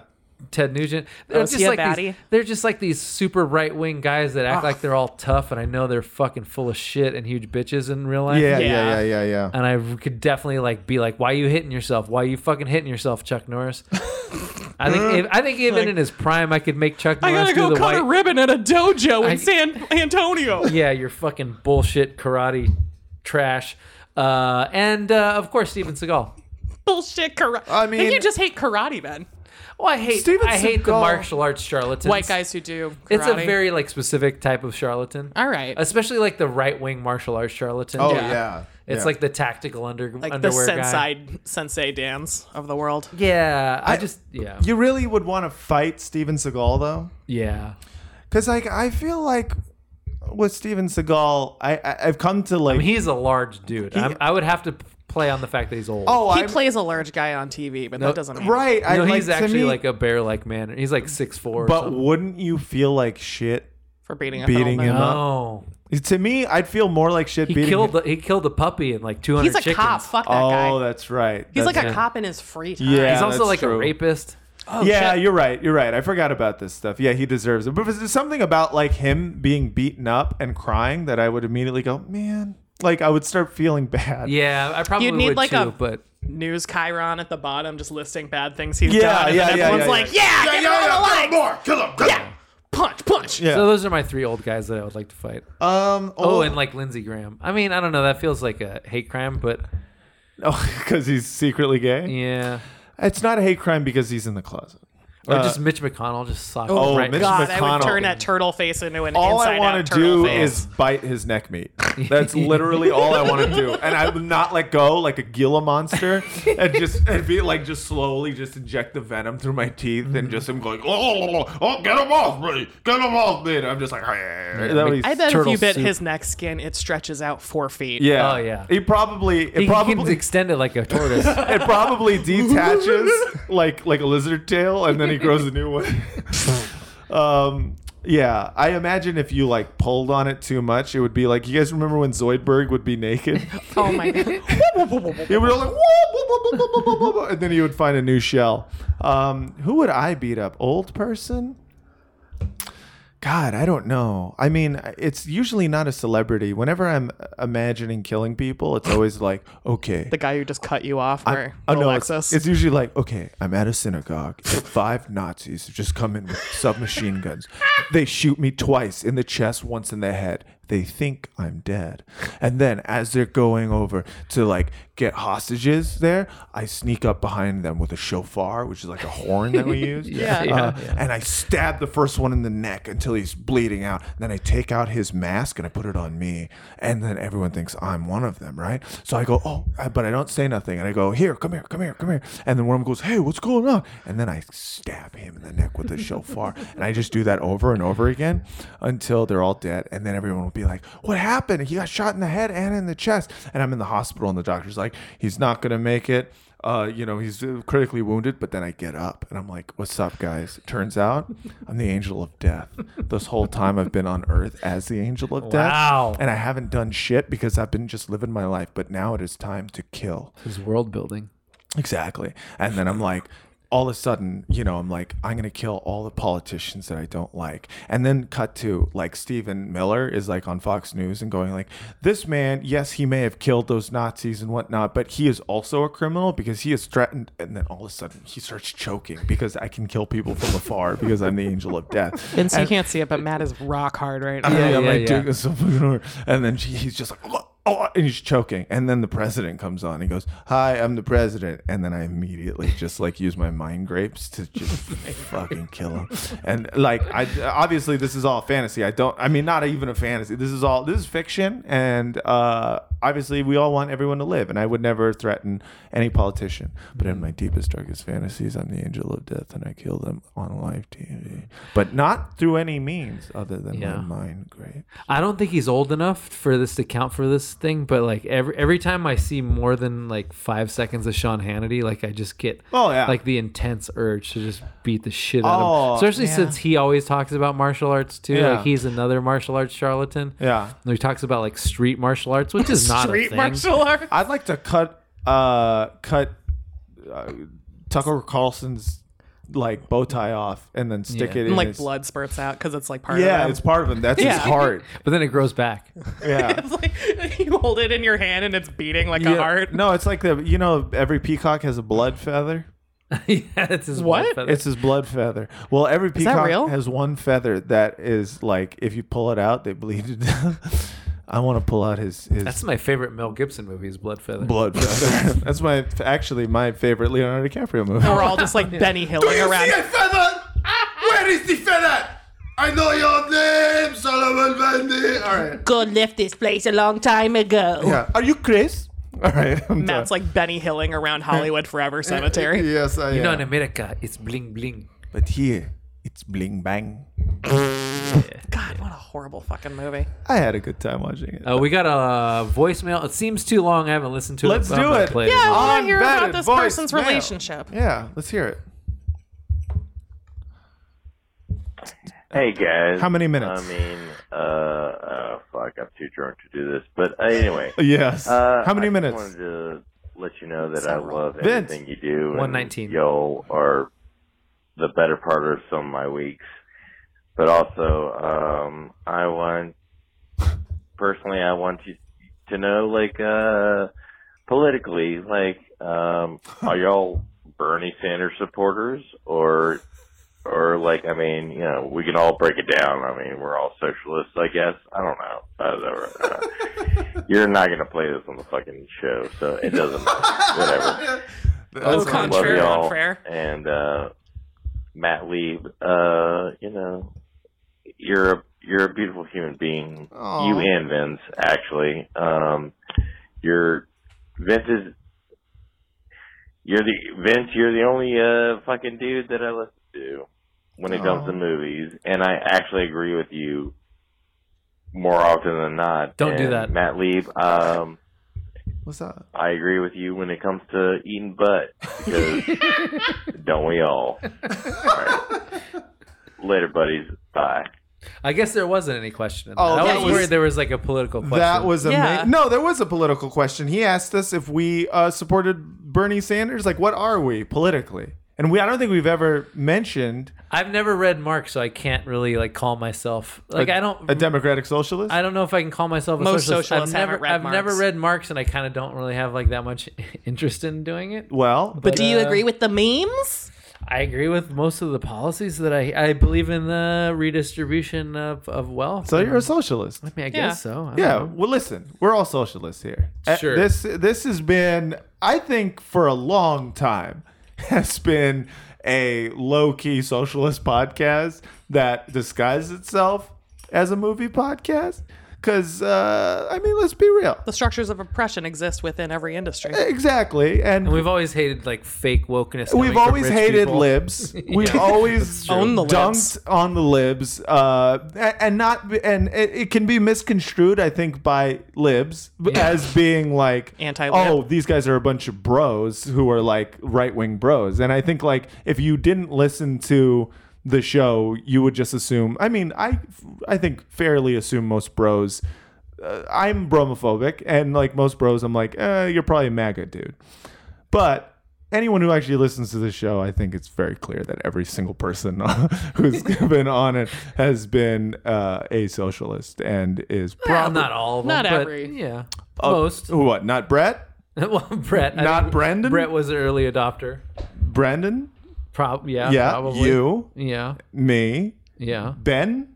[SPEAKER 2] Ted Nugent. They're
[SPEAKER 3] Oh, is he a
[SPEAKER 2] like these,
[SPEAKER 3] baddie?
[SPEAKER 2] they're just like these super right wing guys that act like they're all tough, and I know they're fucking full of shit and huge bitches in real life.
[SPEAKER 1] Yeah, yeah,
[SPEAKER 3] Yeah.
[SPEAKER 1] yeah, yeah, yeah.
[SPEAKER 2] And I could definitely like be like, "Why you hitting yourself? Why you fucking hitting yourself, Chuck Norris?" I think if, I think even in his prime, I could make Chuck
[SPEAKER 3] I
[SPEAKER 2] Norris
[SPEAKER 3] gotta
[SPEAKER 2] do
[SPEAKER 3] go
[SPEAKER 2] the
[SPEAKER 3] cut a
[SPEAKER 2] white.
[SPEAKER 3] ribbon at a dojo in
[SPEAKER 2] I-
[SPEAKER 3] San Antonio.
[SPEAKER 2] yeah, your fucking bullshit karate trash, uh, and uh, of course Steven Seagal.
[SPEAKER 3] Bullshit karate.
[SPEAKER 1] I
[SPEAKER 3] think you
[SPEAKER 1] mean-
[SPEAKER 3] just hate karate then.
[SPEAKER 2] Well, Oh, I hate
[SPEAKER 1] Steven
[SPEAKER 2] I hate the
[SPEAKER 1] Seagal-
[SPEAKER 2] martial arts charlatans.
[SPEAKER 3] White guys who do karate.
[SPEAKER 2] It's a very like specific type of charlatan.
[SPEAKER 3] all right.
[SPEAKER 2] especially like the right wing martial arts charlatan.
[SPEAKER 1] Oh
[SPEAKER 3] Yeah.
[SPEAKER 1] yeah.
[SPEAKER 2] It's
[SPEAKER 1] yeah.
[SPEAKER 2] like the tactical under
[SPEAKER 3] like the
[SPEAKER 2] underwear guy.
[SPEAKER 3] sensei sensei dance of the world.
[SPEAKER 2] Yeah, I,
[SPEAKER 1] I-
[SPEAKER 2] just yeah
[SPEAKER 1] you really would want to fight Steven Seagal though,
[SPEAKER 2] yeah.
[SPEAKER 1] because like I feel like with Steven Seagal, I, I I've come to like
[SPEAKER 2] I mean, he's a large dude. I'm, I would have to p- play on the fact that he's old.
[SPEAKER 1] oh
[SPEAKER 3] He
[SPEAKER 1] I'm,
[SPEAKER 3] plays a large guy on TV, but that doesn't mean
[SPEAKER 1] right.
[SPEAKER 2] you
[SPEAKER 1] I
[SPEAKER 2] know,
[SPEAKER 1] like,
[SPEAKER 2] he's
[SPEAKER 1] to
[SPEAKER 2] actually
[SPEAKER 1] me-
[SPEAKER 2] like a bear like man. He's like six four.
[SPEAKER 1] But wouldn't you feel like shit?
[SPEAKER 3] for beating up
[SPEAKER 1] Beating
[SPEAKER 3] an old
[SPEAKER 1] him
[SPEAKER 3] man.
[SPEAKER 1] up.
[SPEAKER 2] no,
[SPEAKER 1] To me, I'd feel more like shit.
[SPEAKER 2] he
[SPEAKER 1] beating
[SPEAKER 2] killed
[SPEAKER 1] him.
[SPEAKER 2] the, he killed a puppy and like two hundred.
[SPEAKER 3] He's a cop. Fuck that guy.
[SPEAKER 1] Oh, that's right.
[SPEAKER 3] He's
[SPEAKER 1] That's-
[SPEAKER 3] like a cop in his free time.
[SPEAKER 1] Yeah.
[SPEAKER 2] He's also
[SPEAKER 1] that's
[SPEAKER 2] like a
[SPEAKER 1] true.
[SPEAKER 2] rapist.
[SPEAKER 1] yeah,
[SPEAKER 3] shit.
[SPEAKER 1] you're right. You're right. I forgot about this stuff. Yeah, he deserves it. But there's something about like him being beaten up and crying that I would immediately go, man. Like I would start feeling bad.
[SPEAKER 2] Yeah, I probably
[SPEAKER 3] You'd need,
[SPEAKER 2] would
[SPEAKER 3] like,
[SPEAKER 2] too.
[SPEAKER 3] a-
[SPEAKER 2] but
[SPEAKER 3] News Chiron at the bottom, just listing bad things he's
[SPEAKER 1] Yeah,
[SPEAKER 3] done. And
[SPEAKER 1] yeah,
[SPEAKER 3] then
[SPEAKER 1] yeah,
[SPEAKER 3] everyone's
[SPEAKER 1] yeah,
[SPEAKER 3] like, yeah,
[SPEAKER 14] Yeah,
[SPEAKER 3] get
[SPEAKER 14] yeah,
[SPEAKER 3] him
[SPEAKER 14] yeah,
[SPEAKER 3] on the
[SPEAKER 14] kill
[SPEAKER 3] line.
[SPEAKER 14] him more. Kill him. Kill him.
[SPEAKER 3] punch, punch.
[SPEAKER 1] Yeah.
[SPEAKER 2] so those are my three old guys that I would like to fight.
[SPEAKER 1] Um.
[SPEAKER 2] Oh, and like Lindsey Graham. I mean, I don't know. That feels like a hate crime, but
[SPEAKER 1] because he's secretly gay.
[SPEAKER 2] yeah.
[SPEAKER 1] It's not a hate crime because he's in the closet.
[SPEAKER 2] Or just Mitch McConnell just sock
[SPEAKER 1] Uh, Oh,
[SPEAKER 2] right.
[SPEAKER 1] Mitch
[SPEAKER 3] God, I would
[SPEAKER 1] McConnell.
[SPEAKER 3] turn that turtle face into an
[SPEAKER 1] All
[SPEAKER 3] inside
[SPEAKER 1] I
[SPEAKER 3] out
[SPEAKER 1] want to
[SPEAKER 3] turtle
[SPEAKER 1] do
[SPEAKER 3] face.
[SPEAKER 1] is bite his neck meat. That's literally all I want to do, and I would not let go like a Gila monster, and just and be like just slowly just inject the venom through my teeth, and just I'm going,
[SPEAKER 14] Oh, oh, oh, get him off me. Get him off me. And I'm just like, "Hey."
[SPEAKER 1] That was-
[SPEAKER 3] I bet if
[SPEAKER 2] turtle
[SPEAKER 3] you bit
[SPEAKER 2] soup.
[SPEAKER 3] his neck skin, it stretches out four feet.
[SPEAKER 1] yeah,
[SPEAKER 2] Oh, yeah.
[SPEAKER 1] He probably it
[SPEAKER 2] He can
[SPEAKER 1] probably
[SPEAKER 2] extend it like a tortoise.
[SPEAKER 1] it probably detaches like like a lizard tail, and then he grows a new one. um, yeah, I imagine if you like pulled on it too much, it would be like you guys remember when Zoidberg would be naked.
[SPEAKER 3] Oh my god.
[SPEAKER 1] He would go like, "Whoa, whoa, whoa, whoa, whoa, whoa, whoa," and then he would find a new shell. Um, who would I beat up? Old person? God, I don't know. I mean, it's usually not a celebrity. Whenever I'm imagining killing people, it's always like, okay.
[SPEAKER 3] the guy who just cut you off
[SPEAKER 1] I'm-
[SPEAKER 3] or
[SPEAKER 1] oh, no, it's,
[SPEAKER 3] Alexis.
[SPEAKER 1] it's usually like, okay, I'm at a synagogue. and Five Nazis have just come in with submachine guns. They shoot me twice in the chest, once in the head. They think I'm dead. And then as they're going over to like get hostages there, I sneak up behind them with a shofar, which is like a horn that we use. yeah, Uh, And I stab the first one in the neck until he's bleeding out. Then I take out his mask and I put it on me. And then everyone thinks I'm one of them, right? So I go, oh, I- but I don't say nothing. And I go, here, come here, come here, come here. And then one of them goes, hey, what's going on? And then I stab him in the neck with a shofar. and I just do that over and over again until they're all dead. And then everyone will be like, what happened? He got shot in the head and in the chest. And I'm in the hospital and the doctor's like, he's not going to make it uh, you know, he's uh, critically wounded, but then I get up and I'm like, what's up, guys? Turns out I'm the angel of death. This whole time I've been on earth as the angel of death.
[SPEAKER 2] Wow.
[SPEAKER 1] And I haven't done shit because I've been just living my life, but now it is time to kill.
[SPEAKER 2] His world building.
[SPEAKER 1] Exactly. And then I'm like, all of a sudden, you know, I'm like, I'm gonna kill all the politicians that I don't like. And then cut to like Stephen Miller is like on Fox News and going like, this man, yes, he may have killed those Nazis and whatnot, but he is also a criminal because he is threatened. And then all of a sudden, he starts choking because I can kill people from afar because I'm the angel of death.
[SPEAKER 7] Vince, you can't see it, but Matt is rock hard right now.
[SPEAKER 1] Yeah,
[SPEAKER 2] Yeah,
[SPEAKER 1] I'm
[SPEAKER 2] yeah,
[SPEAKER 1] like,
[SPEAKER 2] yeah.
[SPEAKER 1] dude, this is so fucking hard. And then she, he's just like, oh, oh, and he's choking. And then the president comes on. He goes, hi, I'm the president. And then I immediately just like use my mind grapes to just fucking kill him. And like, I obviously this is all fantasy. I don't, I mean, not even a fantasy. This is all, this is fiction. And uh, obviously we all want everyone to live. And I would never threaten any politician. But in my deepest, darkest fantasies, I'm the angel of death and I kill them on live TV. But not through any means other than
[SPEAKER 2] Yeah.
[SPEAKER 1] my mind grape.
[SPEAKER 2] I don't think he's old enough for this to count for this thing, but like every every time I see more than like five seconds of Sean Hannity, like I just get
[SPEAKER 1] Oh, yeah.
[SPEAKER 2] like the intense urge to just beat the shit out
[SPEAKER 1] Oh,
[SPEAKER 2] of him. Especially since he always talks about martial arts too.
[SPEAKER 1] Yeah.
[SPEAKER 2] Like he's another martial arts charlatan.
[SPEAKER 1] Yeah.
[SPEAKER 2] And he talks about like street martial arts, which is not a
[SPEAKER 7] Street
[SPEAKER 2] thing.
[SPEAKER 7] martial arts.
[SPEAKER 1] I'd like to cut uh cut uh, Tucker Carlson's like bow tie off and then stick
[SPEAKER 2] Yeah.
[SPEAKER 1] it in
[SPEAKER 7] And like
[SPEAKER 1] his,
[SPEAKER 7] blood spurts out because it's like part
[SPEAKER 1] Yeah,
[SPEAKER 7] of
[SPEAKER 1] it's part of him. That's his
[SPEAKER 7] Yeah.
[SPEAKER 1] heart.
[SPEAKER 2] But then it grows back.
[SPEAKER 1] Yeah.
[SPEAKER 7] like you hold it in your hand and it's beating like a
[SPEAKER 1] Yeah.
[SPEAKER 7] heart.
[SPEAKER 1] No, it's like the you know every peacock has a blood feather.
[SPEAKER 2] yeah, it's his
[SPEAKER 7] What?
[SPEAKER 2] wife.
[SPEAKER 1] It's his blood feather. Well, every
[SPEAKER 7] that
[SPEAKER 1] peacock
[SPEAKER 7] real?
[SPEAKER 1] has one feather that is like if you pull it out, they bleed to death. I want to pull out his his
[SPEAKER 2] That's my favorite Mel Gibson movie, is Blood Feather.
[SPEAKER 1] blood feather. That's my actually my favorite Leonardo DiCaprio movie.
[SPEAKER 7] We're all just like Benny Hilling around.
[SPEAKER 5] feather? Where is the feather? I know your name, Solomon Bundy. All right.
[SPEAKER 3] God left this place a long time ago.
[SPEAKER 1] Yeah. Are you Chris? All right. I'm
[SPEAKER 7] Matt's
[SPEAKER 1] done.
[SPEAKER 7] like Benny Hilling around Hollywood Forever Cemetery.
[SPEAKER 1] yes, I
[SPEAKER 2] You
[SPEAKER 1] am.
[SPEAKER 2] know, in America, it's bling bling.
[SPEAKER 1] But here, it's bling bang.
[SPEAKER 7] God, what a horrible fucking movie.
[SPEAKER 1] I had a good time watching it.
[SPEAKER 2] Uh, we got a voicemail. It seems too long. I haven't listened to
[SPEAKER 1] Let's
[SPEAKER 2] it. but I'm
[SPEAKER 1] do
[SPEAKER 2] gonna
[SPEAKER 1] it.
[SPEAKER 2] play
[SPEAKER 7] Yeah, I want
[SPEAKER 1] Unvetted
[SPEAKER 7] to hear about this
[SPEAKER 1] voicemail.
[SPEAKER 7] person's relationship.
[SPEAKER 1] Yeah, let's hear it.
[SPEAKER 13] Hey guys.
[SPEAKER 1] How many minutes?
[SPEAKER 13] I mean, uh, oh, fuck, I'm too drunk to do this. But uh, anyway,
[SPEAKER 1] Yes.
[SPEAKER 13] uh,
[SPEAKER 1] How many
[SPEAKER 13] I
[SPEAKER 1] minutes?
[SPEAKER 13] Just wanted to let you know that I love
[SPEAKER 1] Vince.
[SPEAKER 13] everything you do. and
[SPEAKER 2] 119.
[SPEAKER 13] Y'all are the better part of some of my weeks. But also, um, I want personally, I want you to know, like, uh, politically, like, um, are y'all Bernie Sanders supporters or or like I mean, you know, we can all break it down. I mean, we're all socialists, I guess. I don't know. I don't know. You're not gonna play this on the fucking show, so it doesn't. matter. Whatever.
[SPEAKER 7] Au
[SPEAKER 2] Oh,
[SPEAKER 13] I love
[SPEAKER 7] contraire,
[SPEAKER 13] y'all,
[SPEAKER 7] contraire.
[SPEAKER 13] and uh, Matt Lieb. Uh, you know, you're a you're a beautiful human being. You and Vince, actually. Um, you're Vince is. You're the Vince. You're the only uh, fucking dude that I listen to when it comes to movies, and I actually agree with you more often than not.
[SPEAKER 2] Don't do
[SPEAKER 13] And
[SPEAKER 2] that.
[SPEAKER 13] Matt Lieb. Um,
[SPEAKER 1] What's up?
[SPEAKER 13] I agree with you when it comes to eating butt because don't we all? all right. Later, buddies. Bye.
[SPEAKER 2] I guess there wasn't any question. In that.
[SPEAKER 1] Oh,
[SPEAKER 2] I
[SPEAKER 1] that
[SPEAKER 2] was,
[SPEAKER 1] was-
[SPEAKER 2] worried there was like a political question.
[SPEAKER 1] That was amazing.
[SPEAKER 7] Yeah.
[SPEAKER 1] No, there was a political question. He asked us if we uh, supported Bernie Sanders. Like, what are we politically? And we, I don't think we've ever mentioned
[SPEAKER 2] I've never read Marx, so I can't really like call myself like I I don't.
[SPEAKER 1] a democratic socialist.
[SPEAKER 2] I don't know if I can call myself a
[SPEAKER 7] Most
[SPEAKER 2] socialist.
[SPEAKER 7] socialists
[SPEAKER 2] I've never,
[SPEAKER 7] haven't read
[SPEAKER 2] I've never
[SPEAKER 7] Marx.
[SPEAKER 2] read Marx, and I kind of don't really have like that much interest in doing it.
[SPEAKER 1] well,
[SPEAKER 3] But do
[SPEAKER 2] uh,
[SPEAKER 3] you agree with the memes?
[SPEAKER 2] I agree with most of the policies that I I believe in the redistribution of, of wealth.
[SPEAKER 1] so
[SPEAKER 2] and-
[SPEAKER 1] you're a socialist.
[SPEAKER 2] Um, I mean, I guess so. I don't
[SPEAKER 1] Yeah.
[SPEAKER 2] know.
[SPEAKER 1] Well, listen, we're all socialists here. Uh,
[SPEAKER 2] Sure.
[SPEAKER 1] This this has been, I think, for a long time, has been a low key socialist podcast that disguises itself as a movie podcast. Because uh, I mean, let's be real.
[SPEAKER 7] The structures of oppression exist within every industry.
[SPEAKER 1] Exactly, and.
[SPEAKER 2] And
[SPEAKER 1] we've
[SPEAKER 2] we've always hated like fake wokeness. coming
[SPEAKER 1] We've
[SPEAKER 2] from
[SPEAKER 1] always
[SPEAKER 2] rich
[SPEAKER 1] hated
[SPEAKER 2] people.
[SPEAKER 1] libs. We've always
[SPEAKER 7] true. Own the
[SPEAKER 1] dunked
[SPEAKER 7] libs.
[SPEAKER 1] on the libs, uh, a- and not and it, it can be misconstrued, I think, by libs as being like
[SPEAKER 7] Anti-lib.
[SPEAKER 1] Oh, these guys are a bunch of bros who are like right wing bros, and I think like if you didn't listen to the show, you would just assume. I mean, I I think fairly assume most bros. Uh, I'm bromophobic, and like most bros, I'm like, eh, you're probably a MAGA dude. But anyone who actually listens to this show, I think it's very clear that every single person who's been on it has been uh, a socialist and is
[SPEAKER 2] Well,
[SPEAKER 1] probably
[SPEAKER 2] not all of them.
[SPEAKER 3] Not
[SPEAKER 2] but
[SPEAKER 3] every.
[SPEAKER 2] Yeah. Most.
[SPEAKER 1] what? Not Brett,
[SPEAKER 2] well, Brett. I
[SPEAKER 1] Oh. not
[SPEAKER 2] think
[SPEAKER 1] Brendan,
[SPEAKER 2] Brett was an early adopter.
[SPEAKER 1] Brandon.
[SPEAKER 2] Prob- yeah,
[SPEAKER 1] Yeah,
[SPEAKER 2] Uh, probably.
[SPEAKER 1] you,
[SPEAKER 2] Yeah.
[SPEAKER 1] me,
[SPEAKER 2] Yeah.
[SPEAKER 1] Ben.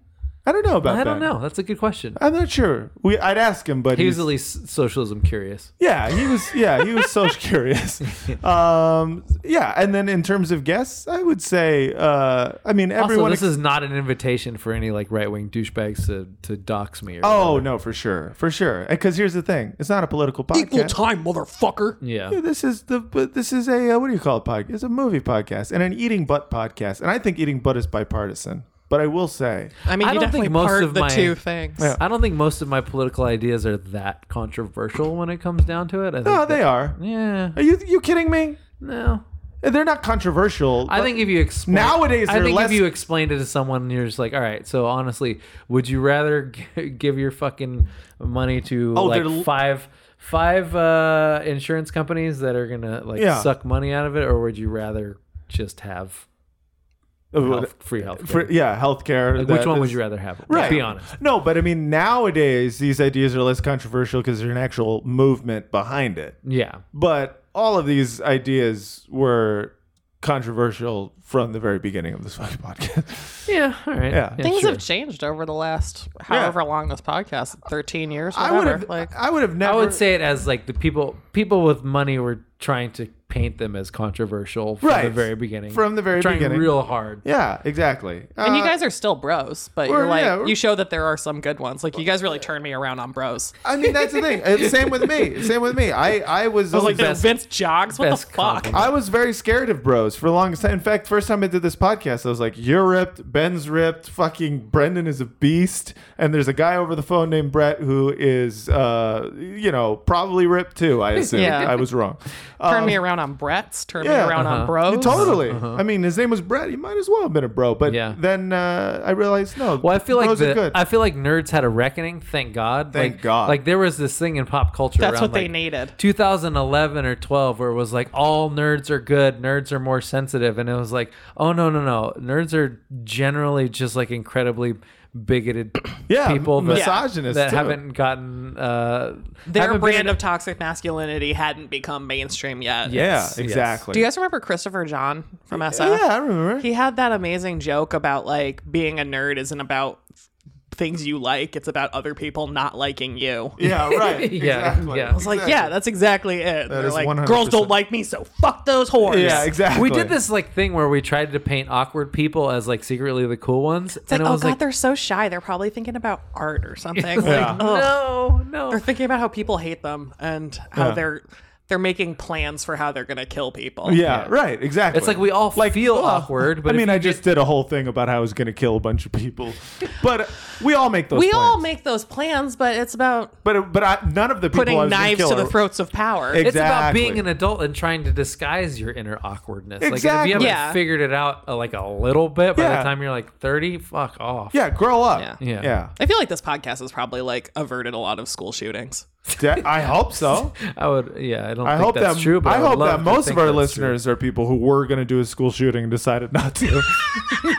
[SPEAKER 1] I don't know about.
[SPEAKER 2] I don't
[SPEAKER 1] Ben.
[SPEAKER 2] know. That's a good question.
[SPEAKER 1] I'm not sure. We, I'd ask him, but
[SPEAKER 2] He
[SPEAKER 1] he's,
[SPEAKER 2] was at least socialism curious.
[SPEAKER 1] yeah, he was yeah, he was social curious. Um, yeah, and then in terms of guests, I would say, uh, I mean, everyone.
[SPEAKER 2] also, this is not an invitation for any like right wing douchebags to, to dox me. Or
[SPEAKER 1] oh no, for sure, for sure. Because here's the thing: it's not a political podcast.
[SPEAKER 7] Equal time, motherfucker.
[SPEAKER 2] yeah.
[SPEAKER 1] Yeah, this is the but this is a uh, what do you call it podcast? It's a movie podcast and an eating butt podcast, and I think eating butt is bipartisan. But I will say,
[SPEAKER 7] I mean,
[SPEAKER 2] I
[SPEAKER 7] you
[SPEAKER 2] don't
[SPEAKER 7] definitely
[SPEAKER 2] think most
[SPEAKER 7] part
[SPEAKER 2] of
[SPEAKER 7] the
[SPEAKER 2] my-
[SPEAKER 7] two things.
[SPEAKER 2] I don't think most of my political ideas are that controversial when it comes down to it. I think
[SPEAKER 1] oh, they
[SPEAKER 2] that-
[SPEAKER 1] are.
[SPEAKER 2] Yeah.
[SPEAKER 1] Are you you kidding me?
[SPEAKER 2] No.
[SPEAKER 1] They're not controversial.
[SPEAKER 2] I
[SPEAKER 1] but-
[SPEAKER 2] think if you explain
[SPEAKER 1] Nowadays,
[SPEAKER 2] I
[SPEAKER 1] they're
[SPEAKER 2] think
[SPEAKER 1] less-
[SPEAKER 2] if you explained it to someone, you're just like, all right. So honestly, would you rather g- give your fucking money to
[SPEAKER 1] Oh,
[SPEAKER 2] like
[SPEAKER 1] they're l-
[SPEAKER 2] five five uh, insurance companies that are gonna like
[SPEAKER 1] Yeah.
[SPEAKER 2] suck money out of it, or would you rather just have health, free health?
[SPEAKER 1] for, yeah, healthcare.
[SPEAKER 2] like, which
[SPEAKER 1] that
[SPEAKER 2] one would
[SPEAKER 1] is-
[SPEAKER 2] you rather have?
[SPEAKER 1] Right.
[SPEAKER 2] Be honest.
[SPEAKER 1] No, but I mean, nowadays these ideas are less controversial because there's an actual movement behind it.
[SPEAKER 2] Yeah.
[SPEAKER 1] But all of these ideas were controversial from the very beginning of this fucking podcast.
[SPEAKER 2] Yeah. All right.
[SPEAKER 1] Yeah.
[SPEAKER 2] Things
[SPEAKER 7] Things have changed over the last however long this podcast, thirteen years,
[SPEAKER 1] I
[SPEAKER 7] whatever.
[SPEAKER 1] would have,
[SPEAKER 7] like,
[SPEAKER 2] uh,
[SPEAKER 1] I would have never.
[SPEAKER 2] I would say it as like the people people with money were trying to paint them as controversial from the
[SPEAKER 1] Right.
[SPEAKER 2] very beginning.
[SPEAKER 1] From the very
[SPEAKER 2] trying
[SPEAKER 1] beginning.
[SPEAKER 2] real hard.
[SPEAKER 1] Yeah, exactly.
[SPEAKER 7] and you
[SPEAKER 1] Uh,
[SPEAKER 7] guys are still bros, but
[SPEAKER 1] we're-
[SPEAKER 7] you're like,
[SPEAKER 1] yeah, we're-
[SPEAKER 7] you show that there are some good ones. Like, you guys really turned me around on bros.
[SPEAKER 1] I mean, that's the thing. Uh, Same with me. Same with me. I, I was.
[SPEAKER 7] Like,
[SPEAKER 1] always-
[SPEAKER 2] best-
[SPEAKER 7] Vince jogs. What the
[SPEAKER 2] best
[SPEAKER 7] fuck?
[SPEAKER 2] compliment.
[SPEAKER 1] I was very scared of bros for the longest time. In fact, first time I did this podcast, I was like, "You're ripped, Ben's ripped, fucking Brendan is a beast," and there's a guy over the phone named Brett who is, uh, you know, probably ripped too. I assume
[SPEAKER 7] Yeah.
[SPEAKER 1] I was wrong.
[SPEAKER 7] Turn me around on Brett's. Turn
[SPEAKER 1] yeah,
[SPEAKER 7] me around
[SPEAKER 1] uh-huh.
[SPEAKER 7] on bros.
[SPEAKER 1] Totally. I mean, his name was Brett. He might as well have been a bro. But
[SPEAKER 2] Uh-huh. Yeah.
[SPEAKER 1] then uh, I realized no.
[SPEAKER 2] Well, I feel like
[SPEAKER 1] bros are
[SPEAKER 2] the,
[SPEAKER 1] good.
[SPEAKER 2] I feel like nerds had a reckoning. Thank God.
[SPEAKER 1] Thank
[SPEAKER 2] like,
[SPEAKER 1] God.
[SPEAKER 2] Like there was this thing in pop culture.
[SPEAKER 7] That's
[SPEAKER 2] around,
[SPEAKER 7] what they
[SPEAKER 2] like,
[SPEAKER 7] needed.
[SPEAKER 2] 2011 or 12 where it was like all nerds are good nerds are more sensitive and it was like oh no no no nerds are generally just like incredibly bigoted
[SPEAKER 1] Yeah,
[SPEAKER 2] people that,
[SPEAKER 1] misogynists,
[SPEAKER 2] that
[SPEAKER 1] too.
[SPEAKER 2] haven't gotten uh
[SPEAKER 7] Their
[SPEAKER 2] haven't
[SPEAKER 7] brand
[SPEAKER 2] been-
[SPEAKER 7] of toxic masculinity hadn't become mainstream yet.
[SPEAKER 1] yeah,
[SPEAKER 2] Yes, yes.
[SPEAKER 1] exactly.
[SPEAKER 7] Do you guys remember Christopher John from SF?
[SPEAKER 1] yeah, I remember.
[SPEAKER 7] He had that amazing joke about like being a nerd isn't about things you like, it's about other people not liking you.
[SPEAKER 1] yeah, right.
[SPEAKER 2] Yeah,
[SPEAKER 1] exactly.
[SPEAKER 2] yeah. I was
[SPEAKER 7] It's like, yeah, that's exactly it. They're
[SPEAKER 1] is
[SPEAKER 7] like,
[SPEAKER 1] 100%.
[SPEAKER 7] girls don't like me, so fuck those whores.
[SPEAKER 1] yeah, exactly.
[SPEAKER 2] we did this like thing where we tried to paint awkward people as like secretly the cool ones
[SPEAKER 7] It's like,
[SPEAKER 2] and it
[SPEAKER 7] oh
[SPEAKER 2] was
[SPEAKER 7] god,
[SPEAKER 2] like
[SPEAKER 7] they're so shy. They're probably thinking about art or something.
[SPEAKER 1] Yeah.
[SPEAKER 7] Like, ugh.
[SPEAKER 2] no no
[SPEAKER 7] They're thinking about how people hate them and how
[SPEAKER 1] Yeah.
[SPEAKER 7] they're they're making plans for how they're gonna kill people.
[SPEAKER 1] Yeah, right. Exactly.
[SPEAKER 2] It's like we all feel
[SPEAKER 1] ugh.
[SPEAKER 2] awkward, but
[SPEAKER 1] I
[SPEAKER 2] if
[SPEAKER 1] mean,
[SPEAKER 2] you
[SPEAKER 1] I just did a whole thing about how I was going to kill a bunch of people. But we all make those.
[SPEAKER 7] We all
[SPEAKER 1] plans.
[SPEAKER 7] make those plans, but it's about
[SPEAKER 1] But but I, none of the people
[SPEAKER 7] putting
[SPEAKER 1] I was gonna
[SPEAKER 7] knives
[SPEAKER 1] kill
[SPEAKER 7] to the
[SPEAKER 1] are-
[SPEAKER 7] throats of power.
[SPEAKER 1] Ex-
[SPEAKER 2] It's about
[SPEAKER 1] Exactly.
[SPEAKER 2] being an adult and trying to disguise your inner awkwardness. Like if
[SPEAKER 1] Exactly.
[SPEAKER 2] you haven't
[SPEAKER 7] Yeah.
[SPEAKER 2] figured it out uh, like a little bit by
[SPEAKER 1] Yeah.
[SPEAKER 2] the time you're like 30, fuck off.
[SPEAKER 1] Yeah, grow up.
[SPEAKER 7] Yeah.
[SPEAKER 2] Yeah.
[SPEAKER 1] yeah.
[SPEAKER 7] I feel like this podcast has probably like averted a lot of school shootings.
[SPEAKER 1] De- I hope so.
[SPEAKER 2] I would yeah, I don't
[SPEAKER 1] I
[SPEAKER 2] think
[SPEAKER 1] hope
[SPEAKER 2] that's
[SPEAKER 1] that
[SPEAKER 2] true, but
[SPEAKER 1] I
[SPEAKER 2] would
[SPEAKER 1] hope
[SPEAKER 2] love
[SPEAKER 1] that
[SPEAKER 2] to
[SPEAKER 1] most of
[SPEAKER 2] think
[SPEAKER 1] our
[SPEAKER 2] that's true.
[SPEAKER 1] listeners are people who were going to do a school shooting and decided not to.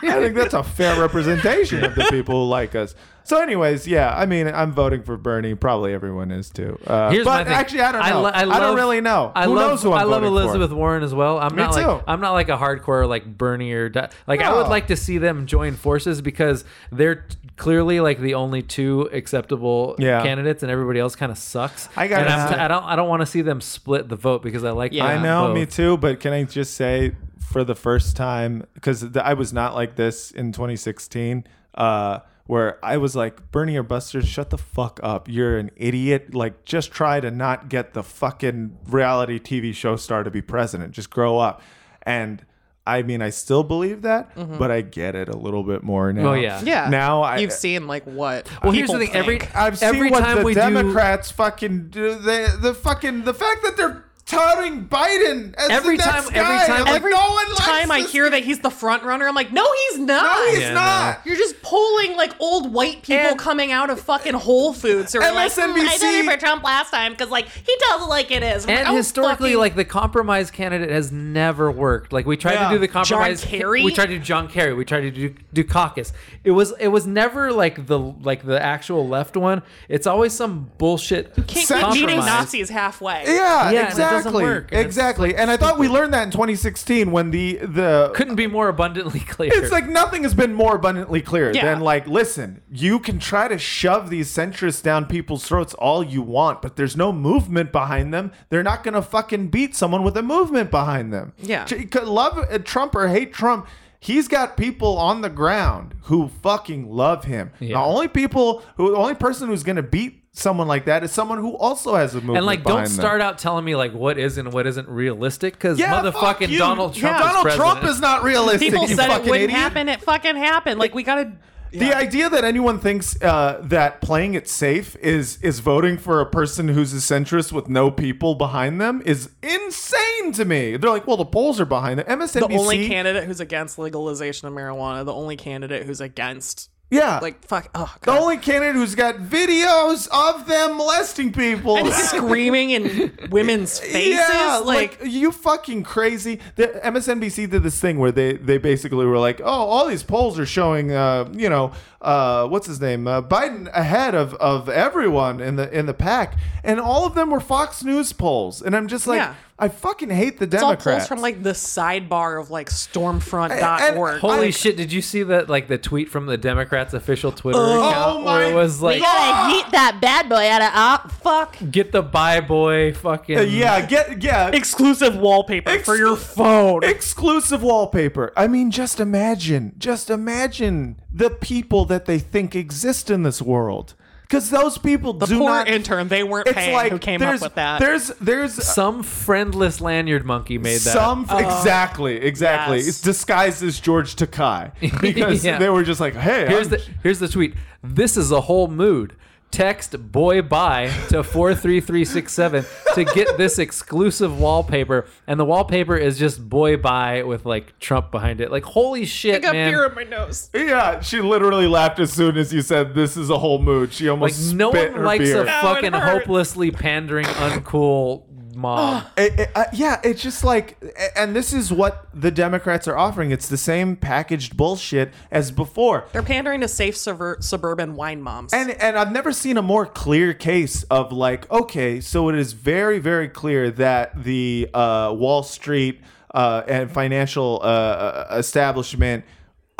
[SPEAKER 1] I think that's a fair representation of the people who like us. So, anyways, yeah, I mean, I'm voting for Bernie. Probably everyone is too. Uh,
[SPEAKER 2] Here's
[SPEAKER 1] but
[SPEAKER 2] my thing.
[SPEAKER 1] actually, I don't know. I,
[SPEAKER 2] lo-
[SPEAKER 1] don't
[SPEAKER 2] love-
[SPEAKER 1] really know.
[SPEAKER 2] I
[SPEAKER 1] who
[SPEAKER 2] love,
[SPEAKER 1] knows who I'm
[SPEAKER 2] I love
[SPEAKER 1] voting for?
[SPEAKER 2] Elizabeth Warren as well. I'm
[SPEAKER 1] Me
[SPEAKER 2] not
[SPEAKER 1] too.
[SPEAKER 2] like I'm not like a hardcore like Bernie or Di- like I would
[SPEAKER 1] No.
[SPEAKER 2] like to see them join forces because they're t- clearly like the only two acceptable
[SPEAKER 1] Yeah.
[SPEAKER 2] candidates, and everybody else kind of sucks.
[SPEAKER 1] I gotta
[SPEAKER 2] and I'm
[SPEAKER 1] say-
[SPEAKER 2] t- I don't I don't want to see them split the vote because I like
[SPEAKER 7] Yeah.
[SPEAKER 1] I know,
[SPEAKER 2] both.
[SPEAKER 1] me too. But can I just say, for the first time, because I was not like this in 2016, uh, where I was like, Bernie or Buster, shut the fuck up. You're an idiot. Like, just try to not get the fucking reality TV show star to be president. Just grow up. And I mean, I still believe that, but I get it a little bit more now.
[SPEAKER 2] Oh, Mm-hmm. yeah.
[SPEAKER 7] Yeah.
[SPEAKER 1] Now I
[SPEAKER 7] you've seen like what.
[SPEAKER 2] Well, here's the
[SPEAKER 7] people
[SPEAKER 2] thing. Every
[SPEAKER 7] think.
[SPEAKER 1] I've
[SPEAKER 2] every
[SPEAKER 1] seen what
[SPEAKER 2] time
[SPEAKER 1] the
[SPEAKER 2] we do-
[SPEAKER 1] Democrats fucking do. They, the fucking the fact that they're touting Biden as
[SPEAKER 2] Every
[SPEAKER 1] the
[SPEAKER 2] time-
[SPEAKER 1] next
[SPEAKER 2] every
[SPEAKER 1] guy.
[SPEAKER 2] time-
[SPEAKER 1] I'm like,
[SPEAKER 2] every
[SPEAKER 1] no one likes
[SPEAKER 15] Time I
[SPEAKER 1] this
[SPEAKER 15] hear that he's the front runner, I'm like, no, he's not.
[SPEAKER 1] No, he's
[SPEAKER 2] Yeah,
[SPEAKER 1] not.
[SPEAKER 15] You're just pulling like old white people
[SPEAKER 2] And-
[SPEAKER 15] coming out of fucking Whole Foods or like, "Mm, I
[SPEAKER 1] MSNBC
[SPEAKER 15] did it for Trump last time because like he does it like it is. I'm like, "Oh,
[SPEAKER 2] And
[SPEAKER 1] oh,
[SPEAKER 15] I don't
[SPEAKER 2] historically,
[SPEAKER 15] fucking-
[SPEAKER 2] like the compromise candidate has never worked. Like we tried
[SPEAKER 1] Yeah.
[SPEAKER 2] to do the compromise.
[SPEAKER 15] Kerry?
[SPEAKER 2] We tried to do John Kerry. We tried to do, do caucus. It was it was never like the like the actual left one. It's always some bullshit.
[SPEAKER 15] Can't
[SPEAKER 1] Sat-
[SPEAKER 15] keep meeting
[SPEAKER 2] compromise.
[SPEAKER 15] Nazis halfway.
[SPEAKER 2] Yeah,
[SPEAKER 1] Yeah,
[SPEAKER 2] and it doesn't
[SPEAKER 1] exactly.
[SPEAKER 2] work, and it's,
[SPEAKER 1] exactly. And I thought we learned that in 2016 when the the
[SPEAKER 2] Couldn't be more abundantly clear.
[SPEAKER 1] it's like nothing has been more abundantly clear
[SPEAKER 15] Yeah.
[SPEAKER 1] than like, listen, you can try to shove these centrists down people's throats all you want, but there's no movement behind them. They're not gonna fucking beat someone with a movement behind them.
[SPEAKER 3] Yeah.
[SPEAKER 1] J- could love uh, Trump or hate Trump. He's got people on the ground who fucking love him. The only people who, the only person who's gonna beat someone like that is someone who also has a movement.
[SPEAKER 2] and like, don't
[SPEAKER 1] behind them.
[SPEAKER 2] start out telling me like what is and what isn't realistic because
[SPEAKER 1] Yeah, fuck
[SPEAKER 2] motherfucking
[SPEAKER 1] you.
[SPEAKER 2] Donald Trump.
[SPEAKER 1] Yeah.
[SPEAKER 2] is
[SPEAKER 1] Donald
[SPEAKER 2] president.
[SPEAKER 1] Trump is not realistic.
[SPEAKER 3] People
[SPEAKER 1] you
[SPEAKER 3] said it
[SPEAKER 1] fucking
[SPEAKER 3] wouldn't
[SPEAKER 1] idiot.
[SPEAKER 3] happen. It fucking happened. Like we gotta.
[SPEAKER 1] The idea that anyone thinks uh, that playing it safe is is voting for a person who's a centrist with no people behind them is insane to me. They're like, well, the polls are behind them. MSNBC,
[SPEAKER 3] The only candidate who's against legalization of marijuana. The only candidate who's against.
[SPEAKER 1] yeah,
[SPEAKER 3] Like fuck. Oh
[SPEAKER 1] the
[SPEAKER 3] god.
[SPEAKER 1] only candidate who's got videos of them molesting people.
[SPEAKER 3] And screaming in women's faces.
[SPEAKER 1] Yeah,
[SPEAKER 3] like,
[SPEAKER 1] you fucking crazy. The MSNBC did this thing where they they basically were like, oh, all these polls are showing, uh, you know, uh, what's his name, uh, Biden ahead of of everyone in the in the pack, and all of them were Fox News polls, and I'm just like,
[SPEAKER 3] Yeah.
[SPEAKER 1] I fucking hate the
[SPEAKER 3] it's all
[SPEAKER 1] Democrats.
[SPEAKER 3] pulls from like the sidebar of like stormfront.org.
[SPEAKER 2] Holy
[SPEAKER 1] I-
[SPEAKER 2] shit! Did you see that? Like the tweet from the Democrats' official Twitter account,
[SPEAKER 1] oh
[SPEAKER 2] where it
[SPEAKER 1] my
[SPEAKER 2] was like,
[SPEAKER 15] gotta heat that bad boy out of ah fuck.
[SPEAKER 2] "Get the bye boy, fucking
[SPEAKER 1] Uh, yeah, get yeah.
[SPEAKER 3] Exclusive wallpaper for your
[SPEAKER 1] Exclu-
[SPEAKER 3] phone.
[SPEAKER 1] Exclusive wallpaper. I mean, just imagine, just imagine the people that they think exist in this world. Because those people do
[SPEAKER 3] Poor
[SPEAKER 1] not
[SPEAKER 3] intern. They weren't
[SPEAKER 1] it's
[SPEAKER 3] paying.
[SPEAKER 1] like
[SPEAKER 3] who came up
[SPEAKER 1] there's,
[SPEAKER 3] with that?
[SPEAKER 1] There's there's
[SPEAKER 2] Some friendless lanyard monkey made that.
[SPEAKER 1] some exactly exactly.
[SPEAKER 3] Yes.
[SPEAKER 1] It's disguised as George Takai because
[SPEAKER 2] Yeah.
[SPEAKER 1] they were just like, hey,
[SPEAKER 2] here's
[SPEAKER 1] I'm-
[SPEAKER 2] the here's the tweet. This is a whole mood. Text boy bye to four three three six seven to get this exclusive wallpaper, and the wallpaper is just boy bye with like Trump behind it. Like holy shit, man!
[SPEAKER 3] beer in my nose.
[SPEAKER 1] yeah. She literally laughed as soon as you said this is a whole mood. She
[SPEAKER 2] like
[SPEAKER 1] almost
[SPEAKER 2] no
[SPEAKER 1] spit
[SPEAKER 2] one
[SPEAKER 1] her
[SPEAKER 2] likes
[SPEAKER 1] beer.
[SPEAKER 2] a fucking
[SPEAKER 3] hurt.
[SPEAKER 2] hopelessly pandering, uncool mob.
[SPEAKER 1] It- it- uh, yeah, it's just like, a- and this is what the Democrats are offering. It's the same packaged bullshit as before.
[SPEAKER 3] They're pandering to safe suver- suburban wine moms.
[SPEAKER 1] And and I've never seen a more clear case of like, okay, so it is very very clear that the uh, Wall Street uh, and financial uh, uh, establishment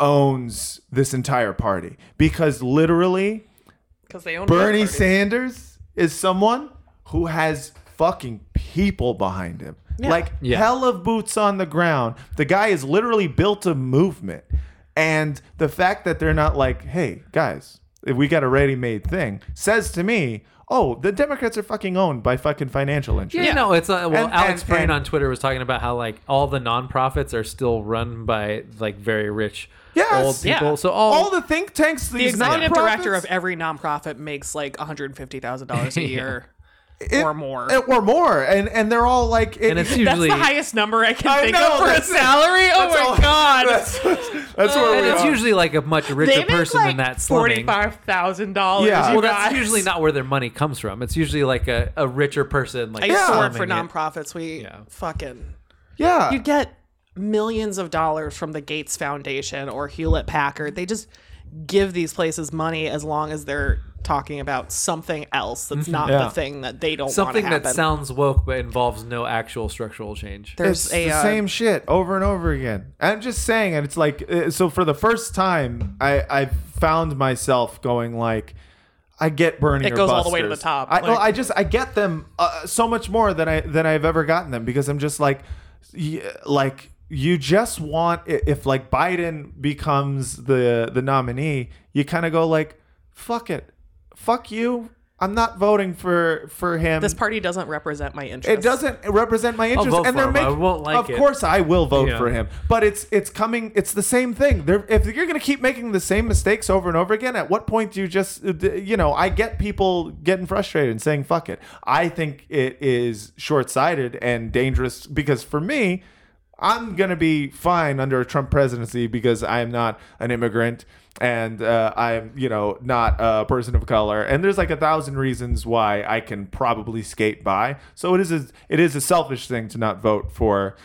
[SPEAKER 1] owns this entire party because literally
[SPEAKER 3] because they own
[SPEAKER 1] Bernie
[SPEAKER 3] both parties.
[SPEAKER 1] Sanders is someone who has fucking people behind him. Like
[SPEAKER 2] Yeah.
[SPEAKER 1] hell of boots on the ground. The guy has literally built a movement. And the fact that they're not like, hey, guys, if we got a ready made thing, says to me, oh, the Democrats are fucking owned by fucking financial
[SPEAKER 2] Yeah,
[SPEAKER 1] interests.
[SPEAKER 2] no, it's not. Well,
[SPEAKER 1] And-
[SPEAKER 2] Alex
[SPEAKER 1] and-
[SPEAKER 2] Perrin
[SPEAKER 1] and-
[SPEAKER 2] on Twitter was talking about how like all the nonprofits are still run by like very rich
[SPEAKER 1] Yes.
[SPEAKER 2] old
[SPEAKER 1] Yeah.
[SPEAKER 2] people. So all,
[SPEAKER 1] All the think tanks,
[SPEAKER 3] Oh. The
[SPEAKER 1] these
[SPEAKER 3] executive
[SPEAKER 1] nonprofits-
[SPEAKER 3] director of every nonprofit makes like one hundred fifty thousand dollars a year or more.
[SPEAKER 1] or more, and and they're all like, it-
[SPEAKER 2] and it's
[SPEAKER 3] that's
[SPEAKER 2] usually
[SPEAKER 3] the highest number I can
[SPEAKER 1] I
[SPEAKER 3] think
[SPEAKER 1] know,
[SPEAKER 3] of for a
[SPEAKER 1] that's-
[SPEAKER 3] salary. Oh
[SPEAKER 1] that's
[SPEAKER 3] my
[SPEAKER 1] all-
[SPEAKER 3] god!
[SPEAKER 1] That's, that's where
[SPEAKER 2] and
[SPEAKER 1] we
[SPEAKER 2] it's
[SPEAKER 1] are.
[SPEAKER 2] usually like a much richer
[SPEAKER 3] they make
[SPEAKER 2] person
[SPEAKER 3] like
[SPEAKER 2] than that slumming.
[SPEAKER 3] forty-five thousand dollars.
[SPEAKER 1] Yeah.
[SPEAKER 2] Well,
[SPEAKER 1] Well,
[SPEAKER 2] that's usually not where their money comes from. It's usually like a, a richer person. Like
[SPEAKER 3] I used to work for
[SPEAKER 2] slumming it.
[SPEAKER 3] nonprofits. We fucking
[SPEAKER 1] yeah.
[SPEAKER 3] you get millions of dollars from the Gates Foundation or Hewlett Packard. They just give these places money as long as they're talking about something else that's not
[SPEAKER 1] Yeah.
[SPEAKER 3] the thing that they don't
[SPEAKER 2] Mm-hmm. Something
[SPEAKER 3] want to
[SPEAKER 2] that
[SPEAKER 3] happen.
[SPEAKER 2] sounds woke but involves no actual structural change.
[SPEAKER 3] There's
[SPEAKER 1] it's
[SPEAKER 3] a
[SPEAKER 1] the
[SPEAKER 3] uh,
[SPEAKER 1] same shit over and over again. I'm just saying, and it's like uh, so. For the first time, I I found myself going like, I get Bernie.
[SPEAKER 3] It
[SPEAKER 1] or
[SPEAKER 3] goes all the way to
[SPEAKER 1] Buster's.
[SPEAKER 3] the top,
[SPEAKER 1] I, well,
[SPEAKER 3] like-
[SPEAKER 1] I just I get them uh, so much more than I than I've ever gotten them because I'm just like, y- like you just want i- if like Biden becomes the the nominee, you kind of go like, fuck it, fuck you. I'm not voting for for him.
[SPEAKER 3] This party doesn't represent my interest.
[SPEAKER 1] it doesn't represent my interest,
[SPEAKER 2] vote
[SPEAKER 1] and
[SPEAKER 2] for
[SPEAKER 1] they're
[SPEAKER 2] him. I
[SPEAKER 1] making.
[SPEAKER 2] won't like
[SPEAKER 1] of
[SPEAKER 2] it.
[SPEAKER 1] course, I will vote
[SPEAKER 2] Yeah.
[SPEAKER 1] for him, but it's it's coming. It's the same thing. They're, if you're going to keep making the same mistakes over and over again, at what point do you just uh, you know? I get people getting frustrated and saying "fuck it." I think it is short sighted and dangerous because for me, I'm gonna be fine under a Trump presidency because I am not an immigrant and uh, I'm you know not a person of color. And there's like a thousand reasons why I can probably skate by. So it is a, it is a selfish thing to not vote for.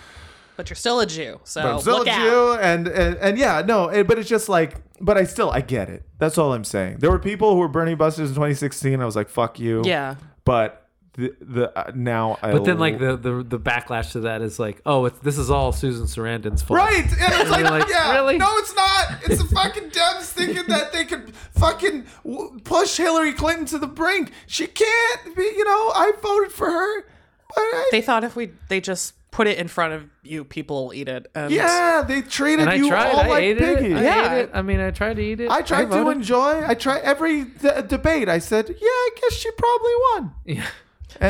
[SPEAKER 3] But you're still a Jew, so
[SPEAKER 1] But I'm still
[SPEAKER 3] Uh, look
[SPEAKER 1] a
[SPEAKER 3] out.
[SPEAKER 1] Jew, and, and and yeah, no, it, but it's just like, but I still I get it. That's all I'm saying. There were people who were Bernie busters in 2016. I was like, fuck you.
[SPEAKER 3] Yeah.
[SPEAKER 1] But the the uh, now I
[SPEAKER 2] But then, like the, the the backlash to that is like, oh, it's, this is all Susan Sarandon's fault.
[SPEAKER 1] Right. And it's like,
[SPEAKER 2] you're like,
[SPEAKER 1] yeah.
[SPEAKER 2] really?
[SPEAKER 1] No, it's not. It's the fucking Dems thinking that they could fucking w- push Hillary Clinton to the brink. She can't be, you know, I voted for her. But I,
[SPEAKER 3] They thought if we they just put it in front of you, people will eat it. And
[SPEAKER 1] yeah, they treated
[SPEAKER 2] And I
[SPEAKER 1] you
[SPEAKER 2] tried.
[SPEAKER 1] all
[SPEAKER 2] I
[SPEAKER 1] like
[SPEAKER 2] ate
[SPEAKER 1] piggies.
[SPEAKER 2] it. I
[SPEAKER 3] Yeah.
[SPEAKER 2] ate it. I mean, I tried to eat it.
[SPEAKER 1] I tried to
[SPEAKER 2] voted.
[SPEAKER 1] enjoy. I try every d- debate. I said, yeah, I guess she probably won.
[SPEAKER 2] Yeah.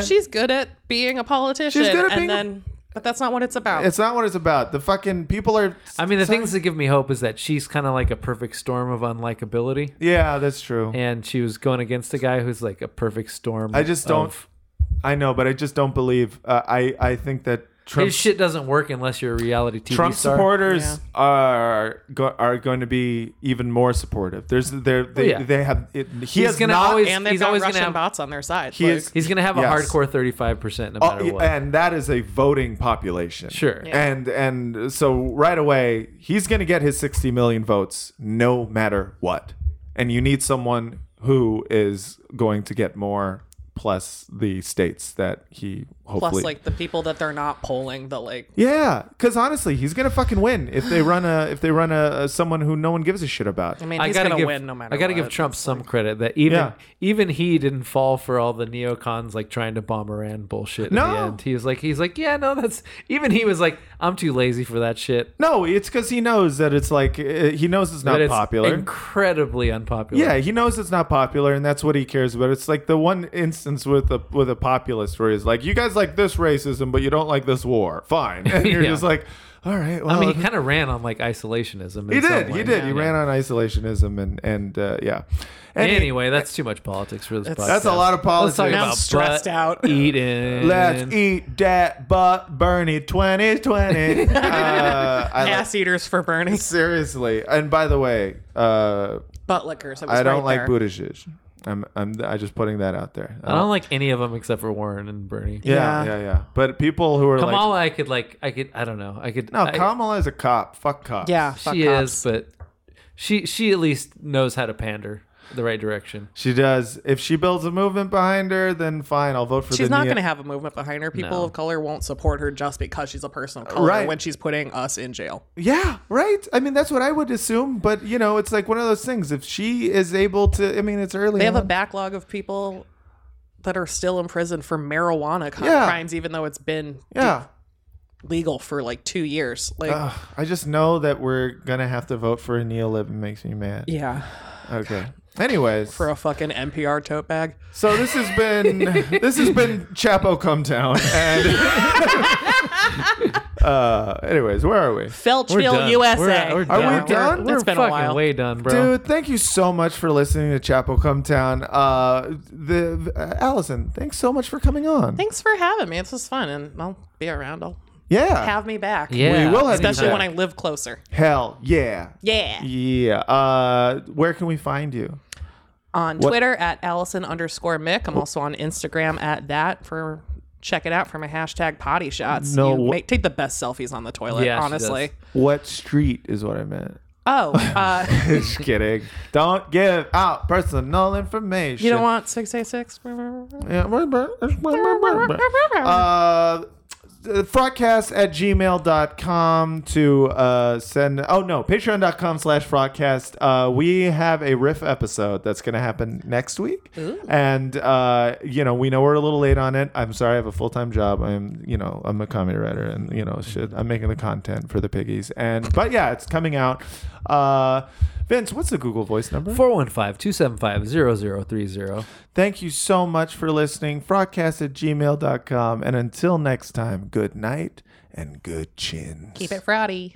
[SPEAKER 3] she's good at being a politician.
[SPEAKER 1] She's good at
[SPEAKER 3] and
[SPEAKER 1] being a-
[SPEAKER 3] then but that's not what it's about.
[SPEAKER 1] It's not what it's about. The fucking people are.
[SPEAKER 2] I mean, the things that give me hope is that she's kind of like a perfect storm of unlikability,
[SPEAKER 1] Yeah, that's true.
[SPEAKER 2] and she was going against a guy who's like a perfect storm.
[SPEAKER 1] I just don't.
[SPEAKER 2] of-
[SPEAKER 1] I know, but I just don't believe. Uh, I I think that Trump
[SPEAKER 2] his shit doesn't work unless you're a reality TV
[SPEAKER 1] Trump
[SPEAKER 2] star.
[SPEAKER 1] supporters are go, are going to be even more supportive. There's they're, they
[SPEAKER 2] Oh, yeah.
[SPEAKER 1] they have it, he
[SPEAKER 2] He's
[SPEAKER 1] has
[SPEAKER 2] gonna
[SPEAKER 1] not
[SPEAKER 2] always-
[SPEAKER 3] and they've
[SPEAKER 2] he's
[SPEAKER 3] got
[SPEAKER 2] always gonna
[SPEAKER 3] Russian
[SPEAKER 2] have-
[SPEAKER 3] bots on their side.
[SPEAKER 1] he
[SPEAKER 3] Like,
[SPEAKER 1] is
[SPEAKER 2] He's gonna have a
[SPEAKER 1] yes.
[SPEAKER 2] hardcore thirty-five percent no
[SPEAKER 1] Oh,
[SPEAKER 2] matter
[SPEAKER 1] yeah,
[SPEAKER 2] what.
[SPEAKER 1] and that is a voting population.
[SPEAKER 2] Sure. Yeah.
[SPEAKER 1] And and so right away he's going to get his 60 million votes no matter what. And you need someone who is going to get more plus the states that he hopefully
[SPEAKER 3] plus like the people that they're not polling, the like
[SPEAKER 1] Yeah, because honestly, he's gonna fucking win if they run a if they run a, a someone who no one gives a shit about.
[SPEAKER 3] I mean
[SPEAKER 2] I
[SPEAKER 3] he's
[SPEAKER 2] gotta
[SPEAKER 3] gonna
[SPEAKER 2] give
[SPEAKER 3] win no matter
[SPEAKER 2] I gotta give
[SPEAKER 3] what.
[SPEAKER 2] Trump some credit that even
[SPEAKER 1] Yeah.
[SPEAKER 2] even he didn't fall for all the neocons like trying to bomb Iran bullshit. at the
[SPEAKER 1] No.
[SPEAKER 2] end. he was like he's like yeah no that's even he was like I'm too lazy for that shit.
[SPEAKER 1] No, it's because he knows that it's like uh, he knows it's not
[SPEAKER 2] That it's
[SPEAKER 1] popular.
[SPEAKER 2] incredibly unpopular.
[SPEAKER 1] yeah, he knows it's not popular, and that's what he cares about. It's like the one instance with a with a populist where he's like, "You guys like this racism, but you don't like this war. Fine." And you're
[SPEAKER 2] Yeah.
[SPEAKER 1] just like, "All right." Well,
[SPEAKER 2] I mean he kind of ran on like isolationism.
[SPEAKER 1] Oh, he did. He did. He ran on isolationism, and and uh, yeah. And he-
[SPEAKER 2] Anyway, that's too much politics for this podcast.
[SPEAKER 1] that's a lot of politics.
[SPEAKER 2] Let's talk
[SPEAKER 1] Now
[SPEAKER 2] about
[SPEAKER 1] I'm
[SPEAKER 3] stressed
[SPEAKER 2] butt
[SPEAKER 3] out.
[SPEAKER 2] Eating.
[SPEAKER 1] Let's eat that butt, Bernie 2020. uh, I like-
[SPEAKER 3] ass eaters for Bernie.
[SPEAKER 1] Seriously. And by the way, uh,
[SPEAKER 3] Butt lickers. It was
[SPEAKER 1] I don't
[SPEAKER 3] right
[SPEAKER 1] like
[SPEAKER 3] there.
[SPEAKER 1] Buttigieg. I'm I'm I just putting that out there.
[SPEAKER 2] I don't like any of them except for Warren and Bernie.
[SPEAKER 1] yeah, yeah, yeah, But people who are
[SPEAKER 2] Kamala, I could like, I could, I don't know, I could.
[SPEAKER 1] like,
[SPEAKER 2] I,
[SPEAKER 1] no, Kamala is a cop. Fuck cops.
[SPEAKER 3] Yeah, fuck
[SPEAKER 2] she
[SPEAKER 3] cops.
[SPEAKER 2] is, but she she at least knows how to pander the right direction.
[SPEAKER 1] She does. If she builds a movement behind her, then fine. I'll vote for
[SPEAKER 3] She's
[SPEAKER 1] the
[SPEAKER 3] not
[SPEAKER 1] neo-
[SPEAKER 3] going to have a movement behind her. People
[SPEAKER 2] No.
[SPEAKER 3] of color won't support her just because she's a person of color
[SPEAKER 1] Right.
[SPEAKER 3] when she's putting us in jail.
[SPEAKER 1] Yeah, right. I mean, that's what I would assume. But you know, it's like one of those things. If she is able to, I mean, it's early.
[SPEAKER 3] They have a
[SPEAKER 1] on.
[SPEAKER 3] backlog of people that are still in prison for marijuana co-
[SPEAKER 1] Yeah.
[SPEAKER 3] crimes, even though it's been
[SPEAKER 1] yeah.
[SPEAKER 3] legal for like two years. Like,
[SPEAKER 1] Ugh, I just know that we're gonna have to vote for a neolib. It makes me mad.
[SPEAKER 3] yeah,
[SPEAKER 1] Okay. Anyways,
[SPEAKER 3] for a fucking NPR tote bag.
[SPEAKER 1] so this has been this has been Chapo Come Down. And uh, anyways, where are we?
[SPEAKER 3] Felchville, USA.
[SPEAKER 2] We're, we're
[SPEAKER 1] Are
[SPEAKER 2] done.
[SPEAKER 1] we done?
[SPEAKER 2] We're,
[SPEAKER 3] It's been a
[SPEAKER 2] fucking
[SPEAKER 3] while.
[SPEAKER 2] way done, bro.
[SPEAKER 1] Dude, thank you so much for listening to Chapo Come Down. Uh, the uh, Allison, thanks so much for coming on.
[SPEAKER 3] Thanks for having me. This was fun, and I'll be around. I'll
[SPEAKER 1] yeah.
[SPEAKER 3] have me back.
[SPEAKER 2] yeah,
[SPEAKER 1] we will have you
[SPEAKER 3] Especially when I
[SPEAKER 1] back.
[SPEAKER 3] live closer.
[SPEAKER 1] Hell yeah.
[SPEAKER 3] Yeah.
[SPEAKER 1] Yeah. Uh, where can we find you?
[SPEAKER 3] on Twitter at Allison underscore Mick. I'm also on Instagram at that for check it out for my hashtag potty shots.
[SPEAKER 1] No,
[SPEAKER 3] you
[SPEAKER 1] wha-
[SPEAKER 3] make, take the best selfies on the toilet,
[SPEAKER 2] Yeah, she
[SPEAKER 3] honestly.
[SPEAKER 2] does.
[SPEAKER 1] What street is what I meant.
[SPEAKER 3] Oh, uh,
[SPEAKER 1] Just kidding. Don't give out personal information.
[SPEAKER 3] you don't want 686?
[SPEAKER 1] Yeah. Uh, Fraudcast at gmail.com to uh, send. Oh, no. Patreon.com slash fraudcast. Uh, we have a riff episode that's going to happen next week. And, uh, you know, we know we're a little late on it. I'm sorry. I have a full time job. I'm, you know, I'm a comedy writer and, you know, shit. I'm making the content for the piggies. And, but yeah, it's coming out. Uh, Vince, what's the Google Voice number?
[SPEAKER 2] 415-275-0030.
[SPEAKER 1] Thank you so much for listening. Broadcast at gmail.com. And until next time, good night and good chins.
[SPEAKER 7] Keep it frotty.